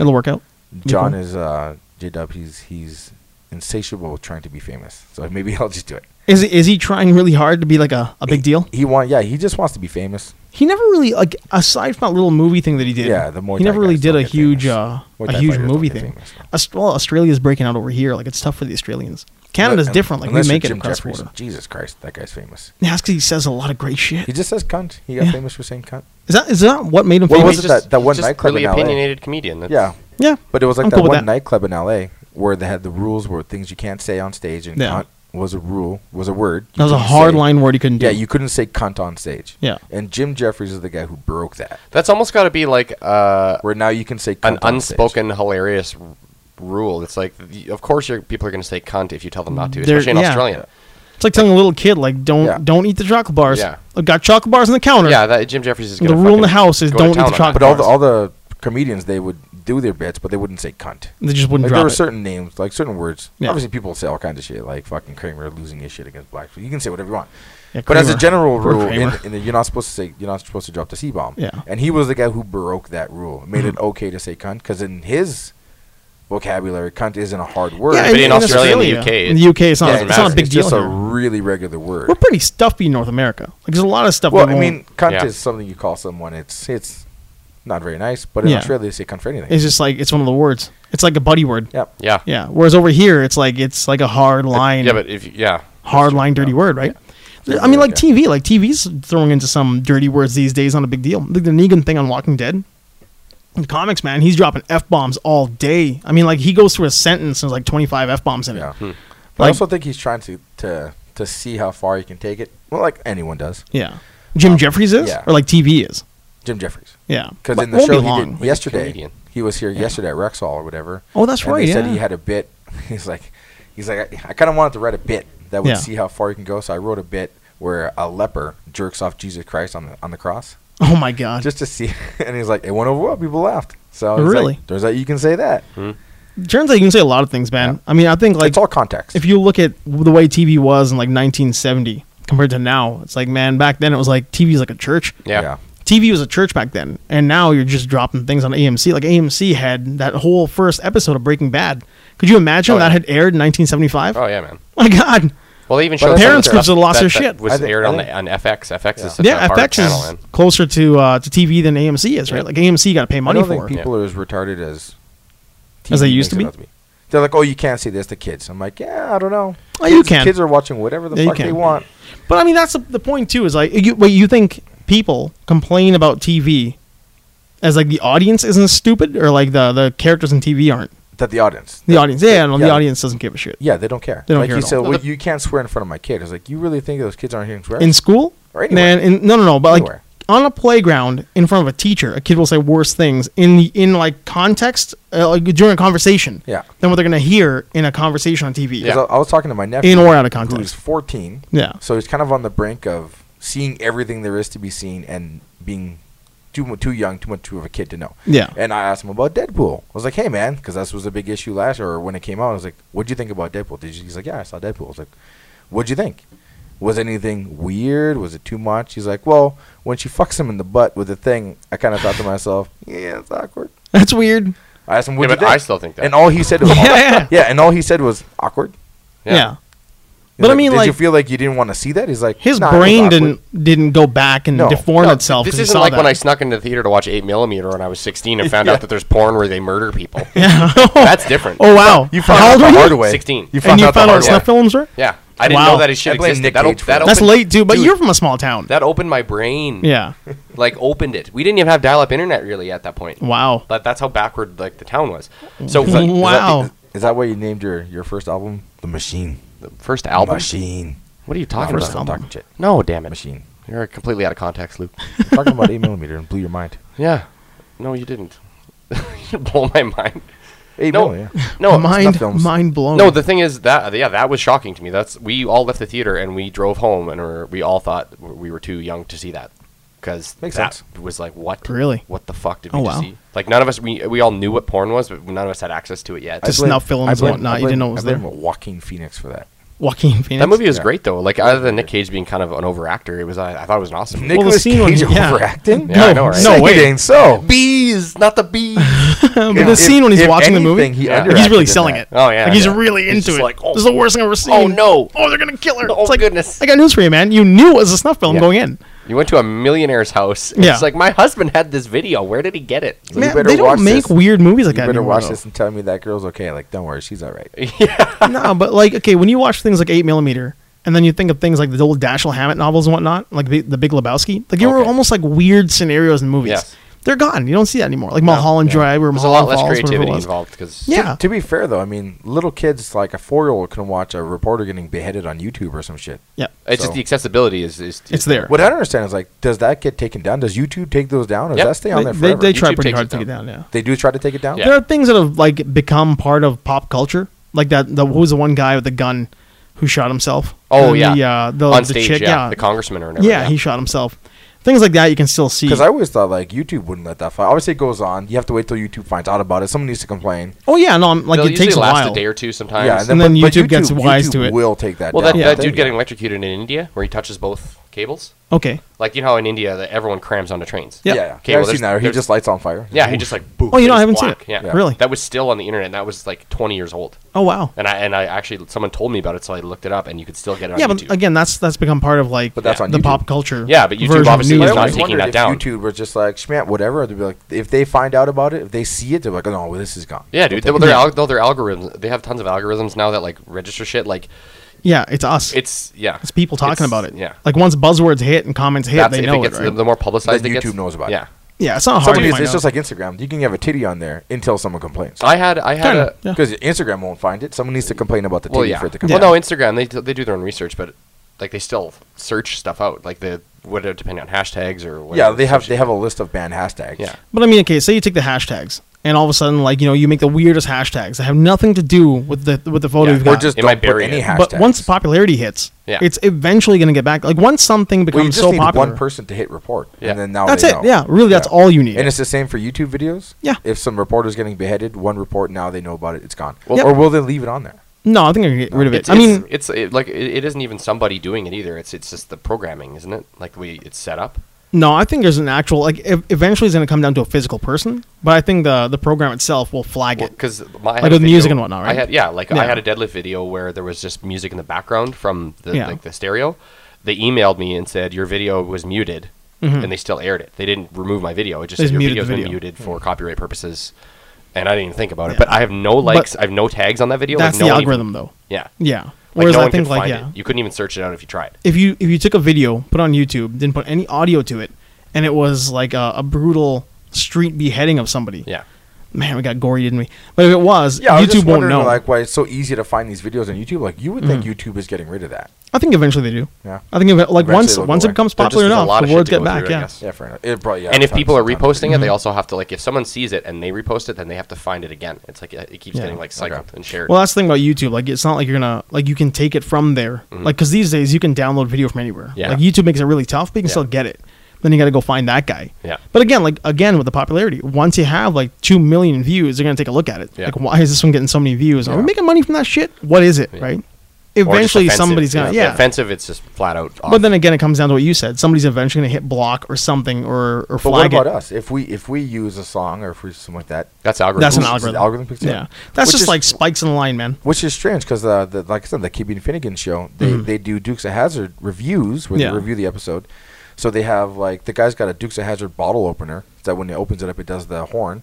S1: it'll work out. Be
S3: John
S1: cool.
S3: is uh, J Dub. He's he's insatiable trying to be famous. So maybe I'll just do it.
S1: Is he, is he trying really hard to be like a, a big deal?
S3: He want yeah. He just wants to be famous.
S1: He never really like aside from that little movie thing that he did.
S3: Yeah, the Muay
S1: he
S3: Thai
S1: never really
S3: guys
S1: did
S3: don't
S1: a
S3: get
S1: huge
S3: famous.
S1: uh,
S3: Muay
S1: a
S3: Thai
S1: huge
S3: fighters don't
S1: movie
S3: get
S1: thing.
S3: famous, yeah.
S1: Aust- well, Australia's breaking out over here. Like it's tough for the Australians. Canada's
S3: Unless-
S1: different. Like we
S3: um, unless you're
S1: make it
S3: Jim
S1: across
S3: Jeffries.
S1: border.
S3: Jesus Christ, that guy's famous.
S1: Yeah, that's 'cause he says a lot of great shit.
S3: He just says cunt. He got
S1: Yeah.
S3: famous for saying cunt.
S1: Is that is that what made him
S3: What
S1: famous?
S3: was it that- that
S2: he's
S3: one
S2: just
S3: nightclub
S2: really
S3: in LA?
S2: opinionated comedian. That's,
S3: yeah,
S1: yeah,
S3: but it was like
S1: I'm
S3: that
S1: cool with
S3: one
S1: that.
S3: nightclub in L.A. where they had the rules where things you can't say on stage and
S1: Yeah.
S3: cunt was a rule was a word. You
S1: that was a
S3: couldn't
S1: hard
S3: say-
S1: line word he couldn't do.
S3: Yeah, you couldn't say cunt on stage.
S1: Yeah.
S3: and Jim Jeffries is the guy who broke that.
S2: that's almost got to be like uh,
S3: Where now you can say cunt
S2: an
S3: on
S2: unspoken hilarious r- rule. It's like, y- of course, your people are going to say cunt if you tell them not to,
S1: They're-
S2: especially an
S1: yeah.
S2: Australian.
S1: it's like telling a little kid like don't
S3: Yeah.
S1: don't eat the chocolate bars.
S2: Yeah.
S1: I've got chocolate bars on the counter.
S2: Yeah, that Jim Jeffries is
S1: The
S2: going
S1: rule in the house is don't eat the
S3: Stage.
S1: chocolate.
S3: But all the
S1: bars.
S3: all the comedians they would do their bits, but they wouldn't say cunt.
S1: they just wouldn't
S3: Like
S1: drop
S3: there were
S1: it.
S3: certain names, like certain words.
S1: Yeah.
S3: Obviously, people say all kinds of shit, like fucking Kramer losing his shit against black. people. You can say whatever you want,
S1: Yeah,
S3: but as a
S1: Kramer.
S3: general
S1: Poor
S3: rule, in,
S1: Kramer.
S3: in the, you're not supposed to say you're not supposed to drop the c bomb.
S1: Yeah. Hmm.
S3: and he was the guy who broke that rule, made it okay to say cunt, because in his vocabulary, cunt isn't a hard word.
S1: Yeah,
S2: But in Australia and the
S1: Australia.
S2: UK,
S1: in the UK, it's not,
S3: Yeah,
S2: doesn't
S1: it's not a
S2: matter.
S1: big
S3: it's
S1: deal.
S3: just a
S1: here.
S3: really regular word.
S1: We're pretty stuffy in North America. Like there's a lot of stuff.
S3: Well,
S1: that
S3: I
S1: won't-
S3: mean, cunt
S2: Yeah.
S3: is something you call someone. It's it's not very nice, but in
S1: Yeah.
S3: Australia they say cunt for anything.
S1: it's just like it's one of the words. It's like a buddy word.
S3: yeah,
S2: Yeah.
S1: Yeah. Whereas over here, it's like it's like a hard line.
S2: Yeah, but if yeah,
S1: hard line dirty word, right? I mean, like TV, like TV's throwing into some dirty words these days. Not a big deal. Like the Negan thing on Walking Dead. In comics, man, he's dropping f bombs all day. I mean, like he goes through a sentence and there's like 25 f bombs in it.
S3: yeah.
S2: Hmm.
S3: But I
S1: Like-
S3: also think he's trying to to to see how far he can take it. Well, like anyone does.
S1: Yeah. Jim Jeffries is,
S3: Oh, yeah.
S1: or like TV is.
S3: Jim Jeffries.
S1: Yeah.
S3: Because
S1: But
S3: in the
S1: won't
S3: show
S1: be
S3: he
S1: long.
S3: did yesterday,
S2: comedian.
S3: he was here yesterday at Rexall or whatever.
S1: Oh, that's
S3: and
S1: right,
S3: They said
S1: yeah.
S3: he had a bit. He's like, he's like, I, I kind of wanted to write a bit that would
S1: Yeah.
S3: see how far he can go. So I wrote a bit where a leper jerks off Jesus Christ on the on the cross,
S1: Oh my god.
S3: just to see. And he's like, it went over well. People laughed. So he's like,
S1: Really?
S3: turns out you can say that.
S1: turns out you can say a lot of things, man. I mean, I think like
S3: it's all context.
S1: if you look at the way TV was in like 1970 compared to now, it's like man, back then it was like TV is like a church.
S2: yeah,
S1: TV was a church back then, and now you're just dropping things on AMC. Like AMC had that whole first episode of Breaking Bad. Could you imagine
S2: Oh,
S1: when
S2: yeah.
S1: that had aired in 1975?
S2: Oh yeah, man.
S1: My God,
S2: Well, they even
S3: But
S2: showed
S3: that's
S2: some of
S3: Parents
S2: the
S1: groups
S2: stuff
S1: have lost
S2: that-
S1: their
S2: that
S1: shit.
S2: Was
S3: I think-
S2: aired
S3: I
S2: on the,
S3: think-
S2: on FX. FX
S3: Yeah.
S2: is such
S1: yeah,
S2: a hard
S1: FX
S2: channel.
S1: is
S2: man.
S1: closer to uh, to TV than AMC is, right? Like AMC got to pay money
S3: I don't
S1: for
S3: think
S1: it.
S3: people are as retarded as
S1: As they
S3: TV
S1: used to
S3: makes
S1: be?
S3: it out They're like, oh, you can't see this to kids. I'm like, yeah, I don't know.
S1: Oh, you
S3: Kids-
S1: can.
S3: Kids are watching whatever the
S1: Yeah, you
S3: fuck they
S1: can.
S3: want.
S1: But I mean, that's the, the point too. Is like you, wait, you think people complain about TV as like the audience isn't stupid, or like the the characters in TV aren't
S3: That the audience.
S1: the audience? Yeah, no, the
S3: Yeah.
S1: audience doesn't give a shit.
S3: Yeah, they don't care.
S1: They don't
S3: like
S1: care
S3: you
S1: at all.
S3: said,
S2: No,
S3: well,
S2: the-
S3: you can't swear in front of my kid. I was like, you really think those kids aren't hearing swears?
S1: In school,
S3: Or anywhere.
S1: man, in, no, no, no. But like
S3: Anywhere.
S1: on a playground in front of a teacher, a kid will say worse things in the in like context, uh, like during a conversation,
S3: Yeah.
S1: than what they're gonna hear in a conversation on TV.
S3: 'Cause I, I was talking to my nephew.
S1: In or out of
S3: Who's
S1: context.
S3: 14.
S1: Yeah.
S3: So he's kind of on the brink of seeing everything there is to be seen and being too mu- too young, too much too of a kid to know.
S1: Yeah.
S3: And I asked him about Deadpool. I was like, hey, man, because this was a big issue last year or when it came out. I was like, what'd you think about Deadpool? Did you? He's like, yeah, I saw Deadpool. I was like, what'd you think? Was anything weird? Was it too much? He's like, well, when she fucks him in the butt with the thing, I kind of thought to myself, yeah, it's awkward.
S1: That's weird.
S3: I asked him,
S2: Yeah,
S3: what
S2: but I still think that.
S3: And all he said was,
S1: Yeah.
S3: yeah, and all he said was awkward.
S1: Yeah.
S3: He's
S1: But I mean,
S3: did you
S1: like-
S3: feel like you didn't want to see that? He's like,
S1: His
S3: "Nah, it was
S1: brain
S3: awkward."
S1: didn't didn't go back and
S3: No.
S1: deform
S2: No,
S1: itself.
S2: This
S1: 'cause he
S2: isn't
S1: saw
S2: like
S1: that.
S2: when I snuck into the theater to watch 8mm when I was 16 and found out that there's porn where they murder people.
S1: Yeah.
S2: That's different.
S1: oh wow.
S3: You
S1: How
S3: found out
S1: old
S3: the
S1: were you?
S3: hard way.
S2: 16.
S3: You
S1: and
S3: found
S1: you
S3: out the
S1: found
S3: hard
S1: out
S3: way.
S1: snuff films were?
S2: Yeah. I didn't
S1: Wow.
S2: know that his shit
S3: I blame
S2: existed.
S3: Nick
S2: That, o-
S3: Cage for
S2: that
S3: that.
S1: That's
S2: opened-
S1: late too, but
S2: Dude,
S1: you're from a small town.
S2: That opened my brain.
S1: yeah.
S2: Like, opened it. We didn't even have dial up internet really at that point.
S1: Wow.
S2: That, that's how backward, like, the town was. So,
S3: Is that- is that
S1: Wow.
S3: the- Is that why you named your, your first album The Machine?
S2: the first album.
S3: Machine.
S2: What are you talking
S3: First
S2: about?
S1: album.
S3: talking shit.
S2: No, damn it.
S3: Machine.
S2: You're completely out of context, Luke.
S3: I'm talking about eight millimeter and blew your mind.
S2: yeah. No, you didn't. you blow my mind.
S3: Eight
S2: No.
S3: millimeter,
S2: No,
S1: mind
S3: films.
S1: mind blown.
S2: No, the thing is that yeah, that was shocking to me. That's we all left the theater and we drove home and we're, we all thought we were too young to see that because that
S3: Makes sense.
S2: was like what
S1: Really?
S2: what the fuck did
S1: Oh,
S2: we just
S1: wow.
S2: see? Like none of us we we all knew what porn was, but none of us had access to it yet.
S3: I
S1: Just
S3: blame-
S1: snuff films
S3: I
S1: and
S3: blame-
S1: whatnot,
S3: I
S1: you didn't know it
S3: blame-
S1: was
S3: I blame
S1: there.
S3: Joaquin Phoenix for that.
S1: Joaquin Phoenix.
S2: that movie was
S3: yeah.
S2: great though. Like other than Nick Cage being kind of an over actor, it was I, I thought it was an awesome. movie.
S1: Well, the
S3: Nicolas
S1: scene when
S3: Cage
S1: he- yeah.
S3: overacting?
S2: Yeah,
S1: no,
S2: I know, right?
S1: no
S3: Say it
S1: way.
S3: ain't so.
S2: bees, not the bees.
S1: But
S3: If-
S1: the scene when he's
S3: if
S1: watching the
S3: anything,
S1: movie,
S3: he
S2: Yeah.
S1: like, he's
S3: underacted
S1: really
S3: in
S1: selling
S3: that.
S1: it.
S2: Oh, yeah,
S1: like, he's
S2: yeah.
S1: really
S2: He's
S1: into
S2: just
S1: it.
S2: like, oh,
S1: this is the worst thing I've ever seen.
S2: no.
S1: Oh, they're gonna kill her.
S2: Oh,
S1: it's like,
S2: goodness.
S1: I got news for you, man. You knew it was a snuff film
S3: Yeah.
S1: going in.
S2: you went to a millionaire's house.
S1: Yeah.
S2: It's like my husband had this video. Where did he get it?
S3: You
S1: Man,
S3: better
S1: they don't
S3: watch
S1: make
S3: this.
S1: weird movies
S3: You
S1: like that
S3: better
S1: anymore.
S3: watch
S1: though.
S3: this and tell me that girl's okay. Like, don't worry, she's all right.
S1: no, but like, okay, when you watch things like Eight Millimeter, and then you think of things like the old Dashiell Hammett novels and whatnot, like the, the Big Lebowski, like they were
S2: Okay.
S1: almost like weird scenarios in movies.
S2: Yes.
S1: They're gone. You don't see that anymore. Like Mulholland
S2: yeah.
S1: Drive or
S2: There's a lot
S1: Mulholland
S2: less
S1: Falls, whatever it
S2: creativity
S1: was.
S2: involved because
S1: Yeah,
S3: To be fair, though, I mean, little kids, like a four year old, can watch a reporter getting beheaded on YouTube or some shit.
S1: yeah,
S2: It's just
S3: So-
S2: the accessibility is, is, is
S1: it's there.
S3: What I don't understand is like, does that get taken down? Does YouTube take those down? Or
S2: Yep.
S3: Does that stay
S1: They,
S3: on there
S1: they,
S3: forever?
S1: they try
S2: YouTube
S1: pretty
S2: takes
S1: hard
S2: it
S1: to take it
S2: down.
S1: down. Yeah.
S3: They do try to take it down.
S2: Yeah.
S1: there are things that have like become part of pop culture, like that. The who's the one guy with the gun who shot himself?
S2: Oh
S1: And
S2: yeah,
S1: the, uh, the,
S2: on
S1: the
S2: stage,
S1: chick,
S2: yeah,
S1: yeah,
S2: the congressman or whatever.
S1: yeah, he shot himself. Things like that you can still see.
S3: Because I always thought like YouTube wouldn't let that fly. Obviously, it goes on. You have to wait till YouTube finds out about it. Someone needs to complain.
S1: oh yeah, no, I'm, like
S2: They'll
S1: it takes
S2: usually
S1: a
S2: last
S1: while.
S2: a day or two sometimes.
S3: Yeah,
S1: And then YouTube gets wise
S3: YouTube
S1: to it.
S3: Will take that.
S2: well, that,
S3: down.
S2: that
S1: Yeah.
S2: dude getting electrocuted in India where he touches both cables.
S1: okay.
S2: Like you know how in India that everyone crams onto trains.
S1: Yeah.
S3: yeah, yeah.
S2: Okay,
S3: Yeah,
S2: well,
S3: I've
S2: there's-
S3: seen that. He
S2: there's-
S3: just lights on fire.
S2: Yeah, he just like boom.
S1: Oh, you know,
S2: and
S1: I
S2: it's
S1: haven't seen
S2: black.
S1: it.
S2: Yeah.
S1: Really?
S2: That was still on the internet. and That was like 20 years old.
S1: Oh wow.
S2: And I and I actually someone told me about it, so I looked it up, and you could still get it on
S1: yeah,
S2: YouTube.
S1: but again, that's that's become part of like
S3: But that's on
S1: the
S3: YouTube.
S1: pop culture.
S2: Yeah, but YouTube
S1: version of
S2: obviously
S1: news.
S2: is
S3: But I
S2: not
S3: always
S2: taking
S3: wondered
S2: that
S3: if
S2: down.
S3: YouTube was just like schmant whatever. They'd be like, if they find out about it, if they see it, they're like, oh, no, well, this is gone.
S2: yeah, dude. They, well, their
S1: Yeah.
S2: al- though their algorithms, they have tons of algorithms now that like register shit. Like
S1: Yeah, it's us. It's,
S2: it's yeah,
S1: people talking
S2: It's-
S1: about it.
S2: Yeah,
S1: Like once buzzwords hit and comments hit,
S2: That's
S1: they
S2: if
S1: know
S2: it
S1: it.
S2: gets
S1: right?
S2: the, the more publicized
S3: Then
S2: it gets,
S3: YouTube knows about it.
S2: Yeah.
S1: yeah, it's not hard.
S3: Somebody
S1: to
S3: is,
S1: find
S3: it's
S1: out.
S3: just like Instagram. You can have a titty on there until someone complains.
S2: I had I had
S1: Kinda,
S2: a
S1: yeah.
S3: Because Instagram won't find it. Someone needs to complain about the titty
S2: well yeah.
S3: for it to come
S2: Well, no,
S3: out.
S2: Instagram they do- they do their own research, but like they still search stuff out, like the whatever depending on hashtags or whatever.
S3: yeah, they have they have a list of banned hashtags.
S2: Yeah.
S1: But I mean, okay, say you take the hashtags, and all of a sudden, like you know, you make the weirdest hashtags that have nothing to do with the with the photo
S2: Yeah,
S1: you've
S2: or
S1: got.
S3: Or just
S2: They
S3: don't
S2: might
S3: put
S2: bury
S3: any
S2: it.
S3: hashtags.
S1: but once popularity hits,
S2: Yeah.
S1: it's eventually going to get back. Like once something
S3: well, you
S1: becomes
S3: just
S1: so
S3: need
S1: popular,
S3: one person to hit report,
S2: Yeah.
S3: and then now
S1: that's
S3: they
S1: it.
S3: know.
S1: Yeah, really, that's
S3: Yeah.
S1: all you need.
S3: And it's the same for YouTube videos.
S1: Yeah.
S3: If some reporter's getting beheaded, one report now they know about it. It's gone.
S1: Well-
S3: Or will they leave it on there?
S1: no, I think I can get rid of it.
S2: It's,
S1: I mean,
S2: it's, it's it, like it, it isn't even somebody doing it either. It's it's just the programming, isn't it? Like we it's set up.
S1: No, I think there's an actual like ev- eventually it's going to come down to a physical person, but I think the the program itself will flag it.
S2: because my I had
S1: Like
S2: a
S1: with Oh, music
S2: video-
S1: and whatnot,
S2: I
S1: right?
S2: had yeah, like
S1: Yeah.
S2: I had a deadlift video where there was just music in the background from the
S1: Yeah.
S2: like the stereo. They emailed me and said your video was muted, and they still aired it. They didn't remove my video. It just
S1: Mm-hmm. They
S2: said
S1: muted
S2: your video's
S1: the
S2: been
S1: video.
S2: muted for copyright purposes. and I didn't even think about it.
S1: Yeah.
S2: But I have no likes, I have no tags on that video.
S1: That's
S2: like, no
S1: the
S2: one even-
S1: algorithm, though.
S2: yeah,
S1: Yeah.
S2: like
S1: Whereas
S2: no
S1: I
S2: one
S1: think
S2: could
S1: like
S2: find
S1: yeah,
S2: it. You couldn't even search it out if you tried.
S1: if you if you took a video, put on YouTube, didn't put any audio to it, and it was like a, a brutal street beheading of somebody.
S2: Yeah,
S1: Man, we got gory, didn't we? But if it was,
S3: Yeah, I was
S1: YouTube
S3: just
S1: won't
S3: wondering
S1: know. Mm.
S3: like why it's so easy to find these videos on YouTube. Like you would think YouTube is getting rid of that.
S1: I think eventually they do.
S3: Yeah.
S1: I think if, like
S3: Eventually
S1: once
S3: it'll go
S1: once it
S3: away.
S1: becomes
S2: There just
S1: popular
S2: is a
S1: enough,
S2: lot
S1: the
S2: of shit
S1: words
S2: to
S1: get
S2: go
S1: back.
S2: through, I
S1: yeah.
S2: guess.
S3: Yeah, fair enough. It probably, yeah,
S2: and if
S3: tons-
S2: people are
S3: tons of
S2: reposting
S3: videos.
S1: Mm-hmm.
S2: it, they also have to like if someone sees it and they repost it, then they have to find it again. It's like it it keeps
S1: Yeah.
S2: getting like cycled
S3: Okay.
S2: and shared.
S1: Well, that's the thing about YouTube. Like, it's not like you're gonna like you can take it from there. Like 'cause Like, because these days you can download video from anywhere.
S2: Mm-hmm. Yeah.
S1: Like YouTube makes it really tough, but you can
S2: Yeah.
S1: still get it. Then you got to go find that guy.
S2: Yeah.
S1: But again, like again with the popularity, once you have like two million views, they're gonna take a look at it.
S2: Yeah.
S1: Like, why is this one getting so many views? Are we
S3: Yeah.
S1: making money from that shit? What is it?
S2: Yeah.
S1: Right.
S2: Or just
S1: Eventually,
S2: offensive.
S1: somebody's gonna
S2: If
S1: yeah.
S2: offensive. It's just flat out. Off.
S1: But then again, it comes down to what you said. Somebody's eventually gonna hit block or something or or
S3: But what
S1: flag
S3: about
S1: it.
S3: us? If we if we use a song or if we something like that,
S2: that's algorithm.
S1: That's an
S3: Is it
S1: algorithm.
S3: algorithm picks it
S1: yeah.
S3: up?
S1: That's
S3: Which
S1: just
S3: is-
S1: like spikes in the line, man.
S3: Which is strange because uh, the, like I said, the Keeping Finnegan show, they, they do Dukes of Hazard reviews where
S1: Mm-hmm. Yeah.
S3: they review the episode. So they have like the guy's got a Dukes of Hazard bottle opener that when it opens it up, it does the horn,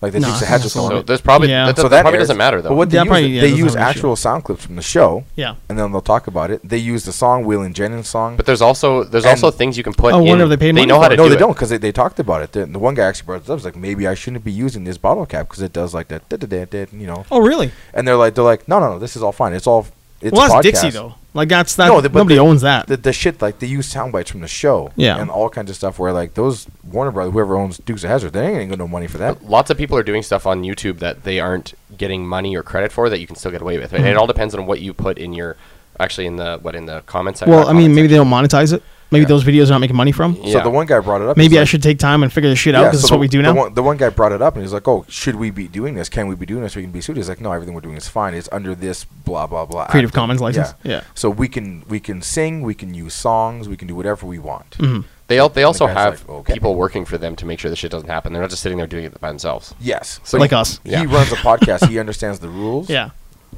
S3: like the
S1: No, I
S3: Dukes of
S1: think
S3: Hazard
S1: that's a little
S3: horn.
S2: So there's probably
S1: Yeah.
S2: that,
S1: So
S2: that probably
S3: airs.
S2: doesn't matter though.
S3: But what they
S1: Yeah,
S3: use,
S1: probably,
S3: is
S1: yeah,
S3: they
S1: doesn't
S3: use
S1: matter, sure.
S3: actual sound clips from the show,
S1: Yeah.
S3: and then they'll talk about it. They use the song Waylon Jennings song.
S2: But there's also there's
S3: And-
S2: also things you can put.
S1: I
S2: in.
S1: wonder if Oh, they paid money
S2: know
S1: for
S2: how
S1: it.
S2: to
S3: no,
S2: do
S3: they
S2: it.
S3: don't because they, they talked about it. The, the one guy actually brought it up. He's like, maybe I shouldn't be using this bottle cap because it does like that, da- da- da- da, you know.
S1: Oh, really?
S3: And they're like, they're like, no, no, no, this is all fine. It's all it's
S1: well,
S3: a
S1: that's
S3: podcast.
S1: Dixie though. Like that's that.
S3: No, the- but
S1: nobody
S3: the-
S1: owns that.
S3: The, the shit like they use sound bites from the show,
S1: Yeah.
S3: and all kinds of stuff. Where like those Warner Brothers, whoever owns Dukes of Hazard, they ain't gonna get no money for that.
S2: Lots of people are doing stuff on YouTube that they aren't getting money or credit for that you can still get away with.
S1: Hmm.
S2: And it all depends on what you put in your actually in the what in the comments. section-
S1: Well,
S2: not
S1: I mean,
S2: comment
S1: maybe they
S2: section.
S1: don't monetize it. Maybe
S2: Yeah.
S1: those videos are not making money from.
S2: Yeah.
S3: So the one guy brought it up.
S1: Maybe
S3: he's
S1: I
S3: like-
S1: should take time and figure this shit out because
S3: so
S1: it's
S3: the-
S1: what we do
S3: the
S1: now.
S3: One, the one guy brought it up and he's like, "Oh, should we be doing this? Can we be doing this? We can be sued." He's like, "No, everything we're doing is fine. It's under this blah blah blah."
S1: Creative
S3: Act."
S1: Commons license? Yeah.
S3: So we can we can sing, we can use songs, we can do whatever we want.
S1: Mhm.
S2: They al- they
S3: the
S2: also
S3: guy's
S2: have
S3: like, okay.
S2: people working for them to make sure this shit doesn't happen. They're not just sitting there doing it by themselves.
S3: Yes.
S2: So
S1: like
S2: you-
S1: us.
S3: He
S2: Yeah.
S3: runs a podcast. he understands the rules.
S1: Yeah.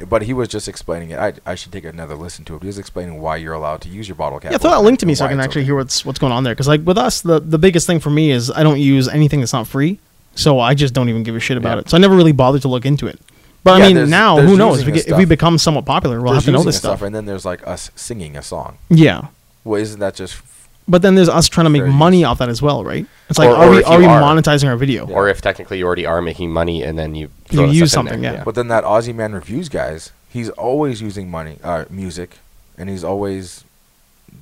S3: But he was just explaining it. I, I should take another listen to it. He was explaining why you're allowed to use your bottle cap.
S1: Yeah, throw that link to me so I
S3: Why
S1: can
S3: it's
S1: actually
S3: okay.
S1: hear what's what's going on there. Because like with us, the the biggest thing for me is I don't use anything that's not free, so I just don't even give a shit about
S2: Yeah.
S1: it. So I never really bothered to look into it. But
S3: Yeah,
S1: I mean,
S3: there's-
S1: now
S3: there's
S1: who knows? If
S3: using
S1: we,
S3: this
S1: get, if we
S3: stuff.
S1: become somewhat popular, we'll
S3: There's
S1: have to know
S3: using
S1: this
S3: and
S1: stuff.
S3: And then there's like us singing a song.
S1: Yeah.
S3: Well, isn't that just?
S1: But then there's us trying to make
S3: Fair
S1: money
S3: use.
S1: off that as well, right? It's like,
S2: Or-
S1: are
S2: or
S1: we
S2: if
S1: are
S2: you
S1: we
S2: are.
S1: monetizing our video?
S2: Or if technically you already are making money and then you
S1: You
S2: throw that
S1: use
S2: stuff in
S1: something,
S2: there.
S1: yeah.
S3: But then that Aussie man reviews guys. He's always using money, uh, music, and he's always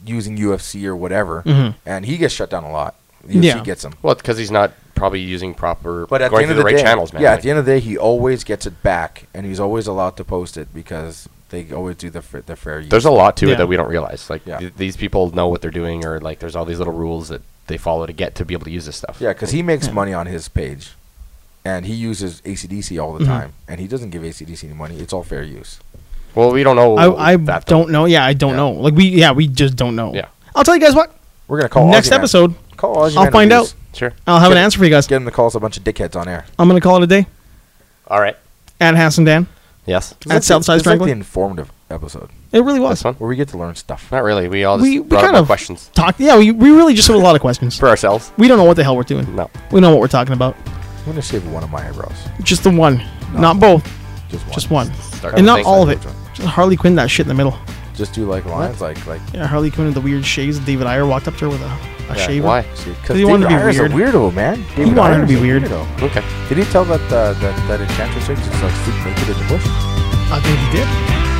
S3: using UFC or whatever.
S1: Mhm.
S3: And he gets shut down a lot. The UFC
S1: Yeah.
S3: gets him.
S2: Well, because he's not probably using proper
S3: But at
S2: going
S3: the end
S2: through
S3: of
S2: the,
S3: the,
S2: right
S3: day,
S2: channels, man.
S3: yeah.
S2: Like,
S3: At the end of the day, he always gets it back, and he's always allowed to post it because they always do the fa- the fair use.
S2: there's a lot to
S1: Yeah.
S2: it that we don't realize. Like
S3: Yeah.
S2: th- these people know what they're doing, or like there's all these little rules that they follow to get to be able to use this stuff.
S3: Yeah, because he makes
S1: Yeah.
S3: money on his page, and he uses ACDC all the
S1: Mhm.
S3: time, and he doesn't give ACDC any money. It's all fair use.
S2: Well, we don't know.
S1: I, I
S2: that, though.
S1: don't know. Yeah, I don't
S3: Yeah.
S1: know. Like we, yeah, we just don't know.
S2: Yeah.
S1: I'll tell you guys what.
S3: We're gonna call
S1: Next
S3: Aussie Man.
S1: episode,
S3: Call Aussie
S1: I'll
S3: Man
S1: find
S3: Reviews.
S1: out.
S2: Sure.
S1: I'll have an
S3: Get-
S1: answer for you guys.
S3: Get him to call us a bunch of dickheads on air.
S1: I'm gonna call it a day
S2: All right.
S1: at Hassan Dan.
S2: Yes.
S1: At
S3: It's like the-
S1: Southside
S3: it's like
S1: Franklin?
S3: the informative episode
S1: It really was.
S2: This one?
S3: where we get to learn stuff.
S2: Not really. We all just
S1: We, we
S2: brought
S1: kind
S2: up our
S1: of
S2: questions
S1: talked. Yeah, we, we really just have a lot of questions.
S2: for ourselves.
S1: We don't know what the hell we're doing.
S2: No.
S1: We know what we're talking about.
S3: I'm gonna shave one of my eyebrows.
S1: Just the one,
S3: No.
S1: not both,
S3: Just one.
S1: just one,
S2: Start
S1: and
S2: with
S1: not
S2: things
S1: all of
S2: like-
S1: it. Just Harley Quinn that shit in the middle.
S3: Just do like lines, like like.
S1: Yeah, Harley Quinn with the weird shaves. David Ayer walked up to her with a, a
S2: Yeah,
S1: shaver.
S2: Why?
S3: Because
S1: Does he want to be
S3: a
S1: weird?
S3: weirdo, man. He
S1: wanted to be weird.
S2: Okay.
S3: Did he tell that uh, that that enchantress chick just like sleep naked in the bush?
S1: I think he did.